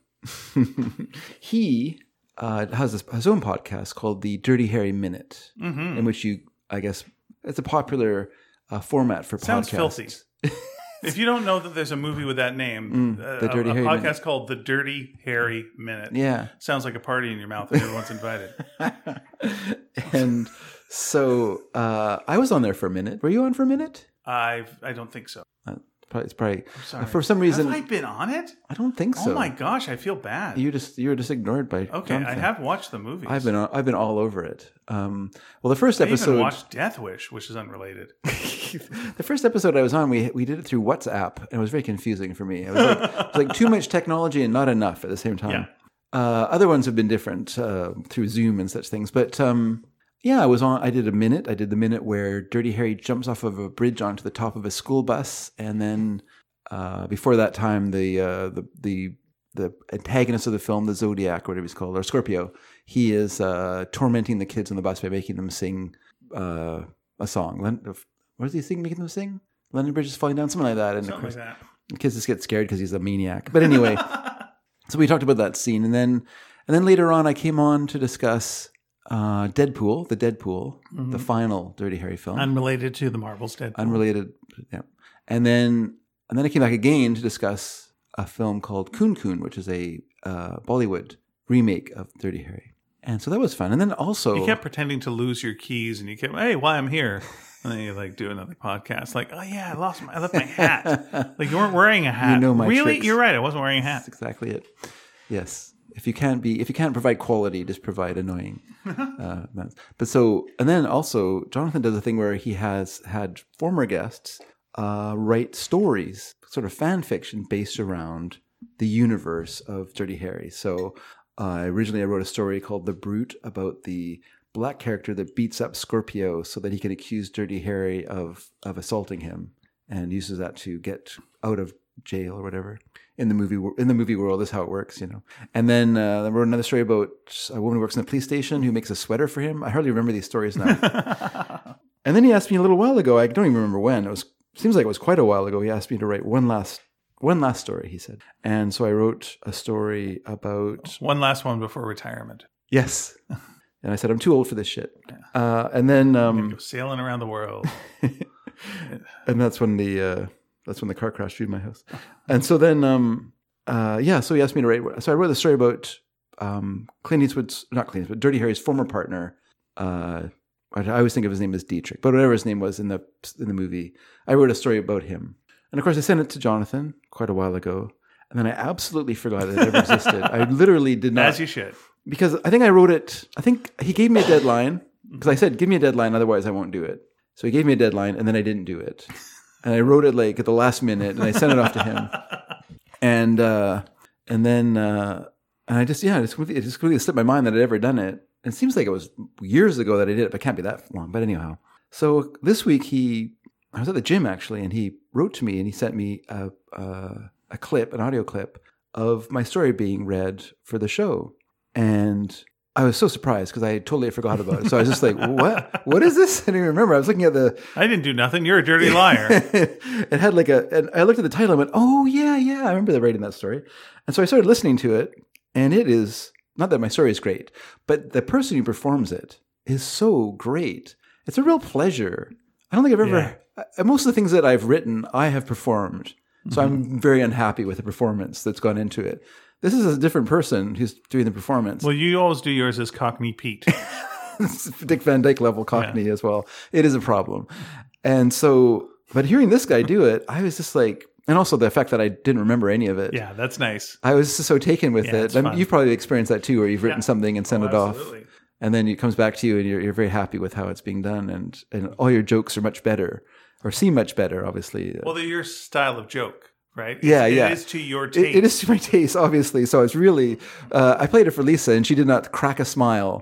B: [LAUGHS] he uh, has this, his own podcast called the Dirty Harry Minute,
A: hmm
B: in which you, I guess, it's a popular uh, format for
A: Sounds
B: podcasts.
A: filthy. If you don't know that there's a movie with that name,
B: Mm,
A: uh,
B: The Dirty
A: a, a
B: Harry
A: podcast
B: Minute.
A: called The Dirty Harry Minute.
B: Yeah. [LAUGHS]
A: Sounds like a party in your mouth and everyone's invited.
B: and so uh, I was on there for a minute. Were you on for a minute? Uh,
A: I've, I don't think so.
B: Probably, it's probably
A: I'm sorry.
B: for some reason.
A: have I
B: I,
A: been on it?
B: don't think so.
A: oh my gosh, I feel bad.
B: You just you were just ignored by.
A: okay, I
B: Jonathan.
A: have watched the movie.
B: I've been on, I've been all over it. Um, well, the first
A: I even
B: episode,
A: watched Death Wish, which is
B: [LAUGHS]
A: unrelated.
B: the first episode I was on, we we did it through WhatsApp, and it was very confusing for me. It was like, it was like too much technology and not enough at the same time.
A: Yeah.
B: Uh, other ones have been different uh, through Zoom and such things, but um, yeah, I was on. I did a minute. I did the minute where Dirty Harry jumps off of a bridge onto the top of a school bus, and then uh, before that time, the uh, the the the antagonist of the film, the Zodiac, or whatever he's called, or Scorpio, he is uh, tormenting the kids on the bus by making them sing uh, a song. Len- what does he sing? Making them sing? London Bridge is falling down, something like that. And of
A: Something
B: course,
A: like that.
B: the kids just get scared because he's a maniac.
A: [LAUGHS]
B: But anyway, so we talked about that scene, and then and then later on, I came on to discuss uh, Deadpool, the Deadpool,
A: Mm-hmm.
B: the final Dirty Harry film,
A: Unrelated to the Marvel's Dead.
B: unrelated. Yeah, and then and then I came back again to discuss a film called Coon Coon, which is a uh, Bollywood remake of Dirty Harry, and so that was fun. And then also,
A: You kept pretending to lose your keys, and you kept, "Hey, why I'm here?" [LAUGHS] And then you like do another podcast, like, "Oh yeah, I lost my, I left my hat."
B: [LAUGHS]
A: like you weren't wearing a hat.
B: know my
A: really?
B: tricks.
A: You're right. I wasn't wearing a
B: That's
A: hat.
B: exactly it. Yes. If you can't be, if you can't provide quality, just provide annoying. uh, that's- but so, and then also, Jonathan does a thing where he has had former guests uh, write stories, sort of fan fiction based around the universe of Dirty Harry. So, uh, originally, I wrote a story called "The Brute" about the black character that beats up Scorpio so that he can accuse Dirty Harry of of assaulting him, and uses that to get out of jail or whatever in the movie wor- in the movie world is how it works, you know. And then uh, I wrote another story about a woman who works in the police station who makes a sweater for him. I hardly remember these
A: [LAUGHS]
B: stories now. and then he asked me a little while ago. I don't even remember when. It was seems like it was quite a while ago. He asked me to write one last one last story. He said, and so I wrote a story about
A: [LAUGHS] One last one before retirement.
B: yes. [LAUGHS] And I said, I'm too old for this shit. Uh, and then,
A: You
B: um,
A: go sailing around the world.
B: and that's when the uh, that's when the car crash through my house. And so then, um, uh, yeah. So he asked me to write. So I wrote the story about um, Clint Eastwood's not Clint Eastwood, Dirty Harry's former partner. Uh, I I always think of his name as Dietrich, but whatever his name was in the in the movie, I wrote a story about him. And of course, I sent it to Jonathan quite a while ago, and then I absolutely forgot it ever existed. I literally did [LAUGHS] not
A: As you should. [LAUGHS]
B: because I think I wrote it. I think he gave me a deadline because I said, "Give me a deadline, otherwise I won't do it." So he gave me a deadline, and then I didn't do it, and I wrote it like at the last minute, and I sent it off to him, and uh, and then uh, and I just yeah, it just, completely- it just completely slipped my mind that I'd ever done it. It seems like it was years ago that I did it, but it can't be that long. But anyhow, so this week he, I was at the gym actually, and he wrote to me and he sent me a a, a clip, an audio clip of my story being read for the show and I was so surprised because I totally forgot about it. So I was just like, "What? What is this?" [LAUGHS] I didn't even remember. I was looking at the.
A: I didn't do nothing. You're a
B: [LAUGHS]
A: dirty liar.
B: it had like a. And I looked at the title and went, "Oh yeah, yeah, I remember the writing that story." And so I started listening to it, and it is not that my story is great, but the person who performs it is so great. It's a real pleasure. I don't think I've ever. I- Most of the things that I've written, I have performed. So I'm very unhappy with the performance that's gone into it. This is a different person who's doing the performance.
A: well, you always do yours as Cockney
B: [LAUGHS]
A: Pete.
B: Dick Van Dyke level Cockney as well. It is a problem. And so, but hearing this guy do it, I was just like, and also the fact that I didn't remember any of it.
A: Yeah, that's nice.
B: I was just so taken with it.
A: it's
B: And
A: fun. Oh,
B: You've probably experienced that too, where you've written something and sent it off,
A: Absolutely.
B: and then it comes back to you, and you're, you're very happy with how it's being done, and and all your jokes are much better or seem much better, obviously.
A: Well, they're your style of joke, right?
B: Yeah,
A: It's-
B: yeah.
A: It is to your taste.
B: It, it is to my taste, obviously. So it's really, uh, I played it for Lisa, and she did not crack
A: [LAUGHS]
B: a smile.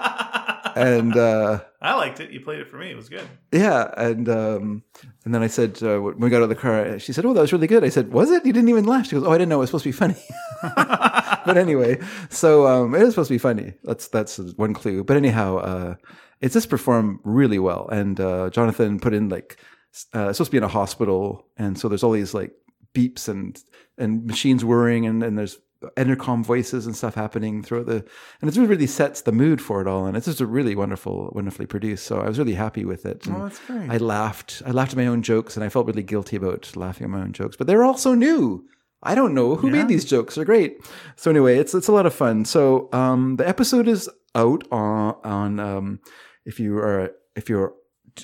A: I
B: and uh,
A: liked it. You played it for me. It was good.
B: Yeah, and um, and then I said uh, when we got out of the car, she said, "Oh, that was really good." I said, "Was it?" You didn't even laugh. She goes, "Oh, I didn't know it was supposed to be funny." [LAUGHS] but anyway, so um, it is supposed to be funny. That's that's one clue. But anyhow, uh, it's just performed really well, and uh, Jonathan put in like s- uh, it's supposed to be in a hospital, and so there's all these like beeps and and machines whirring, and and there's intercom voices and stuff happening throughout the and it really sets the mood for it all and it's just a really wonderful wonderfully produced so i was really happy with it and
A: Oh, that's great.
B: I laughed. I laughed at my own jokes, and I felt really guilty about laughing at my own jokes. But they're all so new. I don't know who made these jokes. They're great. So anyway, it's it's a lot of fun. So um, the episode is out on on um, if you are if you're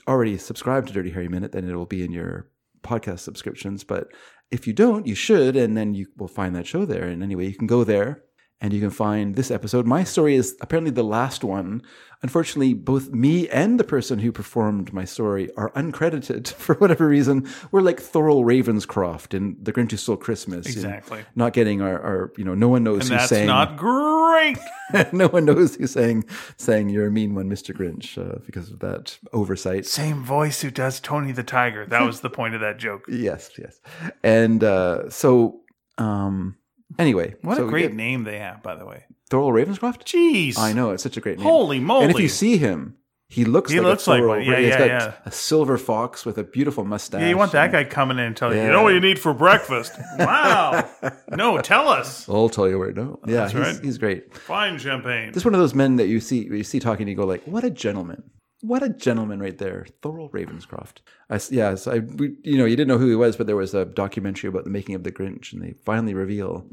B: already subscribed to Dirty Harry Minute, then it will be in your podcast subscriptions. But if you don't, you should, and then you will find that show there. And anyway, you can go there and you can find this episode. My story is apparently the last one. Unfortunately, both me and the person who performed my story are uncredited [LAUGHS] for whatever reason. We're like Thorol Ravenscroft in The Grinch Who Stole Christmas. in
A: Exactly.
B: Not getting our, our, you know, no one knows
A: And
B: who
A: that's
B: sang.
A: not great.
B: [LAUGHS] no one knows who sang, sang You're a Mean One, Mr. Grinch, uh, because of that oversight.
A: Same voice who does Tony the Tiger. That was the point of that
B: [LAUGHS]
A: joke.
B: Yes, yes. And uh, so, um, anyway.
A: What a
B: so we
A: great
B: get
A: name they have, by the way.
B: Thorol Ravenscroft?
A: Jeez.
B: I know, it's such a great name.
A: Holy moly.
B: And if you see him, he looks
A: He
B: like
A: looks
B: a
A: like
B: thorough,
A: one. Yeah,
B: he's
A: yeah,
B: got
A: yeah.
B: a silver fox with a beautiful mustache.
A: yeah, you want that
B: and-
A: guy coming in and telling you,
B: Yeah.
A: you know what you need for breakfast.
B: [LAUGHS]
A: wow. No, tell us.
B: I'll tell you where to know. Yeah,
A: That's
B: he's,
A: right.
B: he's great.
A: Fine champagne.
B: Just one of those men that you see you see talking, you go like, "What a gentleman! What a gentleman right there, Thorold Ravenscroft." I s yeah, so I, we, you know, you didn't know who he was, but there was a documentary about the making of the Grinch, and they finally reveal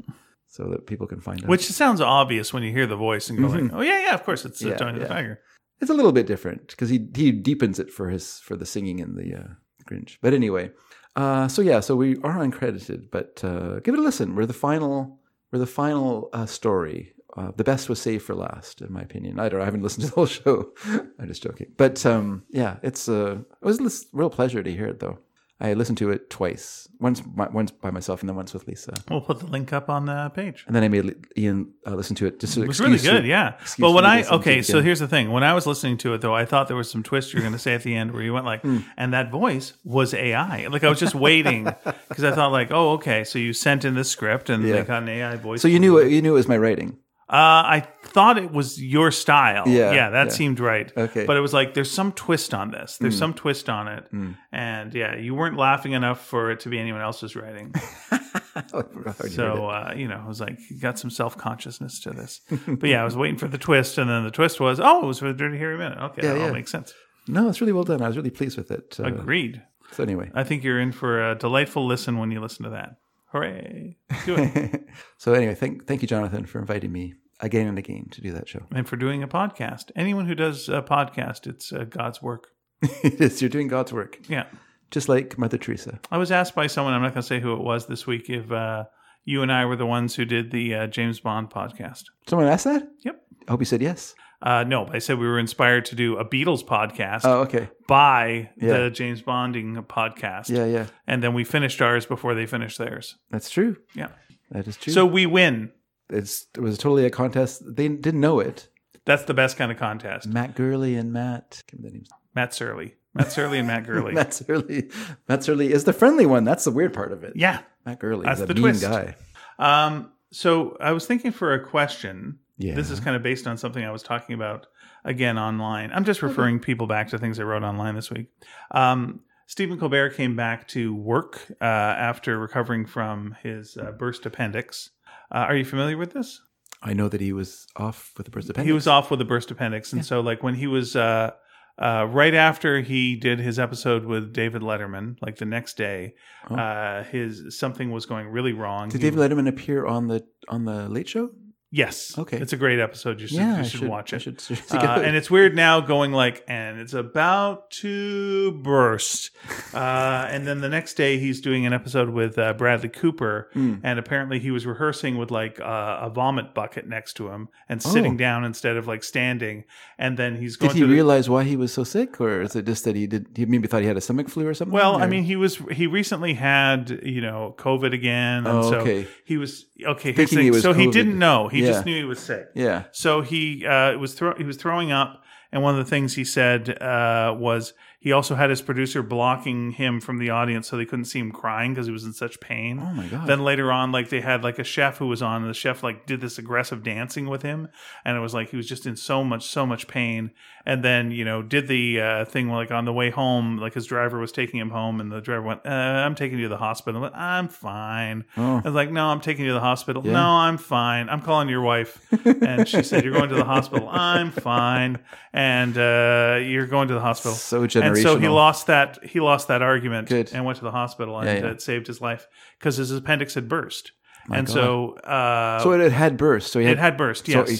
B: so that people can find him.
A: Which sounds obvious when you hear the voice and go like, "Oh yeah, yeah, of course, it's uh
B: Mm-hmm. Yeah,
A: Tony
B: yeah.
A: the Tiger."
B: it's a little bit different because he he deepens it for his for the singing in the uh, Grinch. But anyway, uh, so yeah, so we are uncredited, but uh, give it a listen. We're the final we're the final uh, story. Uh, the best was saved for last, in my opinion. I don't. know. I haven't [LAUGHS] listened to the whole show. I'm just joking. But um, yeah, it's uh, it was a real pleasure to hear it though. I listened to it twice. Once, by, once by myself, and then once with Lisa.
A: We'll put the link up on the page.
B: And then I made Li- Ian uh, listen to it. Just
A: It was really good, yeah. But when I okay, so here's the thing. When I was listening to it though, I thought there was some twist you're going to say at the end where you went
B: Hmm.
A: like, and that voice was AI. Like I was just waiting because I thought like, oh, okay, so you sent in the script and
B: Yeah.
A: they got an AI voice.
B: So you knew it, you knew it was my writing. [LAUGHS]
A: Uh, I thought it was your style.
B: Yeah,
A: that
B: yeah.
A: seemed right.
B: Okay. Hmm.
A: But it was like, there's some twist on this. There's some twist on it. And yeah, you weren't laughing enough for it to be anyone else's
B: [LAUGHS]
A: writing. so, uh, you know, I was like, you got some self consciousness to this. but yeah, I was waiting for the twist. And then the twist was, oh, it was for the Dirty Harry Minute. Okay, that
B: yeah.
A: all makes sense.
B: no, it's really well done. I was really pleased with it. Uh,
A: Agreed.
B: so anyway,
A: I think you're in for a delightful listen when you listen to that. Hooray. Do it.
B: so anyway, thank thank you, Jonathan, for inviting me again and again to do that show. [LAUGHS]
A: and for doing a podcast. Anyone who does a podcast, it's uh, God's work.
B: it is you're doing God's work,
A: Yeah.
B: just like Mother Teresa.
A: I was asked by someone, I'm not going to say who it was this week, if uh, you and I were the ones who did the uh, James Bond podcast.
B: Someone asked that.
A: Yep.
B: I hope you said yes.
A: Uh, no, I said we were inspired to do a Beatles podcast
B: Oh, okay.
A: by
B: Yeah.
A: the James Bonding podcast.
B: Yeah, yeah,
A: And then we finished ours before they finished theirs.
B: that's true.
A: Yeah.
B: That is true.
A: So we win.
B: it's it was totally a contest. They didn't know it.
A: That's the best kind of contest.
B: Matt Gurley and Matt. Give me their names.
A: Matt Surley. Matt Surley and
B: [LAUGHS]
A: Matt Gurley.
B: Matt Surly. Matt Surly is the friendly one. That's the weird part of it.
A: yeah.
B: Matt Gurley
A: That's
B: is a
A: the
B: mean
A: twist.
B: guy.
A: Um, so I was thinking for a question.
B: Yeah.
A: This is kind of based on something I was talking about again online. I'm just referring people back to things I wrote online this week. Um, Stephen Colbert came back to work uh, after recovering from his uh, burst appendix. Uh, are you familiar with this?
B: I know that he was off with the birds
A: He was off with a burst appendix, and so like when he was uh, uh, right after he did his episode with David Letterman, like the next day,
B: Oh.
A: uh, his something was going really wrong.
B: Did
A: He-
B: David Letterman appear on the on the Late Show?
A: Yes.
B: Okay.
A: It's a great episode. You should,
B: yeah, I
A: you should, watch
B: I
A: it. [LAUGHS]
B: should seriously
A: Uh,
B: go.
A: and it's weird now going like, and it's about to burst. Uh, and then the next day, he's doing an episode with uh, Bradley Cooper.
B: Mm.
A: And apparently, he was rehearsing with like uh, a vomit bucket next to him and
B: Oh.
A: sitting down instead of like standing. And then he's going
B: Did he
A: through the-
B: realize why he was so sick, or is it just that he did? He maybe thought he had a stomach flu or something.
A: Well, I
B: or-
A: mean, he was he recently had you know COVID again, and
B: Oh,
A: so
B: okay.
A: he was okay.
B: Thinking
A: here's the
B: it
A: thing.
B: was
A: so he
B: COVID.
A: didn't know. He just
B: Yeah.
A: knew he was sick.
B: yeah.
A: So he uh, was throw- he was throwing up, and one of the things he said uh, was he also had his producer blocking him from the audience so they couldn't see him crying because he was in such pain.
B: Oh my god.
A: Then later on, like they had like a chef who was on, and the chef like did this aggressive dancing with him, and it was like he was just in so much, so much pain. And then you know did the uh, thing like on the way home, like his driver was taking him home, and the driver went, uh, "I'm taking you to the hospital." I'm, like, I'm fine.
B: Oh.
A: I was like, "No, I'm taking you to the hospital."
B: Yeah.
A: No, I'm fine. I'm calling your wife, and she said, "You're going to the hospital." I'm fine, and uh, you're going to the hospital.
B: so generational.
A: And so he lost that he lost that argument
B: Good.
A: and went to the hospital and
B: Yeah, yeah.
A: it saved his life because his appendix had burst.
B: My
A: and
B: God.
A: so, uh,
B: So it had- had burst. So he
A: it
B: had,
A: had burst.
B: so
A: Yes.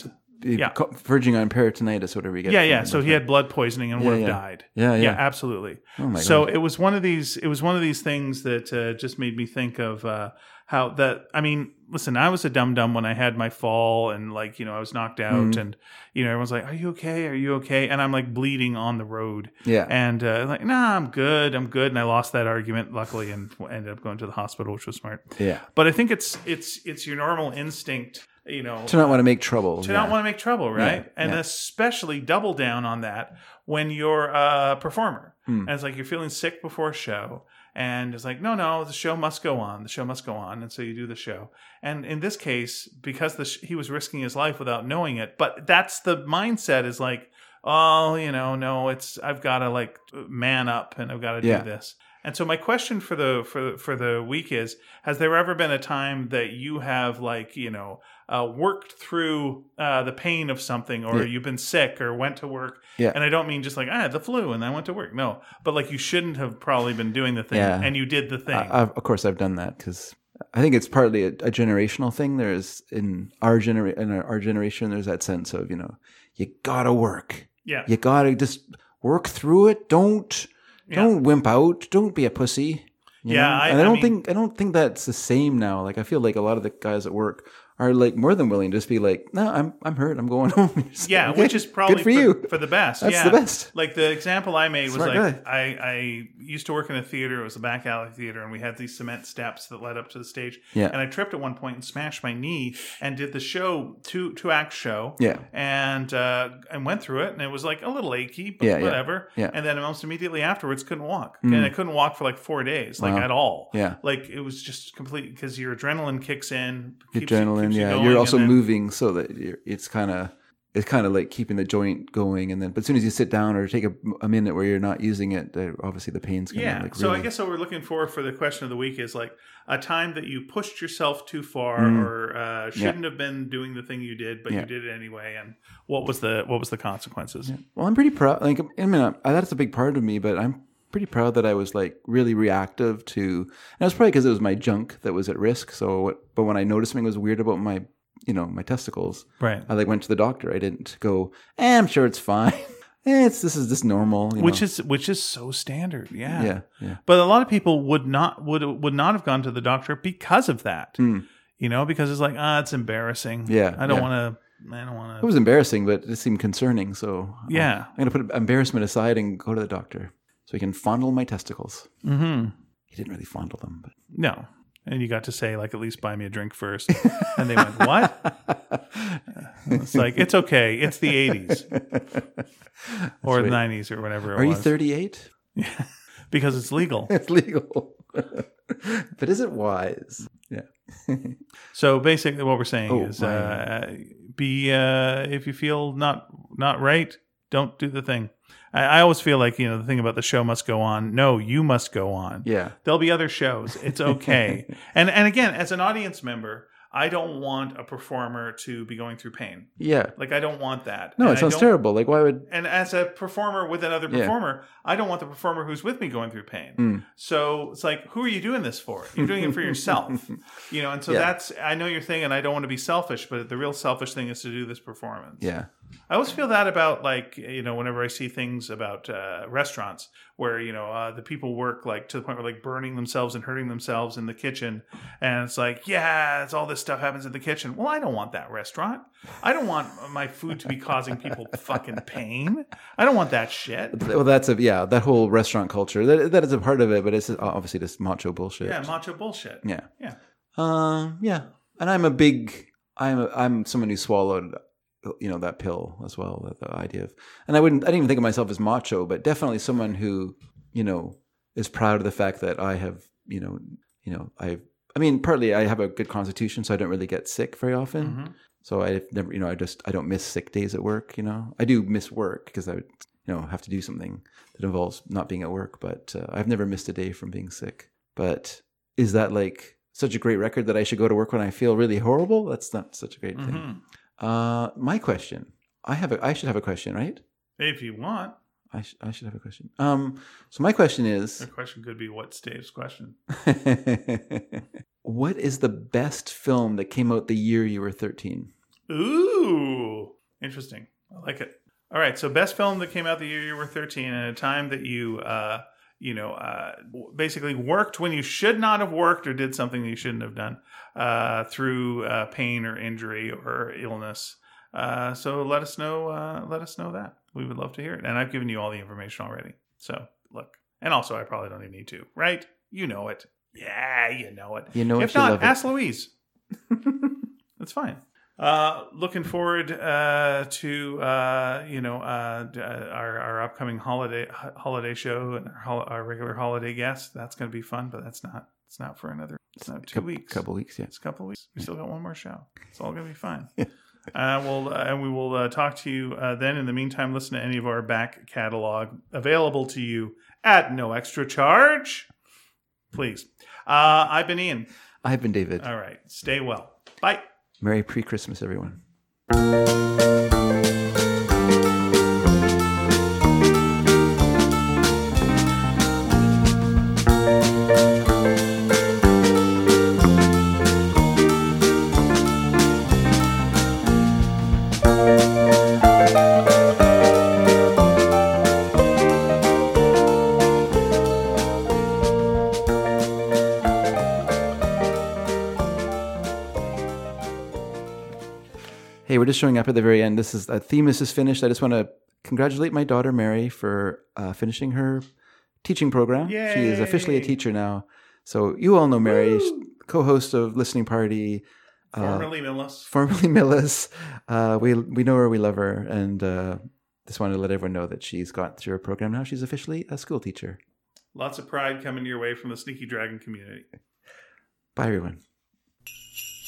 B: he- he
A: Yeah.
B: co- verging on peritonitis, whatever you get.
A: yeah,
B: from
A: yeah.
B: it,
A: So
B: that's
A: he had blood poisoning and would
B: yeah.
A: have died.
B: Yeah, yeah.
A: absolutely.
B: Oh my
A: so
B: God.
A: it was one of these. It was one of these things that uh, just made me think of uh, how that. I mean, listen, I was a dum dum when I had my fall and like you know I was knocked out
B: Mm.
A: and you know everyone's like, "Are you okay? Are you okay?" And I'm like bleeding on the road.
B: Yeah.
A: And uh, like, nah, I'm good. I'm good. And I lost that argument luckily and ended up going to the hospital, which was smart.
B: yeah.
A: But I think it's it's it's your normal instinct, you know,
B: To not want to make trouble.
A: to
B: yeah.
A: not want to make trouble, right?
B: Yeah,
A: and
B: yeah.
A: especially double down on that when you're a performer.
B: Hmm.
A: And it's like you're feeling sick before a show, and it's like, no, no, the show must go on. The show must go on, and so you do the show. And in this case, because the sh- he was risking his life without knowing it, but that's the mindset is like, oh, you know, no, it's I've got to like man up, and I've got to
B: Yeah.
A: do this. And so my question for the for for the week is: Has there ever been a time that you have like you know uh, worked through uh, the pain of something, or
B: Yeah.
A: you've been sick, or went to work?
B: Yeah.
A: And I don't mean just like I had the flu and I went to work. No, but like you shouldn't have probably been doing the thing,
B: Yeah.
A: and you did the thing.
B: I, I've, of course, I've done that because I think it's partly a, a generational thing. There's in our genera- in our, our generation, there's that sense of you know you gotta work,
A: yeah.
B: you gotta just work through it. Don't
A: Yeah.
B: don't wimp out. Don't be a pussy. you
A: Yeah,
B: know?
A: I-
B: and I
A: I
B: don't
A: mean-
B: think I don't think that's the same now. Like I feel like a lot of the guys at work are like more than willing to just be like, no, I'm I'm hurt. I'm going [LAUGHS] home. Just
A: Yeah,
B: like, okay,
A: which is probably
B: good for you.
A: for the best.
B: That's
A: yeah.
B: the best.
A: Like the example I made
B: Smart
A: was like I, I used to work in a theater. It was a back alley theater, and we had these cement steps that led up to the stage.
B: Yeah.
A: And I tripped at one point and smashed my knee, and did the show two two act show.
B: Yeah.
A: And uh, and went through it, and it was like a little achy, but
B: Yeah, yeah,
A: whatever.
B: yeah.
A: And then almost immediately afterwards, couldn't walk,
B: Mm.
A: and I couldn't walk for like four days, like
B: Wow.
A: at all.
B: Yeah.
A: Like it was just complete because your adrenaline kicks in. keeps you-
B: adrenaline.
A: keeps you
B: yeah,
A: going,
B: you're
A: and
B: also
A: then-
B: moving so that you're, it's kind of it's kind of like keeping the joint going, and then but as soon as you sit down or take a, a minute where you're not using it, uh, obviously the pain's gonna
A: Yeah.
B: like
A: so
B: really,
A: I guess what we're looking for for the question of the week is like a time that you pushed yourself too far
B: Mm.
A: or uh, shouldn't have been doing the thing you did, but
B: Yeah.
A: you did it anyway, and what was the what was the consequences?
B: Well, I'm pretty proud. Like, I mean, I, that's a big part of me, but I'm pretty proud that I was like really reactive to. And it was probably because it was my junk that was at risk. So, what, but when I noticed something was weird about my, you know, my testicles,
A: Right.
B: I like went to the doctor. I didn't go. Eh, I'm sure it's fine. [LAUGHS] eh, it's this is just normal. you
A: Which
B: know.
A: is which is so standard. Yeah.
B: yeah, yeah,
A: But a lot of people would not would would not have gone to the doctor because of that.
B: Mm.
A: You know, because it's like ah, it's embarrassing.
B: Yeah,
A: I don't
B: yeah.
A: want to. I don't want
B: It
A: to.
B: was embarrassing, but it seemed concerning. So, uh,
A: Yeah.
B: I'm gonna put embarrassment aside and go to the doctor so he can fondle my testicles.
A: Mm-hmm.
B: He didn't really fondle them, but. [LAUGHS]
A: No. And you got to say like at least buy me a drink first, and they went what?
B: [LAUGHS]
A: It's like it's okay. It's the eighties or the nineties or whatever. It
B: Are you
A: was.
B: 38?
A: Because it's legal.
B: [LAUGHS] It's legal. but is it wise? Yeah.
A: so basically, what we're saying
B: Oh,
A: is, uh, be uh, if you feel not not right, don't do the thing. I, I always feel like you know the thing about the show must go on. No, you must go on.
B: Yeah.
A: There'll be other shows. It's
B: [LAUGHS]
A: okay. and and again, as an audience member, I don't want a performer to be going through pain.
B: Yeah.
A: Like I don't want that.
B: No,
A: And
B: it
A: I
B: sounds
A: don't-
B: terrible. Like, why would.
A: and as a performer with another
B: Yeah.
A: performer, I don't want the performer who's with me going through pain.
B: Mm.
A: So it's like, who are you doing this for? You're doing it for
B: [LAUGHS]
A: yourself, you know. And so
B: Yeah.
A: that's I know your thing, and I don't want to be selfish, but the real selfish thing is to do this performance.
B: Yeah.
A: I always feel that about like you know whenever I see things about uh, restaurants where you know uh, the people work like to the point where like burning themselves and hurting themselves in the kitchen, and it's like yeah, it's all this stuff happens in the kitchen. Well, I don't want that restaurant. I don't want my food to be causing people fucking pain. I don't want that shit.
B: Well, that's a. Yeah. That whole restaurant culture. That, that is a part of it, but it's obviously just macho bullshit.
A: Yeah, macho bullshit.
B: Yeah.
A: Yeah.
B: Um, yeah. And I'm a big. I'm a, I'm someone who swallowed, you know, that pill as well. The, the idea of, and I wouldn't. I didn't even think of myself as macho, but definitely someone who, you know, is proud of the fact that I have, you know, you know, I. I mean, partly I have a good constitution, so I don't really get sick very often.
A: Mhm.
B: So I never, you know, I just I don't miss sick days at work. You know, I do miss work because I, would, you know, have to do something that involves not being at work. But uh, I've never missed a day from being sick. But is that like such a great record that I should go to work when I feel really horrible? That's not such a great
A: Mhm.
B: thing. Uh, my question. I have a. I should have a question, right?
A: If you want,
B: I, sh- I should have a question. Um. So my question is,
A: the question could be what's Dave's question?
B: [LAUGHS] what is the best film that came out the year you were thirteen?
A: Ooh, interesting. I like it. All right, so best film that came out the year you were 13 and a time that you uh, you know, uh, w- basically worked when you should not have worked or did something that you shouldn't have done uh, through uh, pain or injury or illness. Uh, so let us know uh, let us know that. We would love to hear it. And I've given you all the information already. So, look. And also I probably don't even need to, right? You know it. Yeah, you know it
B: You know,
A: if
B: you
A: not,
B: love it.
A: ask Louise. [LAUGHS] That's fine. Uh, looking forward uh, to uh, you know uh, d- uh, our our upcoming holiday ho- holiday show and our, hol- our regular holiday guest. That's going to be fun, but that's not it's not for another it's not two
B: Coup-
A: weeks.
B: Couple weeks, yeah.
A: It's a couple weeks. We still got one more show. It's all going to be
B: [LAUGHS]
A: fine. Uh, we'll, uh, and we will uh, talk to you uh, then. In the meantime, listen to any of our back catalog available to you at no extra charge. Please. Uh, I've been Ian.
B: I've been David.
A: All right. Stay well. Bye.
B: Merry pre Christmas, everyone. Hey, we're just showing up at the very end. This is a themis is finished. I just want to congratulate my daughter Mary for uh, finishing her teaching program. She is officially a
A: Yay.
B: teacher now. So you all know Mary, she's
A: Woo!
B: co-host of Listening Party, uh,
A: Formerly Millis.
B: formerly [LAUGHS] Millis. Uh, we we know her, we love her, and uh, just wanted to let everyone know that she's got through her program now. She's officially a school teacher.
A: Lots of pride coming your way from the Sneaky Dragon community.
B: Bye, everyone.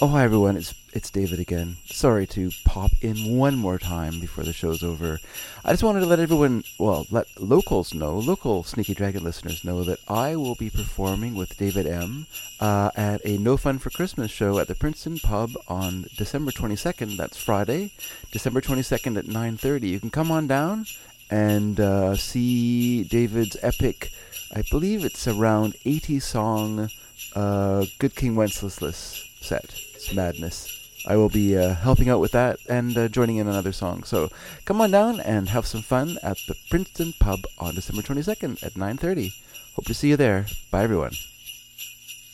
B: Oh, hi, everyone. It's it's David again. Sorry to pop in one more time before the show's over. I just wanted to let everyone, well, let locals know, local Sneaky Dragon listeners know that I will be performing with David M. Uh, at a No Fun for Christmas show at the Princeton Pub on December 22nd. That's Friday, December 22nd at 9:30. You can come on down and uh, see David's epic. I believe it's around 80 song uh, Good King Wenceslas set. It's madness. I will be uh, helping out with that and uh, joining in on other songs. So come on down and have some fun at the Princeton Pub on December 22nd at 9:30. Hope to see you there. Bye, everyone.